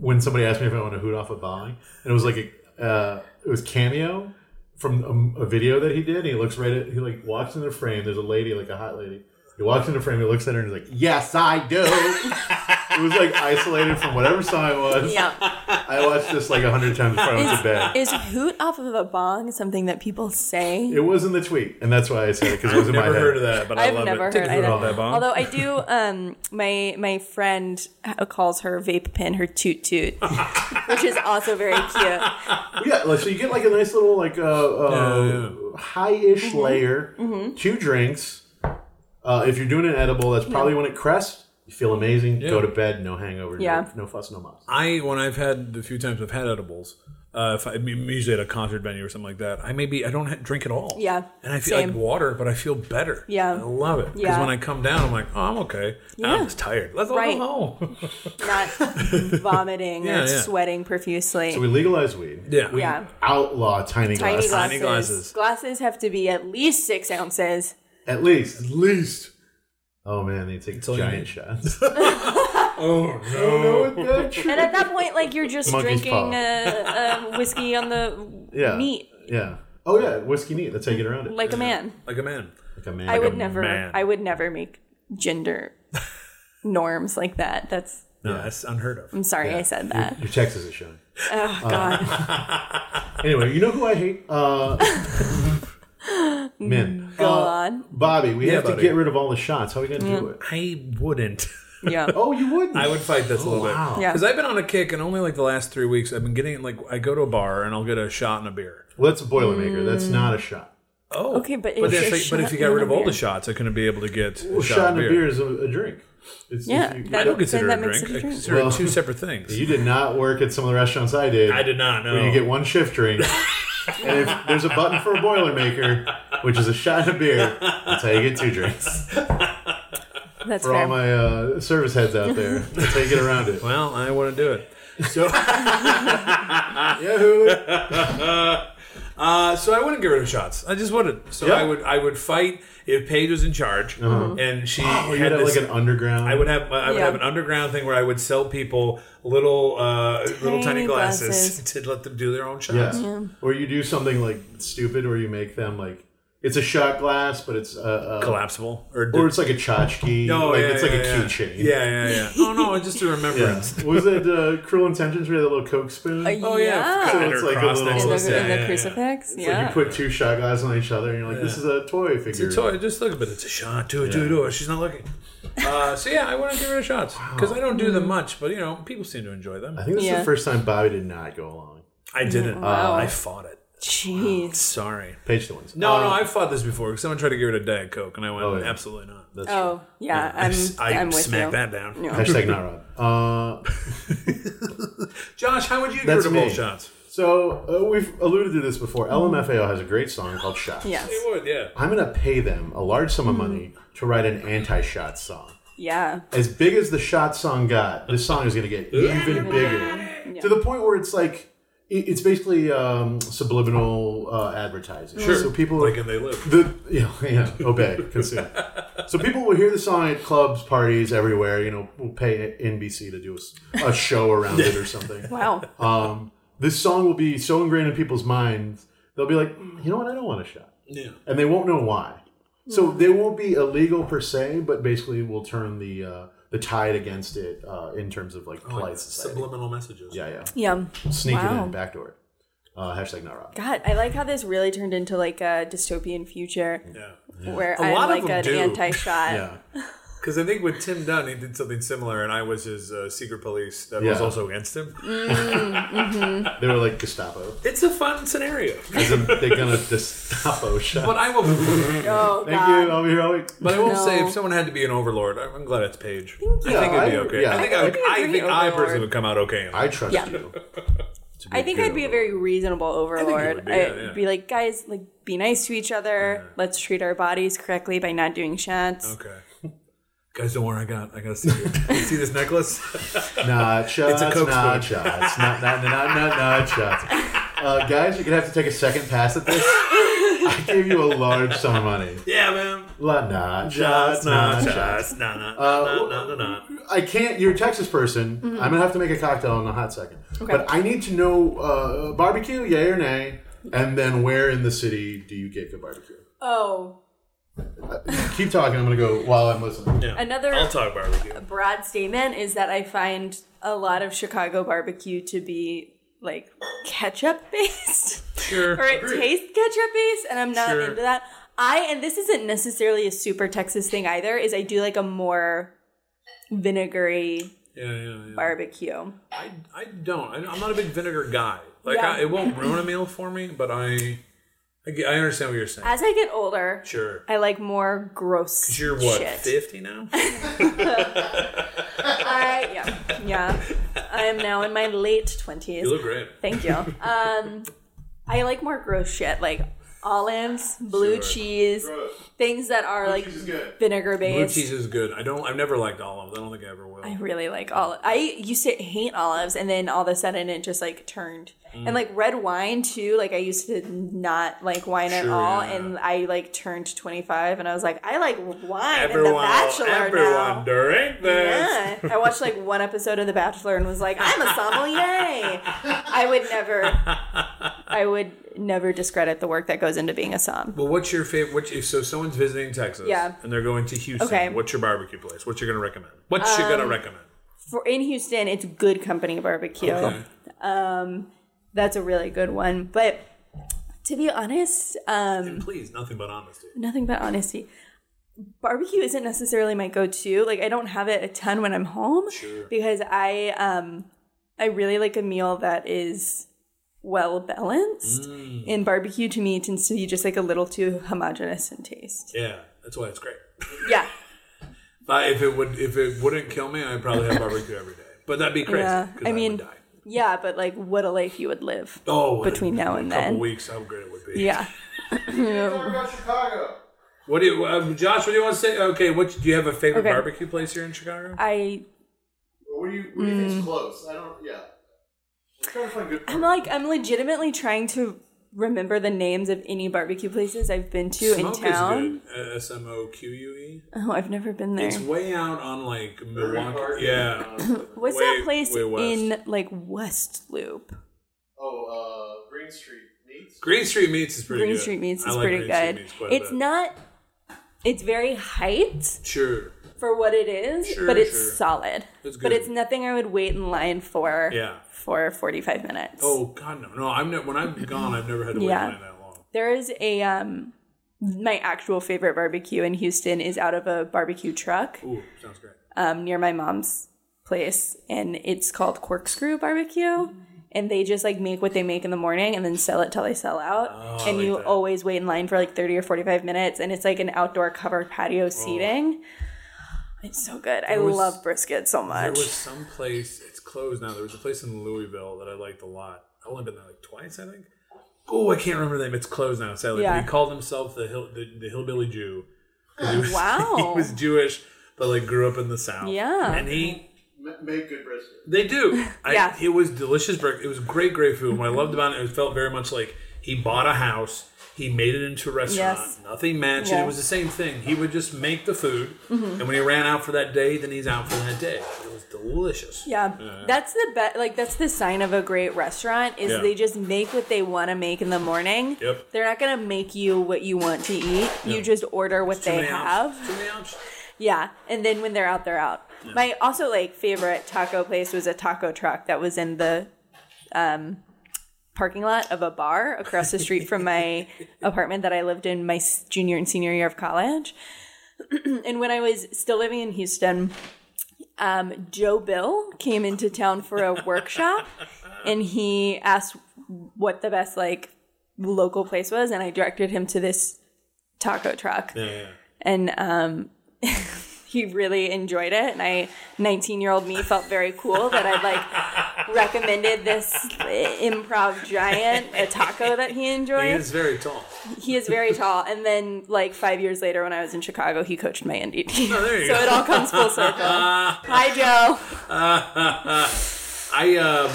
[SPEAKER 4] when somebody asked me if I want to hoot off a bong, and it was like a uh, it was cameo from a, a video that he did. He looks right at he like walks in the frame. There's a lady, like a hot lady. He walks in the frame. He looks at her and he's like, "Yes, I do." it was like isolated from whatever song it was.
[SPEAKER 5] Yeah.
[SPEAKER 4] I watched this like a hundred times before I went to bed.
[SPEAKER 5] Is hoot off of a bong something that people say?
[SPEAKER 4] It was in the tweet, and that's why I said it because it was in my
[SPEAKER 3] Never
[SPEAKER 4] head.
[SPEAKER 3] heard of that, but I
[SPEAKER 5] I've
[SPEAKER 3] love
[SPEAKER 5] never
[SPEAKER 3] it.
[SPEAKER 5] heard either.
[SPEAKER 3] that bomb.
[SPEAKER 5] Although I do, um, my my friend uh, calls her vape pen her toot toot, which is also very cute.
[SPEAKER 4] Yeah, like, so you get like a nice little like uh,
[SPEAKER 3] Oh,
[SPEAKER 4] uh, high-ish
[SPEAKER 5] Mm-hmm.
[SPEAKER 4] layer, two drinks. Uh, if you're doing an edible, that's probably when it crests. You feel amazing. Go to bed, no hangover. no-
[SPEAKER 5] Yeah.
[SPEAKER 4] no, fuss, no muss.
[SPEAKER 3] I when I've had the few times I've had edibles, Uh, if I, I'm usually at a concert venue or something like that, I maybe I don't ha- drink at all.
[SPEAKER 5] Yeah,
[SPEAKER 3] and I feel
[SPEAKER 5] same.
[SPEAKER 3] like water, but I feel better.
[SPEAKER 5] Yeah.
[SPEAKER 3] I love it because
[SPEAKER 5] Yeah.
[SPEAKER 3] when I come down, I'm like, oh, I'm okay. Now I'm
[SPEAKER 5] Yeah.
[SPEAKER 3] just tired. Let's all
[SPEAKER 5] Right.
[SPEAKER 3] go home.
[SPEAKER 5] not vomiting
[SPEAKER 3] Yeah,
[SPEAKER 5] or
[SPEAKER 3] yeah.
[SPEAKER 5] sweating profusely.
[SPEAKER 4] So we legalize weed.
[SPEAKER 3] yeah, we-
[SPEAKER 5] yeah.
[SPEAKER 4] Outlaw tiny,
[SPEAKER 5] Tiny
[SPEAKER 4] glasses.
[SPEAKER 5] glasses.
[SPEAKER 3] Tiny
[SPEAKER 5] Tiny
[SPEAKER 3] glasses.
[SPEAKER 5] glasses. have to be at least six ounces.
[SPEAKER 4] At least. At least. Oh man, they take
[SPEAKER 3] all you need.
[SPEAKER 4] giant shots.
[SPEAKER 3] Oh no.
[SPEAKER 5] And at that point, like you're just
[SPEAKER 4] Monkey's
[SPEAKER 5] drinking
[SPEAKER 4] paw.
[SPEAKER 5] uh, uh, whiskey on the
[SPEAKER 4] yeah.
[SPEAKER 5] meat
[SPEAKER 4] Yeah. Oh yeah, whiskey neat. That's how you get around it.
[SPEAKER 5] like a man.
[SPEAKER 3] Like a man.
[SPEAKER 4] Like a man.
[SPEAKER 5] I
[SPEAKER 3] a
[SPEAKER 5] would never.
[SPEAKER 3] man.
[SPEAKER 5] I would never make gender norms like that. That's.
[SPEAKER 3] No, that's unheard of.
[SPEAKER 5] I'm sorry I said that.
[SPEAKER 4] Your Texas is showing. Uh,
[SPEAKER 5] Oh God.
[SPEAKER 4] Anyway, you know who I hate? Uh, men.
[SPEAKER 5] Go
[SPEAKER 4] Uh,
[SPEAKER 5] on.
[SPEAKER 4] Bobby, we have
[SPEAKER 3] buddy.
[SPEAKER 4] to get rid of all the shots. How are we gonna do it?
[SPEAKER 3] I wouldn't.
[SPEAKER 5] Yeah.
[SPEAKER 4] Oh, you wouldn't.
[SPEAKER 3] I would fight this a little
[SPEAKER 4] Oh, Wow.
[SPEAKER 3] bit.
[SPEAKER 5] Yeah.
[SPEAKER 3] Because I've been on a kick, and only like the last three weeks, I've been getting like I go to a bar and I'll get a shot and a beer.
[SPEAKER 4] Well, that's a Boilermaker. That's
[SPEAKER 5] Mm.
[SPEAKER 4] not a shot.
[SPEAKER 3] Oh,
[SPEAKER 5] Okay, but
[SPEAKER 3] but,
[SPEAKER 5] it's
[SPEAKER 3] if,
[SPEAKER 5] a
[SPEAKER 3] they- but
[SPEAKER 5] shot
[SPEAKER 3] if you got rid
[SPEAKER 5] and
[SPEAKER 3] of
[SPEAKER 5] a
[SPEAKER 3] all the
[SPEAKER 5] beer.
[SPEAKER 3] shots, I couldn't be able to get
[SPEAKER 4] Well,
[SPEAKER 3] a
[SPEAKER 4] a shot and a beer is a, a drink. It's,
[SPEAKER 5] Yeah,
[SPEAKER 4] you, you
[SPEAKER 5] that-
[SPEAKER 3] I don't
[SPEAKER 4] don't-
[SPEAKER 3] consider
[SPEAKER 5] Then
[SPEAKER 3] it a
[SPEAKER 5] that makes
[SPEAKER 3] drink.
[SPEAKER 5] it a
[SPEAKER 3] I
[SPEAKER 5] drink.
[SPEAKER 3] consider
[SPEAKER 4] Well-
[SPEAKER 3] it two separate things.
[SPEAKER 4] you did not work at some of the restaurants I did.
[SPEAKER 3] I did not know.
[SPEAKER 4] Where you get one shift drink, and if there's a button for a Boilermaker, which is a shot and a beer, that's how you get two drinks.
[SPEAKER 5] That's
[SPEAKER 4] For all
[SPEAKER 5] fair.
[SPEAKER 4] my uh, service heads out there, that's how you get around it.
[SPEAKER 3] well, I wouldn't do it.
[SPEAKER 4] Yahoo!
[SPEAKER 3] Uh, so I wouldn't get rid of shots. I just wouldn't. So
[SPEAKER 4] Yeah.
[SPEAKER 3] I would. I would fight if Paige was in charge, and she
[SPEAKER 4] Oh, you
[SPEAKER 3] had
[SPEAKER 4] had
[SPEAKER 3] this,
[SPEAKER 4] like an underground.
[SPEAKER 3] I would have I would
[SPEAKER 5] Yeah.
[SPEAKER 3] have an underground thing where I would sell people little uh, little tiny
[SPEAKER 5] Tiny
[SPEAKER 3] glasses,
[SPEAKER 5] glasses.
[SPEAKER 3] to let them do their own
[SPEAKER 4] Yeah.
[SPEAKER 3] shots.
[SPEAKER 4] Or you do something like stupid, where you make them like it's a shot glass, but it's uh, uh,
[SPEAKER 3] Collapsible or,
[SPEAKER 4] or it's like a tchotchke.
[SPEAKER 3] oh,
[SPEAKER 4] like
[SPEAKER 3] yeah,
[SPEAKER 4] it's like
[SPEAKER 3] yeah,
[SPEAKER 4] a
[SPEAKER 3] yeah.
[SPEAKER 4] keychain.
[SPEAKER 3] Yeah, yeah, yeah. Oh no, just a
[SPEAKER 4] Yeah.
[SPEAKER 3] remembrance.
[SPEAKER 4] What was that uh, Cruel Intentions? Where that little Coke spoon?
[SPEAKER 5] Uh,
[SPEAKER 3] Oh yeah,
[SPEAKER 5] Yeah.
[SPEAKER 4] So it's like a
[SPEAKER 3] cross
[SPEAKER 4] little-
[SPEAKER 3] next
[SPEAKER 5] In
[SPEAKER 3] to
[SPEAKER 5] the,
[SPEAKER 3] us.
[SPEAKER 5] in the
[SPEAKER 3] yeah.
[SPEAKER 5] crucifix.
[SPEAKER 4] You
[SPEAKER 5] Yeah.
[SPEAKER 4] put two shot glasses on each other, and you're like, "This is a toy figure."
[SPEAKER 3] It's a toy. Just look at it. It's a shot. Do it. Do it. Do it. She's not looking. Uh, so yeah, I wouldn't get rid of shots because I don't do
[SPEAKER 5] Hmm.
[SPEAKER 3] them much. But you know, people seem to enjoy them.
[SPEAKER 4] I think this is
[SPEAKER 5] Yeah.
[SPEAKER 4] the first time Bobby did not go along.
[SPEAKER 3] I didn't.
[SPEAKER 5] Wow.
[SPEAKER 3] I fought it.
[SPEAKER 5] Jeez. Um,
[SPEAKER 3] Sorry.
[SPEAKER 4] Page the ones. Um,
[SPEAKER 3] No, no, I've fought this before. 'cause Someone tried to get rid of Diet Coke, and I went,
[SPEAKER 4] Oh, yeah.
[SPEAKER 3] absolutely not. That's
[SPEAKER 5] Oh yeah.
[SPEAKER 3] I
[SPEAKER 5] I'm.
[SPEAKER 3] s- I
[SPEAKER 5] I'm with
[SPEAKER 3] smack
[SPEAKER 5] you.
[SPEAKER 3] that down.
[SPEAKER 5] Yeah.
[SPEAKER 4] Hashtag not Rob. Uh,
[SPEAKER 3] Josh, how would you get
[SPEAKER 4] That's
[SPEAKER 3] rid of all
[SPEAKER 4] me.
[SPEAKER 3] shots?
[SPEAKER 4] so uh, we've alluded to this before. LMFAO has a great song called "Shots."
[SPEAKER 5] Yes.
[SPEAKER 3] They would, yeah.
[SPEAKER 4] I'm gonna pay them a large sum of
[SPEAKER 5] Mm-hmm.
[SPEAKER 4] money to write an anti-shot song.
[SPEAKER 5] Yeah.
[SPEAKER 4] as big as the shot song got, this song is going to get even bigger to the point where it's like it- it's basically um, subliminal uh, advertising. Sure. So people
[SPEAKER 3] Like, and they live.
[SPEAKER 4] the yeah, yeah obey consume. so people will hear the song at clubs, parties, everywhere. You know, we'll pay NBC to do a s- a, show around it or something.
[SPEAKER 5] Wow.
[SPEAKER 4] Um, this song will be so ingrained in people's minds they'll be like, "Mm, you know what, I don't want a shot,
[SPEAKER 3] Yeah.
[SPEAKER 4] and they won't know why. So they won't be illegal per se, but basically will turn the uh, the tide against it uh, in terms of
[SPEAKER 3] Oh,
[SPEAKER 4] like polite society.
[SPEAKER 3] Subliminal messages.
[SPEAKER 4] yeah,
[SPEAKER 5] Yeah.
[SPEAKER 4] yeah, sneak it
[SPEAKER 5] Wow.
[SPEAKER 4] in backdoor. Uh, hashtag not Rob.
[SPEAKER 5] God, I like how this really turned into like a dystopian future
[SPEAKER 3] Yeah.
[SPEAKER 5] where
[SPEAKER 3] A
[SPEAKER 5] I'm
[SPEAKER 3] lot of
[SPEAKER 5] like
[SPEAKER 3] them
[SPEAKER 5] an
[SPEAKER 3] do.
[SPEAKER 5] anti-shot.
[SPEAKER 4] Yeah,
[SPEAKER 3] Because I think with Tim Dunn, he did something similar, and I was his uh, secret police that was
[SPEAKER 4] Yeah.
[SPEAKER 3] also against him.
[SPEAKER 5] Mm.
[SPEAKER 4] they were like Gestapo.
[SPEAKER 3] It's a fun scenario.
[SPEAKER 4] As in, they're gonna Gestapo shot.
[SPEAKER 3] But I will.
[SPEAKER 5] Oh
[SPEAKER 4] Thank
[SPEAKER 5] God.
[SPEAKER 4] you. I'll be here all week.
[SPEAKER 3] But I will
[SPEAKER 5] No.
[SPEAKER 3] say, if someone had to be an overlord, I'm I'm glad it's Paige. I think it'd be
[SPEAKER 4] I-
[SPEAKER 3] okay.
[SPEAKER 4] yeah.
[SPEAKER 3] I think I,
[SPEAKER 5] I
[SPEAKER 3] would,
[SPEAKER 5] think it'd
[SPEAKER 3] I,
[SPEAKER 5] be
[SPEAKER 3] think I
[SPEAKER 5] overlord.
[SPEAKER 3] personally would come out okay. in that.
[SPEAKER 4] I trust
[SPEAKER 5] Yeah.
[SPEAKER 4] you. to
[SPEAKER 5] I think
[SPEAKER 4] good
[SPEAKER 5] I'd be a
[SPEAKER 4] overlord.
[SPEAKER 5] very reasonable overlord.
[SPEAKER 3] would be,
[SPEAKER 5] I'd
[SPEAKER 3] yeah, yeah.
[SPEAKER 5] be like, guys, like, be nice to each other. Let's treat our bodies correctly by not doing shots.
[SPEAKER 3] okay. Guys, don't worry. I got. I got to see. you. see this necklace?
[SPEAKER 4] Not shots.
[SPEAKER 3] Coke
[SPEAKER 4] not
[SPEAKER 3] spoon.
[SPEAKER 4] shots. Not not not not not shots. Uh, guys, you're gonna have to take a second pass at this. I gave you a large sum of money.
[SPEAKER 3] yeah, man.
[SPEAKER 4] La not
[SPEAKER 3] Shots,
[SPEAKER 4] shots.
[SPEAKER 3] nah,
[SPEAKER 4] Not
[SPEAKER 3] shots,
[SPEAKER 4] shots.
[SPEAKER 3] nah, nah,
[SPEAKER 4] Uh,
[SPEAKER 3] nah, nah, nah, nah.
[SPEAKER 4] I can't. You're a Texas person. I'm gonna have to make a cocktail in a hot second. But I need to know uh, barbecue, yay or nay, and then where in the city do you get good barbecue?
[SPEAKER 5] Oh,
[SPEAKER 4] Keep talking. I'm gonna go while I'm listening.
[SPEAKER 3] Yeah.
[SPEAKER 5] Another-
[SPEAKER 3] I'll talk barbecue.
[SPEAKER 5] broad statement is that I find a lot of Chicago barbecue to be like ketchup based.
[SPEAKER 3] Sure.
[SPEAKER 5] or it tastes ketchup based, and I'm not
[SPEAKER 3] Sure.
[SPEAKER 5] into that. I and this isn't necessarily a super Texas thing either. Is I do like a more vinegary
[SPEAKER 3] Yeah, yeah, yeah.
[SPEAKER 5] barbecue.
[SPEAKER 3] I, I don't. I, I'm not a big vinegar guy. Like,
[SPEAKER 5] Yeah.
[SPEAKER 3] I, it won't ruin a meal for me, but I, I, get- I understand what you're saying.
[SPEAKER 5] As I get older,
[SPEAKER 3] sure.
[SPEAKER 5] I like more gross
[SPEAKER 3] You're what,
[SPEAKER 5] shit.
[SPEAKER 3] 50 now?
[SPEAKER 5] I yeah yeah. I am now in my late twenties.
[SPEAKER 3] You look great.
[SPEAKER 5] Thank you. Um, I like more gross shit, like olives, blue
[SPEAKER 4] Sure.
[SPEAKER 5] cheese,
[SPEAKER 4] Gross.
[SPEAKER 5] things that are like
[SPEAKER 4] cheese is good.
[SPEAKER 5] vinegar
[SPEAKER 3] Blue
[SPEAKER 5] based.
[SPEAKER 3] cheese is good. I don't. I've never liked olives. I don't think I ever will.
[SPEAKER 5] I really like olive. I used to hate olives, and then all of a sudden it just like turned.
[SPEAKER 3] Mm.
[SPEAKER 5] And like red wine too. Like I used to not like wine at
[SPEAKER 3] Sure,
[SPEAKER 5] all,
[SPEAKER 3] yeah.
[SPEAKER 5] and I like turned twenty five, and I was like, I like wine and The
[SPEAKER 3] everyone,
[SPEAKER 5] Bachelor
[SPEAKER 3] everyone,
[SPEAKER 5] now.
[SPEAKER 3] drink this.
[SPEAKER 5] Yeah. I watched like one episode of The Bachelor and was like, I'm a sommelier. I would never, I would never discredit the work that goes into being a som.
[SPEAKER 3] Well, what's your favorite? What, if so, someone's visiting Texas,
[SPEAKER 5] Yeah.
[SPEAKER 3] and they're going to Houston.
[SPEAKER 5] Okay. Um,
[SPEAKER 3] What's your barbecue place? What you gonna recommend? What you gonna recommend?
[SPEAKER 5] For in Houston, it's Good Company Barbecue.
[SPEAKER 3] Okay.
[SPEAKER 5] That's a really good one. But to be honest, um,
[SPEAKER 3] Please, nothing but honesty.
[SPEAKER 5] nothing but honesty. Barbecue isn't necessarily my go-to. Like I don't have it a ton when I'm home because I um I really like a meal that is well balanced.
[SPEAKER 3] Mm.
[SPEAKER 5] And barbecue to me tends to be just like a little too homogenous in taste.
[SPEAKER 3] Yeah, that's why it's great.
[SPEAKER 5] Yeah.
[SPEAKER 3] Uh, if it would, if it wouldn't kill me, I'd probably have barbecue every day. But that'd be crazy.
[SPEAKER 5] Yeah.
[SPEAKER 3] 'cause
[SPEAKER 5] I mean,
[SPEAKER 3] would die.
[SPEAKER 5] yeah, but like what a life you would live.
[SPEAKER 3] oh, in
[SPEAKER 5] between
[SPEAKER 3] a,
[SPEAKER 5] now and
[SPEAKER 3] couple
[SPEAKER 5] then.
[SPEAKER 3] weeks, how great it would be.
[SPEAKER 5] Yeah.
[SPEAKER 4] about Chicago.
[SPEAKER 3] What do you, um, Josh? What do you want to say? Okay, what do you have a favorite
[SPEAKER 5] Okay.
[SPEAKER 3] barbecue place here in Chicago?
[SPEAKER 5] I
[SPEAKER 4] What do you, what do you
[SPEAKER 5] Hmm.
[SPEAKER 4] think's close? I don't, yeah. I'm trying to find good.
[SPEAKER 5] I'm like I'm legitimately trying to remember the names of any barbecue places I've been to
[SPEAKER 3] Smoke
[SPEAKER 5] in town.
[SPEAKER 3] is good. S M O Q U E.
[SPEAKER 5] Oh, I've never been there.
[SPEAKER 3] It's way out on like
[SPEAKER 4] Park. Uh,
[SPEAKER 3] Milwaukee. Yeah.
[SPEAKER 5] What's
[SPEAKER 3] Way-
[SPEAKER 5] that place
[SPEAKER 3] way west.
[SPEAKER 5] in like West Loop?
[SPEAKER 4] Oh, uh, Green Street Meats.
[SPEAKER 3] Green Street Meats is pretty
[SPEAKER 5] Green
[SPEAKER 3] good.
[SPEAKER 5] Street Meats
[SPEAKER 3] I
[SPEAKER 5] is
[SPEAKER 3] like
[SPEAKER 5] pretty
[SPEAKER 3] Green Street
[SPEAKER 5] good.
[SPEAKER 3] Meats quite a
[SPEAKER 5] It's
[SPEAKER 3] bit.
[SPEAKER 5] not. It's very hyped
[SPEAKER 3] Sure.
[SPEAKER 5] for what it is,
[SPEAKER 3] Sure,
[SPEAKER 5] but it's
[SPEAKER 3] sure.
[SPEAKER 5] solid.
[SPEAKER 3] It's
[SPEAKER 5] But
[SPEAKER 3] good.
[SPEAKER 5] it's nothing I would wait in line for.
[SPEAKER 3] Yeah.
[SPEAKER 5] For forty-five minutes.
[SPEAKER 3] Oh God, no, no. I'm ne- when I'm gone, I've never had to wait
[SPEAKER 5] Yeah.
[SPEAKER 3] in line that long.
[SPEAKER 5] There is a um, my actual favorite barbecue in Houston is out of a barbecue truck
[SPEAKER 3] Ooh, sounds great.
[SPEAKER 5] um, near my mom's place, and it's called Corkscrew Barbecue. And they just like make what they make in the morning and then sell it till they sell out.
[SPEAKER 3] Oh, I
[SPEAKER 5] and
[SPEAKER 3] like
[SPEAKER 5] you
[SPEAKER 3] that.
[SPEAKER 5] always wait in line for like 30 or 45 minutes. And it's like an outdoor covered patio seating. It's so good. I
[SPEAKER 3] was-
[SPEAKER 5] love brisket so
[SPEAKER 3] There
[SPEAKER 5] much.
[SPEAKER 3] was some place. It's closed now. There was a place in Louisville that I liked a lot. I've only been there like twice, I think. Oh, I can't remember the name. It's closed now. Sadly,
[SPEAKER 5] Yeah.
[SPEAKER 3] he called himself the hill, the, the hillbilly Jew. 'Cause He was,
[SPEAKER 5] Wow.
[SPEAKER 3] he was Jewish, but like grew up in the South.
[SPEAKER 5] Yeah.
[SPEAKER 3] and he
[SPEAKER 4] M- make good brisket.
[SPEAKER 3] They do. I,
[SPEAKER 5] Yeah.
[SPEAKER 3] It was delicious breakfast. It was great, great food. What I loved about it, it felt very much like he bought a house, he made it into a restaurant.
[SPEAKER 5] Yes. Mm-hmm.
[SPEAKER 3] Nothing matched. it. It was the same thing. He would just make the food, and when he ran out for that day, then he's out for that day. It was delicious.
[SPEAKER 5] yeah. That's the best. Like, that's the sign of a great restaurant is
[SPEAKER 3] Yeah.
[SPEAKER 5] they just make what they want to make in the morning.
[SPEAKER 3] Yep.
[SPEAKER 5] They're not going to make you what you want to eat. You just order what
[SPEAKER 3] Too
[SPEAKER 5] they
[SPEAKER 3] many
[SPEAKER 5] have.
[SPEAKER 3] options. Too many options.
[SPEAKER 5] Yeah, and then when they're out, they're out. My also like favorite taco place was a taco truck that was in the um, parking lot of a bar across the street from my apartment that I lived in my s- junior and senior year of college. and when I was still living in Houston, um, Joe Bill came into town for a workshop, and he asked what the best like local place was, and I directed him to this taco truck
[SPEAKER 3] Yeah, yeah.
[SPEAKER 5] and um, he really enjoyed it. And I, 19 year old me, felt very cool that I like recommended this improv giant a taco that he
[SPEAKER 3] He
[SPEAKER 5] enjoyed.
[SPEAKER 3] is very tall.
[SPEAKER 5] He is very tall. And then, like five years later, when I was in Chicago, he coached my NDT.
[SPEAKER 3] Oh, there you
[SPEAKER 5] so
[SPEAKER 3] go.
[SPEAKER 5] it all comes full circle. Hi, Joe.
[SPEAKER 3] I um,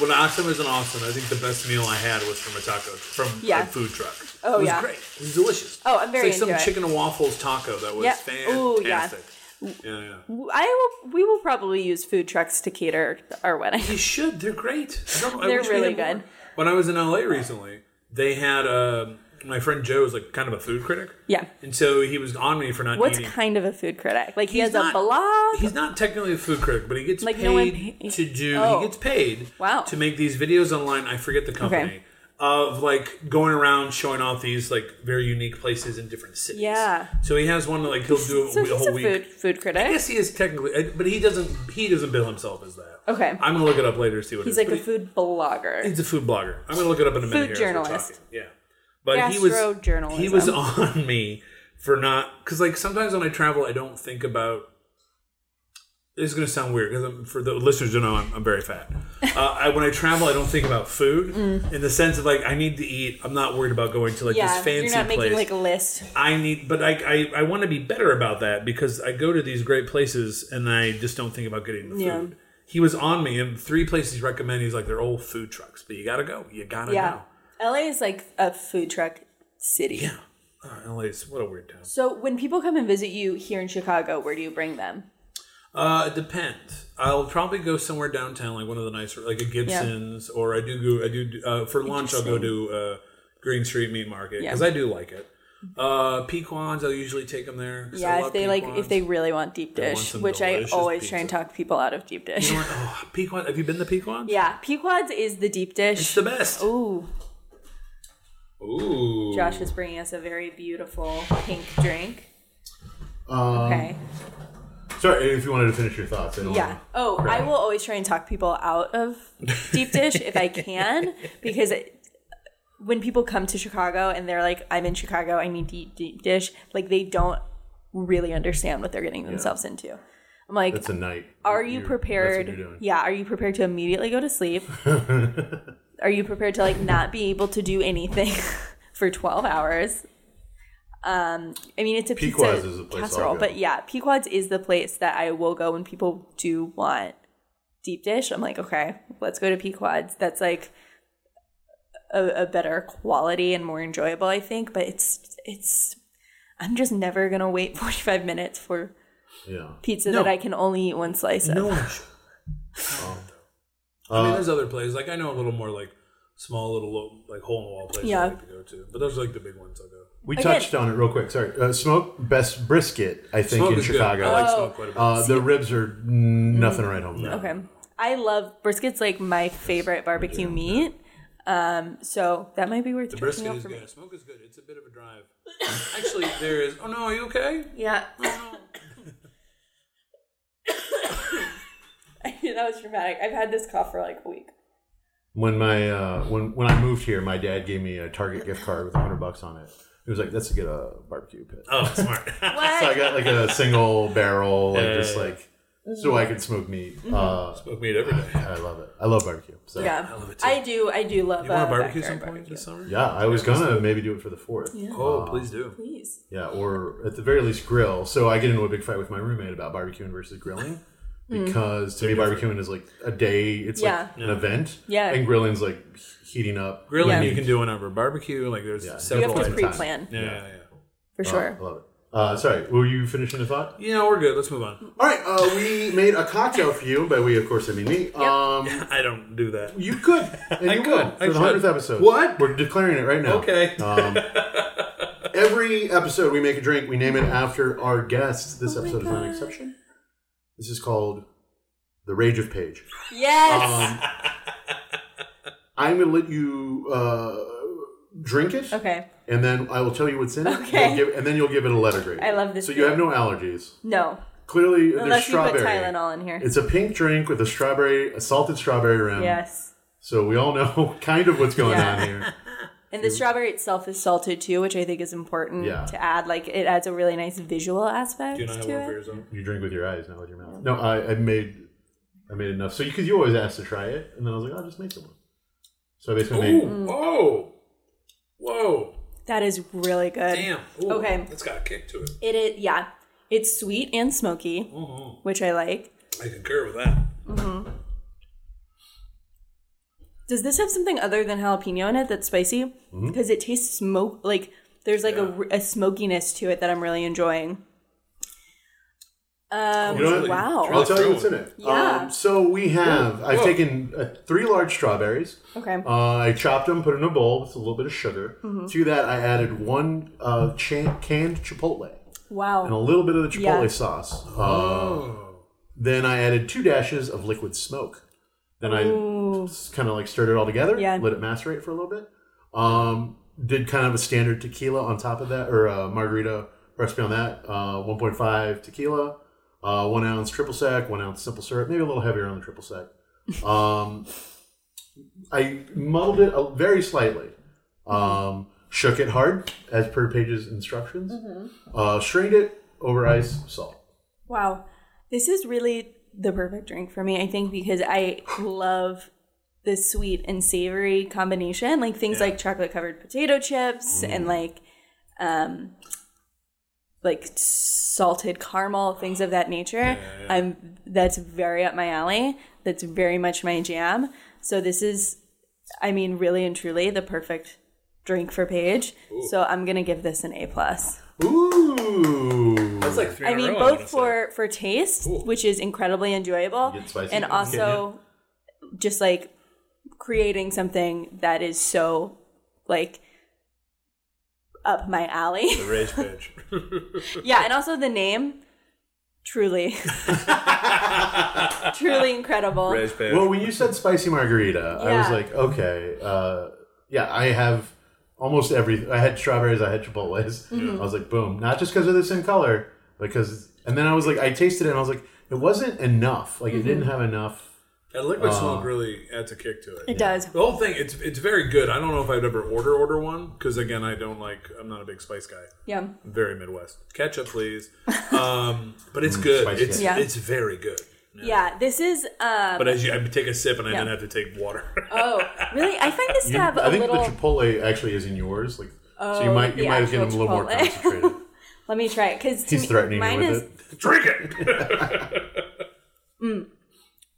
[SPEAKER 3] when Austin was in Austin, I think the best meal I had was from a taco from
[SPEAKER 5] Yeah.
[SPEAKER 3] a food truck.
[SPEAKER 5] Oh,
[SPEAKER 3] it was
[SPEAKER 5] yeah.
[SPEAKER 3] great. It was delicious.
[SPEAKER 5] Oh, I'm very
[SPEAKER 3] It's like
[SPEAKER 5] into
[SPEAKER 3] some
[SPEAKER 5] it.
[SPEAKER 3] chicken and waffles taco that was
[SPEAKER 5] Yeah. Ooh, yeah.
[SPEAKER 3] fantastic. yeah. yeah,
[SPEAKER 5] I will. We will probably use food trucks to cater our wedding.
[SPEAKER 3] You should. They're great. I don't- I
[SPEAKER 5] They're
[SPEAKER 3] wish we
[SPEAKER 5] really
[SPEAKER 3] had more.
[SPEAKER 5] good.
[SPEAKER 3] When I was in LA recently, they had um my friend Joe is like kind of a food critic.
[SPEAKER 5] Yeah.
[SPEAKER 3] And so he was on me for not
[SPEAKER 5] What's
[SPEAKER 3] eating.
[SPEAKER 5] kind of a food critic? Like he
[SPEAKER 3] He's
[SPEAKER 5] has
[SPEAKER 3] not-
[SPEAKER 5] a blog.
[SPEAKER 3] He's not technically a food critic, but he gets
[SPEAKER 5] Like,
[SPEAKER 3] paid
[SPEAKER 5] no one pay-
[SPEAKER 3] to do.
[SPEAKER 5] Oh.
[SPEAKER 3] He gets paid
[SPEAKER 5] Wow.
[SPEAKER 3] to make these videos online. I forget the company
[SPEAKER 5] Okay.
[SPEAKER 3] of like going around showing off these like very unique places in different cities.
[SPEAKER 5] Yeah.
[SPEAKER 3] So he has one that, like he'll do
[SPEAKER 5] so
[SPEAKER 3] a,
[SPEAKER 5] he's
[SPEAKER 3] whole
[SPEAKER 5] a
[SPEAKER 3] week.
[SPEAKER 5] food food critic.
[SPEAKER 3] Oh, I guess he is technically, uh, but he doesn't. He doesn't bill himself as that.
[SPEAKER 5] Okay.
[SPEAKER 3] I'm gonna look it up later. to See what it
[SPEAKER 5] He's
[SPEAKER 3] is,
[SPEAKER 5] like
[SPEAKER 3] but
[SPEAKER 5] a
[SPEAKER 3] he-
[SPEAKER 5] food blogger.
[SPEAKER 3] He's a food blogger. I'm gonna look it up in a minute.
[SPEAKER 5] Food
[SPEAKER 3] here as we're
[SPEAKER 5] journalist.
[SPEAKER 3] talking. Yeah, but he was
[SPEAKER 5] Gastrojournalism.
[SPEAKER 3] he was on me for not because like sometimes when I travel, I don't think about This is going to sound weird because for the listeners who don't know, I'm, I'm very fat. Uh, I, when I travel, I don't think about food in the sense of like I need to eat. I'm not worried about going to like
[SPEAKER 5] Mm. yeah,
[SPEAKER 3] this fancy
[SPEAKER 5] you're not making
[SPEAKER 3] place.
[SPEAKER 5] like a list.
[SPEAKER 3] I need, but I I, I want to be better about that because I go to these great places and I just don't think about getting the
[SPEAKER 5] Yeah.
[SPEAKER 3] food. He was on me, and three places he recommended. He's like, they're old food trucks, but you gotta go. You gotta
[SPEAKER 5] Yeah, LA is like a food truck city.
[SPEAKER 3] go. Yeah. Uh, LA's what a weird town.
[SPEAKER 5] So when people come and visit you here in Chicago, where do you bring them?
[SPEAKER 3] Uh, it depends. I'll probably go somewhere downtown, like one of the nicer, like a Gibson's, or I do go. I do uh, for lunch. I'll go to uh, Green Street Meat Market because
[SPEAKER 5] Yeah.
[SPEAKER 3] I do like it. Uh, Pequans, I'll usually take them there. 'cause I
[SPEAKER 5] Yeah,
[SPEAKER 3] love
[SPEAKER 5] if they like, if
[SPEAKER 3] Pequan's.
[SPEAKER 5] they really want deep
[SPEAKER 3] They want
[SPEAKER 5] dish,
[SPEAKER 3] some
[SPEAKER 5] which I
[SPEAKER 3] delicious
[SPEAKER 5] always try
[SPEAKER 3] pizza.
[SPEAKER 5] and talk people out of deep dish.
[SPEAKER 3] You know what? Oh, Pequan. Have you been to Pequans?
[SPEAKER 5] yeah, Pequod's is the deep dish.
[SPEAKER 3] It's the best.
[SPEAKER 5] Ooh,
[SPEAKER 3] Ooh.
[SPEAKER 5] Josh is bringing us a very beautiful pink drink. okay.
[SPEAKER 4] Sorry, if you wanted to finish your thoughts. I don't
[SPEAKER 5] Yeah.
[SPEAKER 4] know.
[SPEAKER 5] Oh, I will always try and talk people out of deep dish if I can, because it, when people come to Chicago and they're like, "I'm in Chicago, I need to eat deep dish," like they don't really understand what they're getting themselves into. I'm like,
[SPEAKER 4] That's a night.
[SPEAKER 5] are you
[SPEAKER 4] You're- that's what you're
[SPEAKER 5] prepared?
[SPEAKER 4] doing.
[SPEAKER 5] Yeah, are you prepared to immediately go to sleep? are you prepared to like not be able to do anything for 12 hours? Um, I mean, it's a
[SPEAKER 4] Pequod's
[SPEAKER 5] pizza
[SPEAKER 4] is the place I'll
[SPEAKER 5] casserole,
[SPEAKER 4] go.
[SPEAKER 5] but yeah, Pequod's is the place that I will go when people do want deep dish. I'm like, okay, let's go to Pequod's. That's like a, a better quality and more enjoyable, I think. But it's it's. I'm just never gonna wait 45 minutes for
[SPEAKER 4] Yeah.
[SPEAKER 5] pizza
[SPEAKER 3] No.
[SPEAKER 5] that I can only eat one slice of.
[SPEAKER 3] No Oh. Uh, one should. I mean, there's other places. Like I know a little more like small little lo- like hole in the wall places
[SPEAKER 5] Yeah.
[SPEAKER 3] I like to go to, but those are like the big ones I'll go.
[SPEAKER 4] We
[SPEAKER 5] Again-
[SPEAKER 4] touched on it real quick. Sorry. Uh, smoke best brisket, I think,
[SPEAKER 3] Smoke
[SPEAKER 4] in
[SPEAKER 3] is good.
[SPEAKER 4] Chicago.
[SPEAKER 3] I like smoke quite a bit.
[SPEAKER 4] uh, the ribs are nothing right home about.
[SPEAKER 5] Okay. I love brisket's like my favorite barbecue meat. Um, so that might be worth
[SPEAKER 3] the
[SPEAKER 5] checking
[SPEAKER 3] brisket
[SPEAKER 5] out
[SPEAKER 3] is
[SPEAKER 5] for me.
[SPEAKER 3] good. Smoke is good. It's a bit of a drive. Actually, there is. Oh no, are you okay?
[SPEAKER 5] Yeah.
[SPEAKER 3] Oh,
[SPEAKER 5] that was dramatic. I've had this cough for like a week.
[SPEAKER 4] When my uh, when when I moved here, my dad gave me a Target gift card with hundred bucks on it. He was like, "That's to get a barbecue pit."
[SPEAKER 3] no. oh smart.
[SPEAKER 4] So
[SPEAKER 5] What?
[SPEAKER 4] I got like a single barrel, like
[SPEAKER 3] Yeah. Mm-hmm.
[SPEAKER 4] just like so I could smoke meat. Uh,
[SPEAKER 3] smoke meat every day.
[SPEAKER 4] I love it. I love barbecue. So
[SPEAKER 5] yeah. I,
[SPEAKER 3] love it too.
[SPEAKER 5] do. I do love
[SPEAKER 3] You want
[SPEAKER 5] uh,
[SPEAKER 3] to barbecue
[SPEAKER 5] backyard
[SPEAKER 3] some point
[SPEAKER 5] barbecue.
[SPEAKER 3] this summer?
[SPEAKER 4] Yeah, I was gonna maybe do it for the fourth.
[SPEAKER 3] Oh, please do.
[SPEAKER 5] Please.
[SPEAKER 4] Yeah, or at the very least grill. So I get into a big fight with my roommate about barbecuing versus grilling.
[SPEAKER 3] Mm.
[SPEAKER 4] Because to me, barbecuing is like a day. It's
[SPEAKER 5] Yeah.
[SPEAKER 4] like an event.
[SPEAKER 5] Yeah.
[SPEAKER 4] And grilling's like heating up.
[SPEAKER 3] Grilling
[SPEAKER 5] Yeah.
[SPEAKER 3] you can do whenever. Barbecue, like there's
[SPEAKER 5] You
[SPEAKER 3] several.
[SPEAKER 5] have to
[SPEAKER 4] Several times.
[SPEAKER 5] pre-plan
[SPEAKER 3] yeah, yeah, yeah.
[SPEAKER 5] for
[SPEAKER 3] Oh.
[SPEAKER 5] sure.
[SPEAKER 4] I love it. Uh, sorry, were you finishing the thought?
[SPEAKER 3] Yeah, we're good. Let's move on.
[SPEAKER 4] All right, uh, we made a cocktail for you. By we, of course, I mean me. Um,
[SPEAKER 3] I don't do that.
[SPEAKER 4] You could. And
[SPEAKER 3] I
[SPEAKER 4] you
[SPEAKER 3] could.
[SPEAKER 4] will,
[SPEAKER 3] I
[SPEAKER 4] for the
[SPEAKER 3] should.
[SPEAKER 4] hundredth episode.
[SPEAKER 3] What?
[SPEAKER 4] We're declaring it right now.
[SPEAKER 3] Okay.
[SPEAKER 4] Um, every episode we make a drink. We name it after our guest.
[SPEAKER 5] Oh
[SPEAKER 4] This episode is not an exception. This is called the Rage of Page.
[SPEAKER 5] Yes.
[SPEAKER 4] Um, I'm gonna let you uh, drink it.
[SPEAKER 3] Oh.
[SPEAKER 5] okay.
[SPEAKER 4] And then I will tell you what's in it.
[SPEAKER 5] Okay.
[SPEAKER 4] You'll give- and then you'll give it a letter grade.
[SPEAKER 5] I love this
[SPEAKER 4] So you have no
[SPEAKER 5] drink.
[SPEAKER 4] allergies.
[SPEAKER 5] No.
[SPEAKER 4] Clearly, there's
[SPEAKER 5] Unless you put
[SPEAKER 4] strawberry.
[SPEAKER 5] Tylenol in here.
[SPEAKER 4] It's a pink drink with a strawberry, a salted strawberry
[SPEAKER 3] um,
[SPEAKER 4] rim.
[SPEAKER 5] yes.
[SPEAKER 4] So we all know kind of what's going
[SPEAKER 5] Yeah.
[SPEAKER 4] on here.
[SPEAKER 5] And the strawberry itself is salted too, which I think is important
[SPEAKER 4] Yeah.
[SPEAKER 5] to add. Like it adds a really nice visual aspect
[SPEAKER 3] Do you not have
[SPEAKER 5] to
[SPEAKER 3] one for
[SPEAKER 5] it.
[SPEAKER 3] yourself?
[SPEAKER 4] You drink with your eyes, not with your mouth. No, I, I made I made enough. So because you, always asked to try it, and then I was like, "Oh, I'll just make some. So I basically made
[SPEAKER 3] Ooh, whoa, whoa,
[SPEAKER 5] That is really good.
[SPEAKER 3] damn. Ooh,
[SPEAKER 5] Okay.
[SPEAKER 3] It's got a kick to it.
[SPEAKER 5] It is, yeah. It's sweet and smoky, which I like.
[SPEAKER 3] I concur with that.
[SPEAKER 5] Does this have something other than jalapeno in it that's spicy?
[SPEAKER 4] Mm-hmm.
[SPEAKER 5] Because it tastes smoke like there's like a r a a, smokiness to it that I'm really enjoying. Um,
[SPEAKER 4] You know what?
[SPEAKER 5] wow.
[SPEAKER 4] I'll tell you what's in it.
[SPEAKER 5] Yeah.
[SPEAKER 4] Um, so we have. I've
[SPEAKER 3] Whoa.
[SPEAKER 4] taken uh, three large strawberries.
[SPEAKER 5] Okay.
[SPEAKER 4] Uh, I chopped them, put them in a bowl with a little bit of sugar.
[SPEAKER 5] Mm-hmm.
[SPEAKER 4] To that, I added one uh, cha- canned chipotle and a
[SPEAKER 5] wow.
[SPEAKER 4] little bit of the chipotle
[SPEAKER 5] Yeah.
[SPEAKER 4] sauce.
[SPEAKER 3] Oh.
[SPEAKER 4] Uh, Then I added two dashes of liquid smoke. Then I kind of like stirred it all together,
[SPEAKER 5] Yeah.
[SPEAKER 4] let it macerate for a little bit. Um, did kind of a standard tequila on top of that, or a margarita recipe on that. Uh, 1.5 tequila, uh, one ounce triple sec, one ounce simple syrup, maybe a little heavier on the triple sec. Um, I muddled it uh, very slightly. Um, shook it hard as per Page's instructions. Uh, strained it over ice, salt.
[SPEAKER 5] Wow. This is really the perfect drink for me, I think, because I love the sweet and savory combination. Like things like chocolate covered potato chips and like um like salted caramel, things of that nature. I'm that's very up my alley. That's very much my jam. So this is I mean really and truly the perfect drink for Paige. So I'm gonna give this an A plus.
[SPEAKER 4] Ooh.
[SPEAKER 8] That's like three.
[SPEAKER 5] I
[SPEAKER 8] in a
[SPEAKER 5] mean,
[SPEAKER 8] row,
[SPEAKER 5] both
[SPEAKER 8] honestly.
[SPEAKER 5] for for taste, which is incredibly enjoyable,
[SPEAKER 4] Get spicy.
[SPEAKER 5] and
[SPEAKER 4] Yeah,
[SPEAKER 5] also just like creating something that is so like up my alley.
[SPEAKER 3] The rage pitch.
[SPEAKER 5] yeah, and also the name, truly, truly incredible.
[SPEAKER 8] Rage page.
[SPEAKER 4] Well, when you said spicy margarita, I was
[SPEAKER 5] Yeah.
[SPEAKER 4] like, okay, uh, yeah, I have almost every. I had strawberries, I had chipotles.
[SPEAKER 5] Mm-hmm.
[SPEAKER 4] I was like, boom, not just because of the same color, because. And then I was like, I tasted it, and I was like, it wasn't enough. Like, it
[SPEAKER 5] Mm-hmm.
[SPEAKER 4] didn't have enough.
[SPEAKER 3] That liquid smoke really adds a kick to it.
[SPEAKER 5] It does.
[SPEAKER 3] The whole thing, it's it's very good. I don't know if I'd ever order order one because again, I don't like. I'm not a big spice guy.
[SPEAKER 5] Yeah.
[SPEAKER 3] I'm very Midwest. Ketchup, please. Um, but it's good.
[SPEAKER 4] spice
[SPEAKER 3] It's
[SPEAKER 5] ketchup. Yeah.
[SPEAKER 3] it's very good.
[SPEAKER 5] Yeah, this is. Uh,
[SPEAKER 3] But as you, I take a sip and I then
[SPEAKER 5] Yeah.
[SPEAKER 3] have to take water.
[SPEAKER 5] oh, really? I find this to
[SPEAKER 4] You-
[SPEAKER 5] have a
[SPEAKER 4] I think
[SPEAKER 5] little. Oh,
[SPEAKER 4] the chipotle actually is in yours, like. so you might you
[SPEAKER 5] the
[SPEAKER 4] might have gotten a
[SPEAKER 5] actual
[SPEAKER 4] little more
[SPEAKER 5] chipotle.
[SPEAKER 4] concentrated.
[SPEAKER 5] Let me try it because
[SPEAKER 4] He's threatening you
[SPEAKER 5] mine
[SPEAKER 4] with
[SPEAKER 5] is
[SPEAKER 4] it.
[SPEAKER 3] Drink it.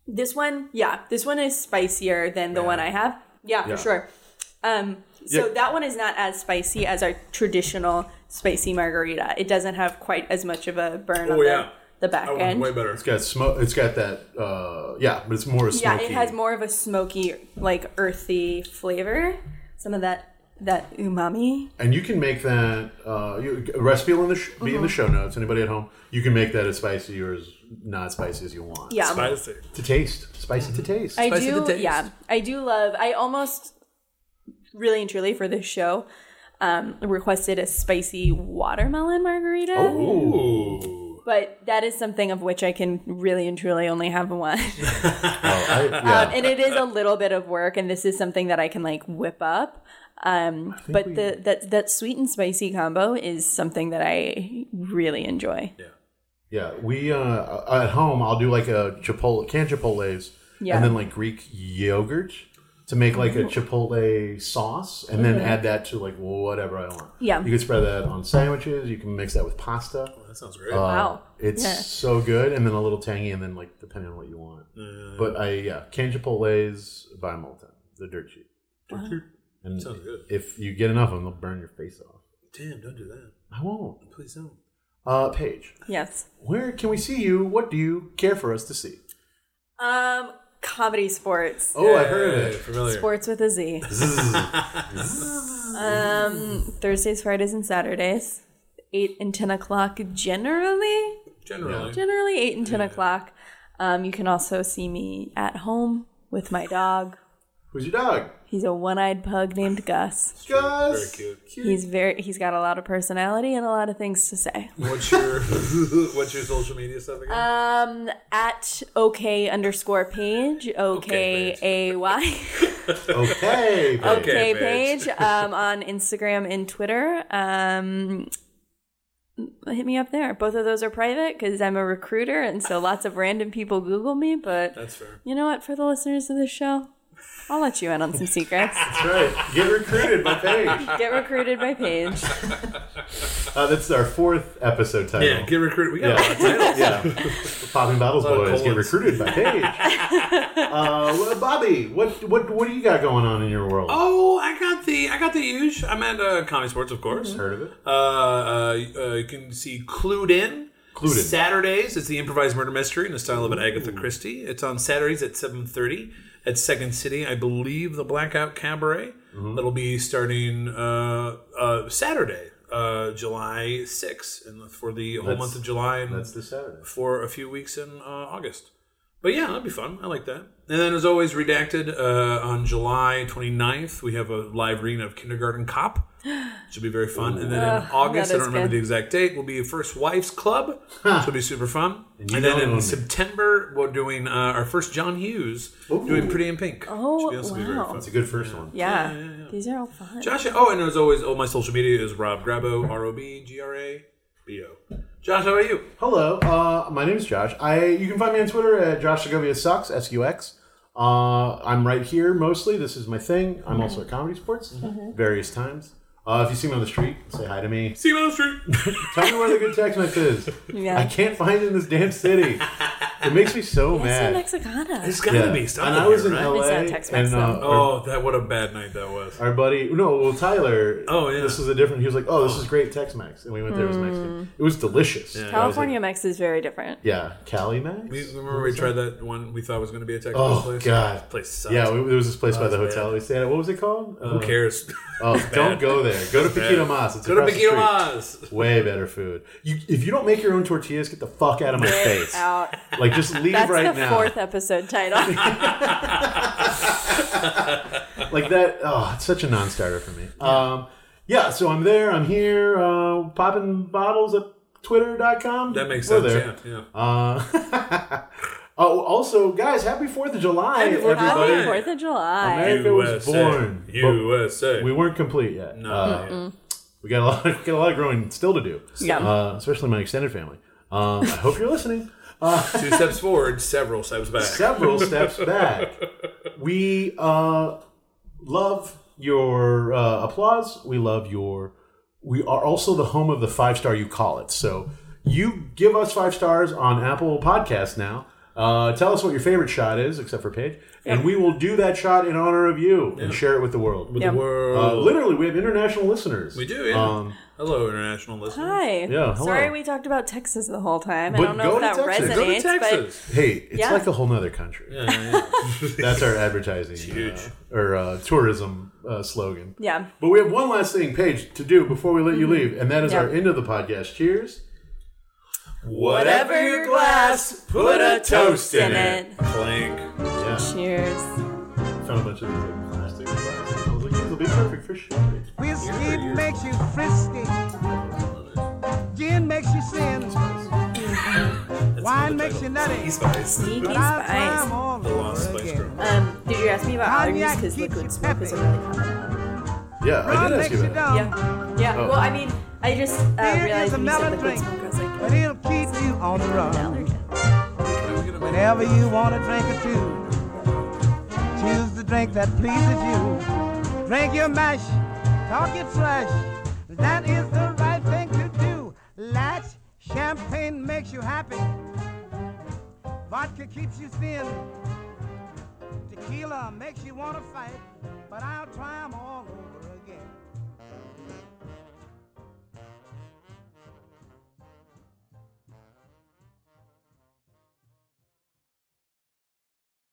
[SPEAKER 5] This one, yeah, this one is spicier than the one I have. Yeah,
[SPEAKER 4] Yeah.
[SPEAKER 5] for sure. Um, so
[SPEAKER 4] Yeah.
[SPEAKER 5] that one is not as spicy as our traditional spicy margarita. It doesn't have quite as much of a burn
[SPEAKER 3] Oh
[SPEAKER 5] on
[SPEAKER 3] yeah.
[SPEAKER 5] the, the back
[SPEAKER 3] That one's
[SPEAKER 5] end.
[SPEAKER 3] way better.
[SPEAKER 4] It's got smoke. It's got that. Uh, yeah, but it's more smoky.
[SPEAKER 5] yeah, it has more of a smoky, like earthy flavor. Some of that that umami.
[SPEAKER 4] And you can make that uh, you, a recipe will in the sh- be
[SPEAKER 5] Mm-hmm.
[SPEAKER 4] in the show notes. Anybody at home, you can make that as spicy or as not spicy as you want.
[SPEAKER 5] Yeah, Mm-hmm.
[SPEAKER 3] Spicy.
[SPEAKER 4] to taste, spicy to taste.
[SPEAKER 5] I
[SPEAKER 3] Spicy to
[SPEAKER 5] do.
[SPEAKER 3] taste.
[SPEAKER 5] Yeah, I do love. I almost really and truly for this show um, requested a spicy watermelon margarita.
[SPEAKER 3] Ooh.
[SPEAKER 5] but that is something of which I can really and truly only have one.
[SPEAKER 4] Oh, I- yeah.
[SPEAKER 5] and Um, it is a little bit of work, and this is something that I can like whip up. Um, but the that that sweet and spicy combo is something that I really enjoy.
[SPEAKER 4] Yeah, we uh, at home. I'll do like a chipotle, canned chipotles,
[SPEAKER 5] Yeah. Mm-hmm.
[SPEAKER 4] and then like Greek yogurt to make like a chipotle sauce, and then add that to like whatever I want.
[SPEAKER 5] Yeah.
[SPEAKER 4] you can spread that on sandwiches. You can mix that with pasta.
[SPEAKER 3] That sounds great.
[SPEAKER 4] Uh,
[SPEAKER 5] Wow.
[SPEAKER 4] it's
[SPEAKER 5] Yeah.
[SPEAKER 4] so good, and then a little tangy, and then like depending on what you want.
[SPEAKER 3] Mm.
[SPEAKER 4] But I yeah, canned chipotles by Molten. They're dirt cheap. And
[SPEAKER 3] Sounds good.
[SPEAKER 4] if you get enough of them, they'll burn your face off.
[SPEAKER 3] Damn, don't do that.
[SPEAKER 4] I won't.
[SPEAKER 3] Please don't.
[SPEAKER 4] Uh, Paige,
[SPEAKER 5] Yes.
[SPEAKER 4] where can we see you? What do you care for us to see?
[SPEAKER 5] Um, comedy sports.
[SPEAKER 4] Oh, I heard of
[SPEAKER 3] Hey,
[SPEAKER 4] it.
[SPEAKER 3] Familiar.
[SPEAKER 5] Sports with a Z. um, Thursdays, Fridays, and Saturdays, eight and ten o'clock generally.
[SPEAKER 3] Generally.
[SPEAKER 5] generally 8 and 10 o'clock um, you can also see me at home with my dog
[SPEAKER 4] Who's your dog?
[SPEAKER 5] he's a one-eyed pug named gus
[SPEAKER 3] Very
[SPEAKER 4] Gus.
[SPEAKER 3] cute.
[SPEAKER 5] he's very he's got a lot of personality and a lot of things to say
[SPEAKER 3] What's your what's your social media stuff again?
[SPEAKER 5] um at okay underscore page
[SPEAKER 3] Okay, Paige.
[SPEAKER 5] o-k-a-y
[SPEAKER 4] Okay. Paige.
[SPEAKER 3] Okay.
[SPEAKER 5] okay
[SPEAKER 3] Paige.
[SPEAKER 5] page um, on instagram and twitter um hit me up there both of those are private because i'm a recruiter and so lots of random people google me but
[SPEAKER 3] That's fair.
[SPEAKER 5] You know what? For the listeners of this show, I'll let you in on some secrets.
[SPEAKER 4] That's right. Get recruited by Paige.
[SPEAKER 5] Get recruited by Paige.
[SPEAKER 4] Uh, that's our fourth episode title.
[SPEAKER 3] Yeah, get recruited. We got a lot of titles.
[SPEAKER 4] yeah. Popping Bottles
[SPEAKER 3] A lot of
[SPEAKER 4] Boys get
[SPEAKER 3] colons.
[SPEAKER 4] recruited by Paige. uh, well, Bobby, what what what do you got going on in your world?
[SPEAKER 3] Oh, I got the I got the huge. I'm at uh, Comedy Sports, of course.
[SPEAKER 4] Heard of it?
[SPEAKER 3] Uh, uh, uh, you can see Clued In.
[SPEAKER 4] Clued In.
[SPEAKER 3] Saturdays. It's the improvised murder mystery in the style of an Agatha Christie. It's on Saturdays at 7.30 at Second City. I believe the Blackout Cabaret. That'll be starting uh, uh, Saturday, uh, July 6th, and for the whole
[SPEAKER 4] That's-
[SPEAKER 3] month of July and
[SPEAKER 4] That's this Saturday.
[SPEAKER 3] for a few weeks in uh, August. But yeah, that'd be fun. I like that. And then, as always, Redacted uh, on July 29th, we have a live reading of Kindergarten Cop, which will be very fun. And then in August, I
[SPEAKER 5] that
[SPEAKER 3] don't
[SPEAKER 5] is
[SPEAKER 3] remember
[SPEAKER 5] good.
[SPEAKER 3] the exact date, will be First Wife's Club, which will be super fun.
[SPEAKER 4] And
[SPEAKER 3] And,
[SPEAKER 4] you
[SPEAKER 3] then
[SPEAKER 4] don't own
[SPEAKER 3] in
[SPEAKER 4] it.
[SPEAKER 3] September, we're doing uh, our first John Hughes, doing Pretty in Pink.
[SPEAKER 5] Oh,
[SPEAKER 3] which will also be very
[SPEAKER 5] wow.
[SPEAKER 3] fun.
[SPEAKER 4] That's a good first one.
[SPEAKER 5] Yeah. These are all fun.
[SPEAKER 3] Josh, oh, and as always, all my social media is Rob Grabo, R O B G R A B O. Josh, how about you?
[SPEAKER 4] Hello, uh, my name is Josh. I you can find me on Twitter at Josh Segovia sucks S U X. Uh, I'm right here mostly. This is my thing. I'm also at Comedy Sports various times. Uh, if you see me on the street, say hi to me.
[SPEAKER 3] See you on the street.
[SPEAKER 4] Tell me where the good tex Mex is.
[SPEAKER 5] Yeah.
[SPEAKER 4] I can't find it in this damn city. It makes me so
[SPEAKER 5] It's in
[SPEAKER 4] mad.
[SPEAKER 5] Mexicana.
[SPEAKER 3] It's gotta
[SPEAKER 4] Yeah.
[SPEAKER 3] be something.
[SPEAKER 4] and I was in
[SPEAKER 3] right?
[SPEAKER 4] LA,
[SPEAKER 5] It's not Tex-Mex,
[SPEAKER 4] and uh,
[SPEAKER 5] though.
[SPEAKER 4] our-
[SPEAKER 3] Oh, that what a bad night that was.
[SPEAKER 4] our buddy, no, well, Tyler.
[SPEAKER 3] Oh, yeah.
[SPEAKER 4] This was a different. He was like, "Oh, this is great Tex-Mex," and we went there. It was
[SPEAKER 5] Mm.
[SPEAKER 4] Mexican. It was delicious. Yeah,
[SPEAKER 5] California Mex is very different.
[SPEAKER 4] yeah Cali Max.
[SPEAKER 3] We, remember we tried that one we thought was going to be a Texas
[SPEAKER 4] Oh
[SPEAKER 3] place.
[SPEAKER 4] God!
[SPEAKER 3] That place sucks.
[SPEAKER 4] Yeah, we, there was this place by the
[SPEAKER 3] it's
[SPEAKER 4] hotel we stayed at. What was it called?
[SPEAKER 3] Who cares?
[SPEAKER 4] Oh, don't go there. Go to Paquito Mas. It's
[SPEAKER 3] Go to
[SPEAKER 4] across the
[SPEAKER 3] Paquito
[SPEAKER 4] street.
[SPEAKER 3] Mas.
[SPEAKER 4] Way better food. You, if you don't make your own tortillas, get the fuck out of my face.
[SPEAKER 5] Out.
[SPEAKER 4] Like just leave
[SPEAKER 5] That's
[SPEAKER 4] right
[SPEAKER 5] the
[SPEAKER 4] now.
[SPEAKER 5] fourth episode title.
[SPEAKER 4] Like that. Oh, it's such a non-starter for me. Um, yeah. So I'm there. I'm here. Uh, popping bottles at twitter.com.
[SPEAKER 3] That makes
[SPEAKER 4] We're
[SPEAKER 3] sense.
[SPEAKER 4] there.
[SPEAKER 3] Yeah,
[SPEAKER 4] Uh,
[SPEAKER 3] yeah.
[SPEAKER 4] oh, also, guys, happy Fourth of July,
[SPEAKER 3] Happy 4th of
[SPEAKER 4] everybody.
[SPEAKER 5] Happy Fourth of July.
[SPEAKER 4] America was born. but
[SPEAKER 3] USA.
[SPEAKER 4] We uh, weren't complete yet.
[SPEAKER 3] no.
[SPEAKER 4] Uh, we got a lot. we got a lot of growing still to do.
[SPEAKER 5] Yeah.
[SPEAKER 4] Uh, especially my extended family. Um, I hope you're listening.
[SPEAKER 3] Two steps forward, several steps back.
[SPEAKER 4] several steps back. We uh, love your uh, applause. We love your. We are also the home of the five star you call it. So you give us five stars on Apple Podcasts now. Uh, tell us what your favorite shot is, except for Paige, and we will do that shot in honor of you and share it with the world.
[SPEAKER 3] With
[SPEAKER 5] Yeah.
[SPEAKER 3] the
[SPEAKER 4] Uh,
[SPEAKER 3] world.
[SPEAKER 4] literally, we have international listeners.
[SPEAKER 3] we do, yeah.
[SPEAKER 4] Um,
[SPEAKER 3] Hello, international listeners.
[SPEAKER 5] Hi.
[SPEAKER 4] Yeah, hello.
[SPEAKER 5] Sorry we talked about Texas the whole time.
[SPEAKER 4] But
[SPEAKER 5] I don't know
[SPEAKER 4] go
[SPEAKER 5] if that
[SPEAKER 4] to Texas.
[SPEAKER 5] resonates,
[SPEAKER 3] Go to Texas.
[SPEAKER 4] hey, it's
[SPEAKER 5] Yeah.
[SPEAKER 4] like a whole nother country. That's our advertising
[SPEAKER 3] huge.
[SPEAKER 4] uh, or uh, tourism uh, slogan.
[SPEAKER 5] but yeah.
[SPEAKER 4] But we have one last thing, Paige, to do before we let you leave, and that is
[SPEAKER 5] Yeah.
[SPEAKER 4] our end of the podcast. Cheers.
[SPEAKER 3] Whatever your glass, put a toast in
[SPEAKER 5] In
[SPEAKER 3] it.
[SPEAKER 5] it.
[SPEAKER 3] Clink.
[SPEAKER 4] Yeah,
[SPEAKER 5] Cheers.
[SPEAKER 4] found a bunch of these like, plastic glasses. I was like, these will be perfect for sure.
[SPEAKER 1] Whiskey makes you frisky. Gin makes you sin. Wine makes you nutty.
[SPEAKER 3] Spice.
[SPEAKER 5] Sneaky
[SPEAKER 1] But I'll try 'em
[SPEAKER 5] spice.
[SPEAKER 1] all
[SPEAKER 3] The Lost
[SPEAKER 1] over
[SPEAKER 3] Spice
[SPEAKER 1] again.
[SPEAKER 3] Girl.
[SPEAKER 5] Um, did you ask me about
[SPEAKER 1] Cognac
[SPEAKER 5] allergies? Because
[SPEAKER 1] keeps you
[SPEAKER 5] liquid smoke is a
[SPEAKER 1] peppy.
[SPEAKER 5] really common one.
[SPEAKER 4] Yeah,
[SPEAKER 1] Rum
[SPEAKER 4] I did ask
[SPEAKER 1] makes
[SPEAKER 4] you
[SPEAKER 1] you
[SPEAKER 4] that.
[SPEAKER 1] dumb,
[SPEAKER 5] Um, Yeah. Yeah.
[SPEAKER 4] Oh.
[SPEAKER 5] Well, I mean, I just uh,
[SPEAKER 1] Beer is a
[SPEAKER 5] realized when you
[SPEAKER 1] mellow
[SPEAKER 5] said liquid
[SPEAKER 1] drink,
[SPEAKER 5] smoke, I was like, "Oh,
[SPEAKER 1] but it'll keep you on the run.
[SPEAKER 5] allergen.
[SPEAKER 1] Whenever you want a drink or two, choose the drink that pleases you. Drink your mash, talk your trash. That is the right thing to do. Latch, champagne makes you happy. Vodka keeps you thin. Tequila makes you want to fight, but I'll try 'em all over